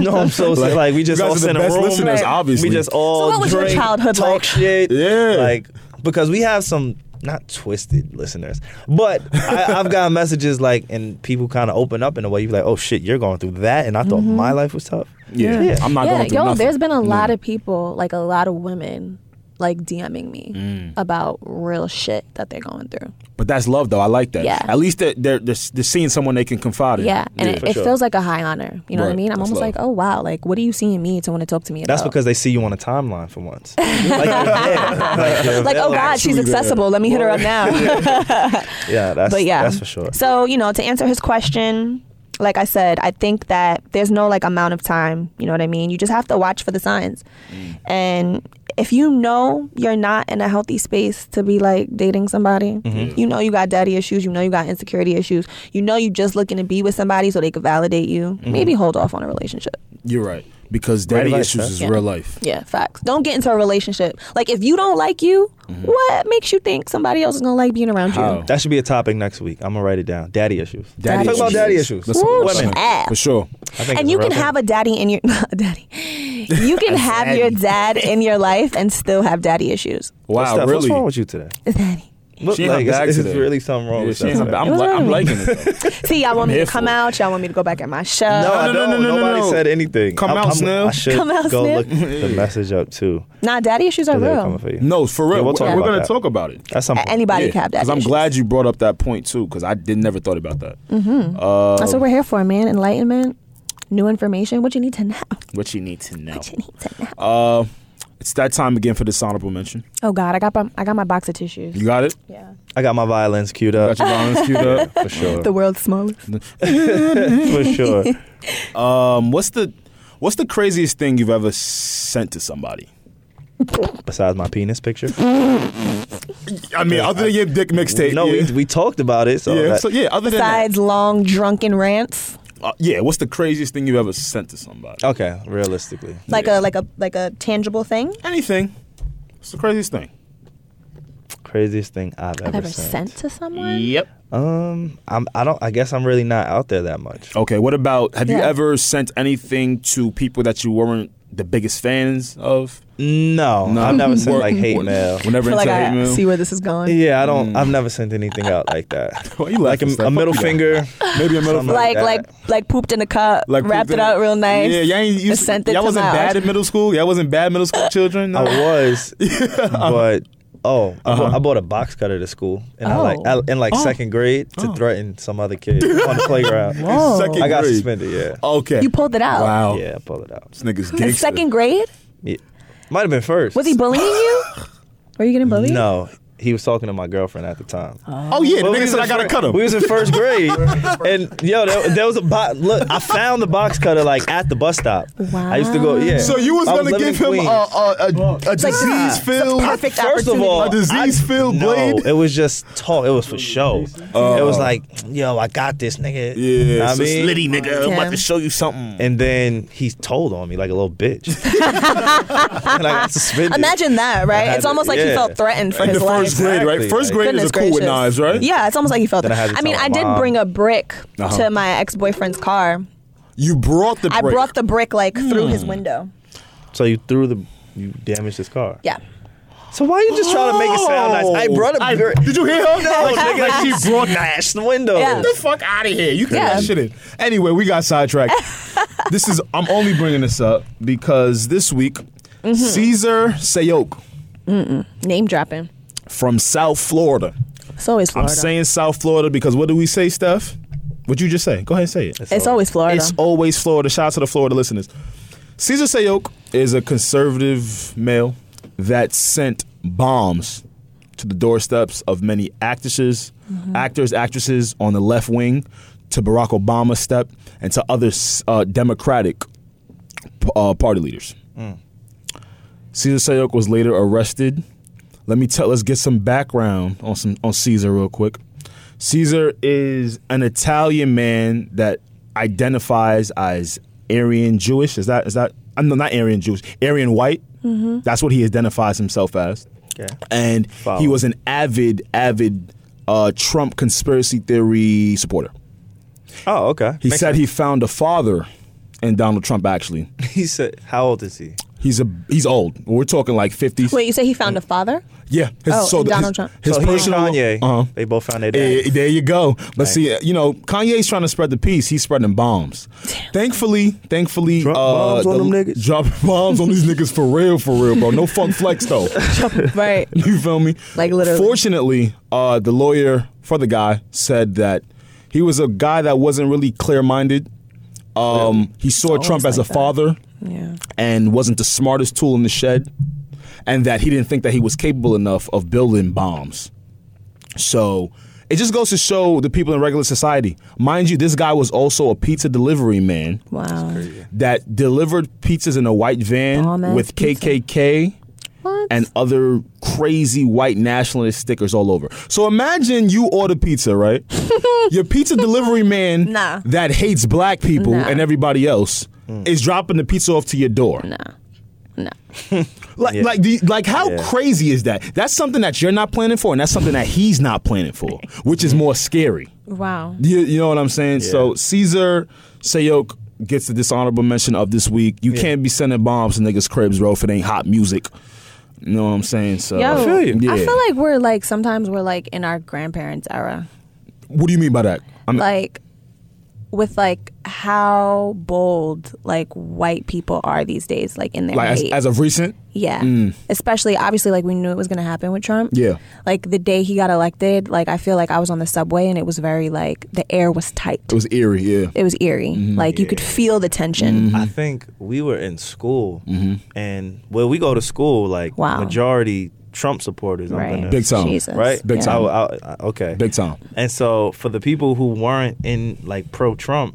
No, I'm so like, like we just you guys all are sit the in a best room. listeners, Right. obviously. We just all So what was your drink, childhood talk like? shit. Yeah. like because we have some not twisted listeners, but I, I've got messages like and people kind of open up in a way. You're like, oh shit, you're going through that, and I thought Mm-hmm. my life was tough. yeah. I'm not yeah, going through yo, Mm. nothing. there's been a lot of people, like a lot of women, like DMing me Mm. about real shit that they're going through. But that's love, though. I like that. Yeah. At least they're they're, they're, they're seeing someone they can confide in. Yeah, and it, for it sure. feels like a high honor. You know what I Right, mean? I'm that's almost love. like, oh wow, like what are you seeing me to want to talk to me about? That's because they see you on a timeline for once. like, you're there. Like, you're like, oh there. God, she's Truly there. accessible. Let me hit her up now. Yeah, that's but yeah, that's for sure. So you know, to answer his question, like I said, I think that there's no like amount of time. You know what I mean? You just have to watch for the signs, Mm. and if you know you're not in a healthy space to be like dating somebody, Mm-hmm. you know you got daddy issues, you know you got insecurity issues, you know you just looking to be with somebody so they could validate you. Mm-hmm. Maybe hold off on a relationship. You're right. Because daddy advice, issues huh? is Yeah. real life. Yeah, facts. Don't get into a relationship. Like if you don't like you, Mm-hmm. what makes you think somebody else is gonna like being around How? you? That should be a topic next week. I'm gonna write it down. Daddy issues. Oh. Daddy Talk about issues. daddy issues. Listen, Woo, Women. listen, ass. For sure. I think and it's you a real can thing. have a daddy in your a daddy. You can have your dad in your life and still have daddy issues. Wow, Wow, really? What's wrong with you today? Daddy. Look, She ain't like, her bag it's, it's today. really something wrong Yeah, with she ain't you. her ba- I'm, li- Mm. I'm liking it. though. See, y'all want me here to for come it. out. Y'all want me to go back at my show. No, I No, don't. no, no, no, no, Nobody no. said anything. Come I'm, out, I'm, Sniff. I should Come out, go Sniff. look the message up too. Nah, daddy issues are They're real. coming for you. No, for real. Yeah, we'll talk We're about going to that. talk about it. That's something. A- Anybody can have daddy Because I'm issues. glad you brought up that point, too, because I did never thought about that. Mm. Mm-hmm. Uh, That's what we're here for, man. Enlightenment, new information. What you need to know. what you need to know. What you need to know. Uh, it's that time again for dishonorable mention. Oh God, I got my, I got my box of tissues. You got it? Yeah. I got my violins queued up Got your violins queued up? for sure. The world's smallest. for sure. Um, what's the what's the craziest thing you've ever sent to somebody? Besides my penis picture. I mean, other than your dick mixtape. no, yeah. we, we talked about it. So, yeah, that- so yeah, other than that, Besides long drunken rants, uh, yeah, what's the craziest thing you've ever sent to somebody? okay, realistically, like Yeah. a like a like a tangible thing Anything. What's the craziest thing? craziest thing I've ever, I've ever sent to someone. Um, I'm I don't I guess I'm really not out there that much. Okay, what about have you Yeah. ever sent anything to people that you weren't the biggest fans of? No, I've never sent like hate mail. Whenever feel into like hate I mail. see where this is going. Yeah, I Mm. don't. I've never sent anything out like that. Why you like laughing, a, Steph? a middle Fuck you. finger. Maybe a middle Something finger. Like that. like like pooped in a cup, wrapped pooped it in out a- real nice. Yeah, y'all ain't and used sent it y'all to wasn't my bad house. in middle school. Y'all wasn't bad middle school children. I No. was, but oh, I, Uh-huh. bought, I bought a box cutter to school, and I like I, Oh. in like second grade to threaten some other kid on the playground. Whoa. Oh. Second I got grade. Oh. suspended. Yeah, Okay. You pulled it out. Wow. yeah, I pulled it out. This nigga's In gangster. second grade? Yeah. Might have been first. Was he bullying you? Were you getting bullied? No, he was talking to my girlfriend at the time. Oh yeah, the Well, we nigga was said in I gotta fir- cut him. We was in first grade, and yo, there, there was a box. Look, I found the box cutter like at the bus stop. I used to go. Yeah. So you was I gonna living give in him a, Queens. a, a, a disease filled. perfect First of opportunity. all, A disease-filled I- blade? No, it was just talk. It was for show. it was like, yo, I got this, nigga. Know Yeah, what I so mean, slitty nigga. I'm about to Damn. show you something. and then he told on me like a little bitch. and I got suspended. Imagine that, right? had It's almost it, like yeah. he felt threatened for In his the life. first grade, right? Exactly, First like- graders Goodness are cool with gracious. knives, right? Yeah, it's almost like he felt. Then I had to I mean, tell I my did mom. bring a brick Uh-huh. to my ex boyfriend's car. You brought the. I break. brought the brick like through Mm. his window. So you threw the, you damaged his car. Yeah. So why you just trying to make it sound nice? I brought a girl. Oh, Did you hear her? No, nigga, like she brought smashed the window. Yeah. Get the fuck out of here. You can Yeah. that shit in. Anyway, we got sidetracked. this is I'm only bringing this up because this week Mm-hmm. Caesar Sayok Name dropping. from South Florida. It's always Florida. I'm saying South Florida because what do we say, Steph? What you just say? Go ahead and say it. it's always Florida. It's always Florida. Shout out to the Florida listeners. Caesar Sayok is a conservative male that sent bombs to the doorsteps of many actresses, Mm-hmm. actors, actresses on the left wing, to Barack Obama's step, and to other uh, Democratic p- uh, party leaders. Caesar Sayok was later arrested. Let me tell. Let's get some background on some on Caesar real quick. Caesar is an Italian man that identifies as Aryan Jewish. Is that is that? I'm not Aryan Jewish. Aryan white. That's what he identifies himself as. Okay. And he Follow. was an avid, avid uh, Trump conspiracy theory supporter. Oh, okay. He Makes said sense. he found a father in Donald Trump. Actually, he said, how old is he? He's a he's old. We're talking like fifties. Wait, you say he found a father? Yeah. His, Oh, and the- Donald his, Trump. His so he and personal. Kanye, Uh-huh. they both found their dad. Eh, there you go. But see, you know, Kanye's trying to spread the peace. He's spreading bombs. Thankfully, thankfully, Drop uh, bombs on the- them niggas. Drop bombs on these niggas for real, for real, bro. No fuck flex though. Right. You feel me? Like, literally. Fortunately, uh, the lawyer for the guy said that he was a guy that wasn't really clear-minded. Um, he saw Trump as a father Yeah. and wasn't the smartest tool in the shed, and that he didn't think that he was capable enough of building bombs. So it just goes to show the people in regular society. Mind you, this guy was also a pizza delivery man Wow. that delivered pizzas in a white van Bomb-ass with pizza. KKK What? and other crazy white nationalist stickers all over. So imagine you order pizza, right? Your pizza delivery man Nah. that hates black people Nah. Mm. and everybody else is dropping the pizza off to your door. no. No. Like, Yeah. like, the, like, how Yeah. crazy is that? That's something that you're not planning for, and that's something that he's not planning for, which is more scary. Wow. You, you know what I'm saying? Yeah. So Caesar Sayok gets the dishonorable mention of this week. You can't be sending bombs to niggas' cribs, bro, if it ain't hot music. You know what I'm saying? So Yo, I feel you. I Yeah. feel like we're like sometimes we're like in our grandparents' era. what do you mean by that? I mean, like with like how bold like white people are these days like in their like as, hate. as of recent? yeah especially obviously like we knew it was going to happen with trump Yeah. like the day he got elected like i feel like i was on the subway and it was very like the air was tight It was eerie, yeah. it was eerie Mm-hmm. like you could feel the tension I think we were in school, Mm-hmm. and where we go to school, like Wow. majority Trump supporters, I'm right gonna- Big time. Jesus. right? Big Yeah. time. I, I, I, okay, Big time. And so for the people who weren't in like pro Trump,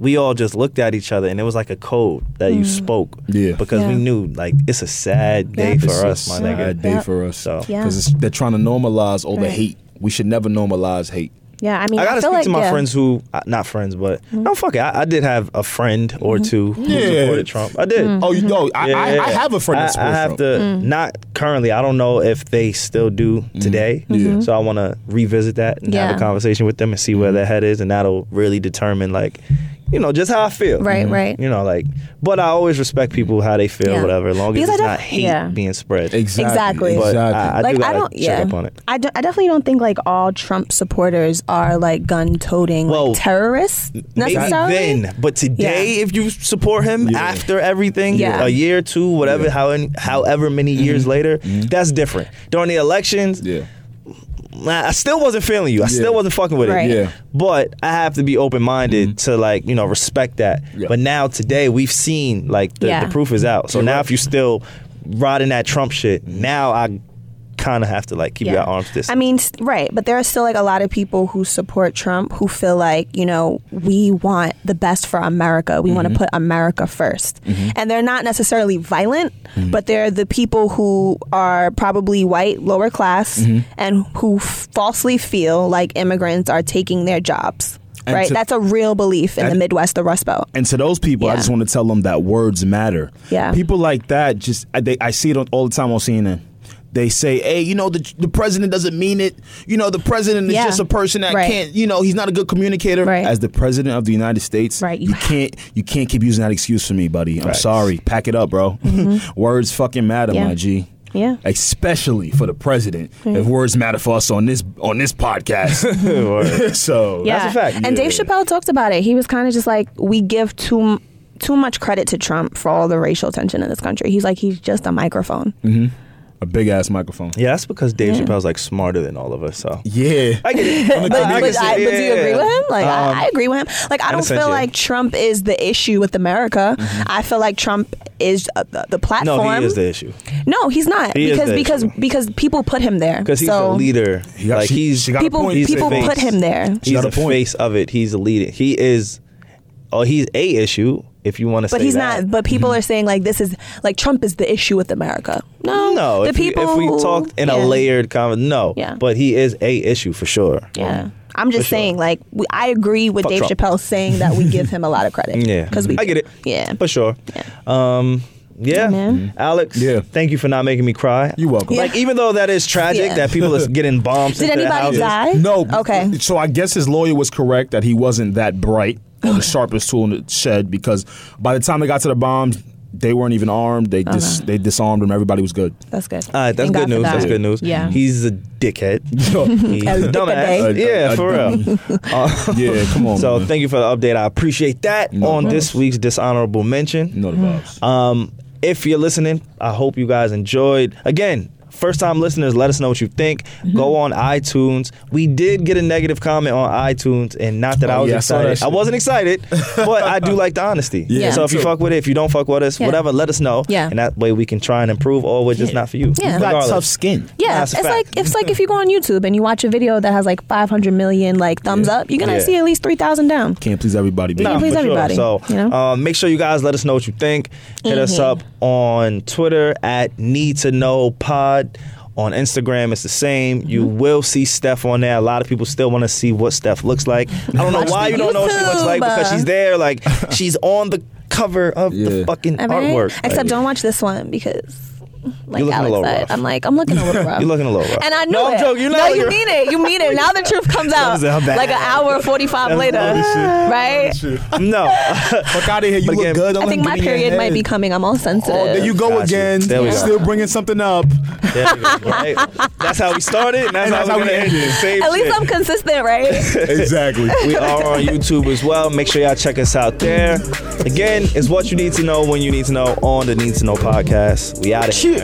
we all just looked at each other and it was like a code that you spoke. Yeah. Because we Mm. Yeah. knew like it's a sad day Yep. for It's a us, my sad nigga. day Yep. for us. So- Because Yeah. they're trying to normalize all the Right. hate. We should never normalize hate. yeah i mean I gotta feel speak like to my yeah. Mm-hmm. friends who, uh, not friends, but no, fuck it. I, I did have a friend or two who Yeah. supported Trump. I Mm. did. Oh, you know, I, Yeah, I, yeah, I yeah. have a friend I, that's I have to not currently. I don't know if they still do Mm-hmm. today. So I want to revisit that and have Mm-hmm. Yeah. a conversation with them and see where Mm-hmm. their head is, and that'll really determine like, you know, just how I feel. Right, Mhm. Mm-hmm. right. You know, like, but I always respect people how they feel, Yeah. whatever. As long as Because I it's def- not hate yeah. being spread. Exactly. Exactly. But exactly. I, I like do I gotta don't, check yeah. up on it. I, do, I definitely don't think like all Trump supporters are like gun-toting like, Well, terrorists Maybe necessarily. then, but today, Yeah. if you support him Yeah. after everything, Yeah. a year, two, whatever, how, however many years later, that's different. During the elections, Mm-hmm. Yeah. Nah, I still wasn't feeling you. I Yeah. still wasn't fucking with Right. it. Yeah. Mm-hmm. But I have to be open minded to like you know respect that. Yeah. But now today we've seen like the, Yeah. the proof is out. So You're now right. if you still riding that Trump shit, now I kind of have to like keep your arms I distant. mean, s- right, but there are still like a lot of people who support Trump who feel like, you know, we want the best for America. We Mm-hmm. want to put America 1st And they're not necessarily violent, Mm-hmm. but they're the people who are probably white, lower class, Mm-hmm. and who f- falsely feel like immigrants are taking their jobs. And right? to- That's a real belief in the and- Midwest, the Rust Belt. And to those people, I Yeah. just want to tell them that words matter. Yeah. People like that just I, they, I see it on, all the time on CNN. They say, "Hey, you know the the president doesn't mean it. You know the president is Yeah. just a person that Right. can't. You know he's not a good communicator. Right. As the president of the United States, Right, you, you- can't you can't keep using that excuse for me, buddy. I'm Right. sorry. Pack it up, bro. words fucking matter, Mm-hmm. Yeah. my G. Yeah. Especially for the president, if words matter for us on this on this podcast. Or- so Yeah. That's a fact. And Dave Yeah. Chappelle talked about it. He was kind of just like, we give too m- too much credit to Trump for all the racial tension in this country. He's like, he's just a microphone. a big ass microphone. yeah, that's because Dave Chappelle's like smarter than all of us. So Yeah. I get it. But, but, can see- I, but do you agree yeah. with him? Like, I- Um, I, agree with him. Like, I don't sense, feel yeah. like Trump is the issue with America. I feel like Trump is uh, the, the platform. Mm-hmm. no, he is the issue No, he's not He is because the because issue. because people put him there. because he's so a leader. She got- like she- he's she got a People point. He's the people face. put him there. He's got a the point. face of it. He's the leader. He is. Oh, he's a issue. If you want to, But he's not. But people are saying like this is like Trump is the issue with America. No, Mm-hmm. No, the if, people. we, if who- we talked in a Yeah. layered conversation, no. Yeah. But he is a issue for sure. Yeah. I'm Um, For just sure. saying, like, we, I agree with Fuck Dave Trump. Chappelle saying that we give him a lot of credit. Yeah. Because we I get it. Yeah. For sure. Yeah. Um, yeah. Mm-hmm. Yeah, man. Alex, Yeah. thank you for not making me cry. You're welcome. Like, even though that is tragic Yeah. that people are getting bombs. Did into their houses, anybody die? No. Okay. So I guess his lawyer was correct that he wasn't that bright or the sharpest tool in the shed because by the time they got to the bombs, they weren't even armed. They Uh-huh. dis- they disarmed them. Everybody was good. That's good. All right, that's good Thank God for news. That's that. good news. Yeah. He's a dickhead. yeah, He's a dickhead. dumbass. Yeah, for real. Uh, come on. so man. thank you for the update. I appreciate that No on problem. this week's dishonorable mention. you know the vibes. Um, if you're listening, I hope you guys enjoyed. Again, first time listeners, let us know what you think. Mm-hmm. Go on iTunes. We did get a negative comment on iTunes, and not that I Oh, was yeah, I saw that excited. I, shit. wasn't excited, but I do like the honesty. Yeah, so if you too. fuck with it, if you don't fuck with us, Yeah. whatever, let us know. Yeah. And that way we can try and improve, or we're just not for you. Yeah. You got Regardless. skin. Yeah, That's it's a fact. like it's like if you go on YouTube and you watch a video that has like 500 million like thumbs up, you're gonna Yeah. see at least 3,000 down. Can't please everybody. baby. Nah, please for sure. everybody, So you know? Mm-hmm. uh, make sure you guys let us know what you think. Hit us up on Twitter at Need to Know Pod. On Instagram, it's the same. You Mm-hmm. will see Steph on there. A lot of people still want to see what Steph looks like. I don't know Watch why the you don't know what she looks like YouTube. because she's there. Like she's on the cover of the Yeah. fucking All right? artwork. Except Like, don't watch this one because. Like You're looking a Alex little said, rough. I'm like, I'm looking a little rough. You're looking a little rough. And I knew No, I'm it. joking. You're not no, looking you rough. mean it. You mean it. Now the truth comes out was- I'm bad. like an hour and 45 later, Holy shit. right? no. Fuck out of here. You But look again- good. Don't I let think him my get in your period might head. be coming. I'm all sensitive. Oh, there you go Gotcha. again. There we go. Still bringing something up. There you go, right? That's how we started. And that's, And how, we ended. Same At least shit. I'm consistent, right? exactly. We are on YouTube as well. Make sure y'all check us out there. Again, it's what you need to know when you need to know on the Need to Know podcast. We out of here.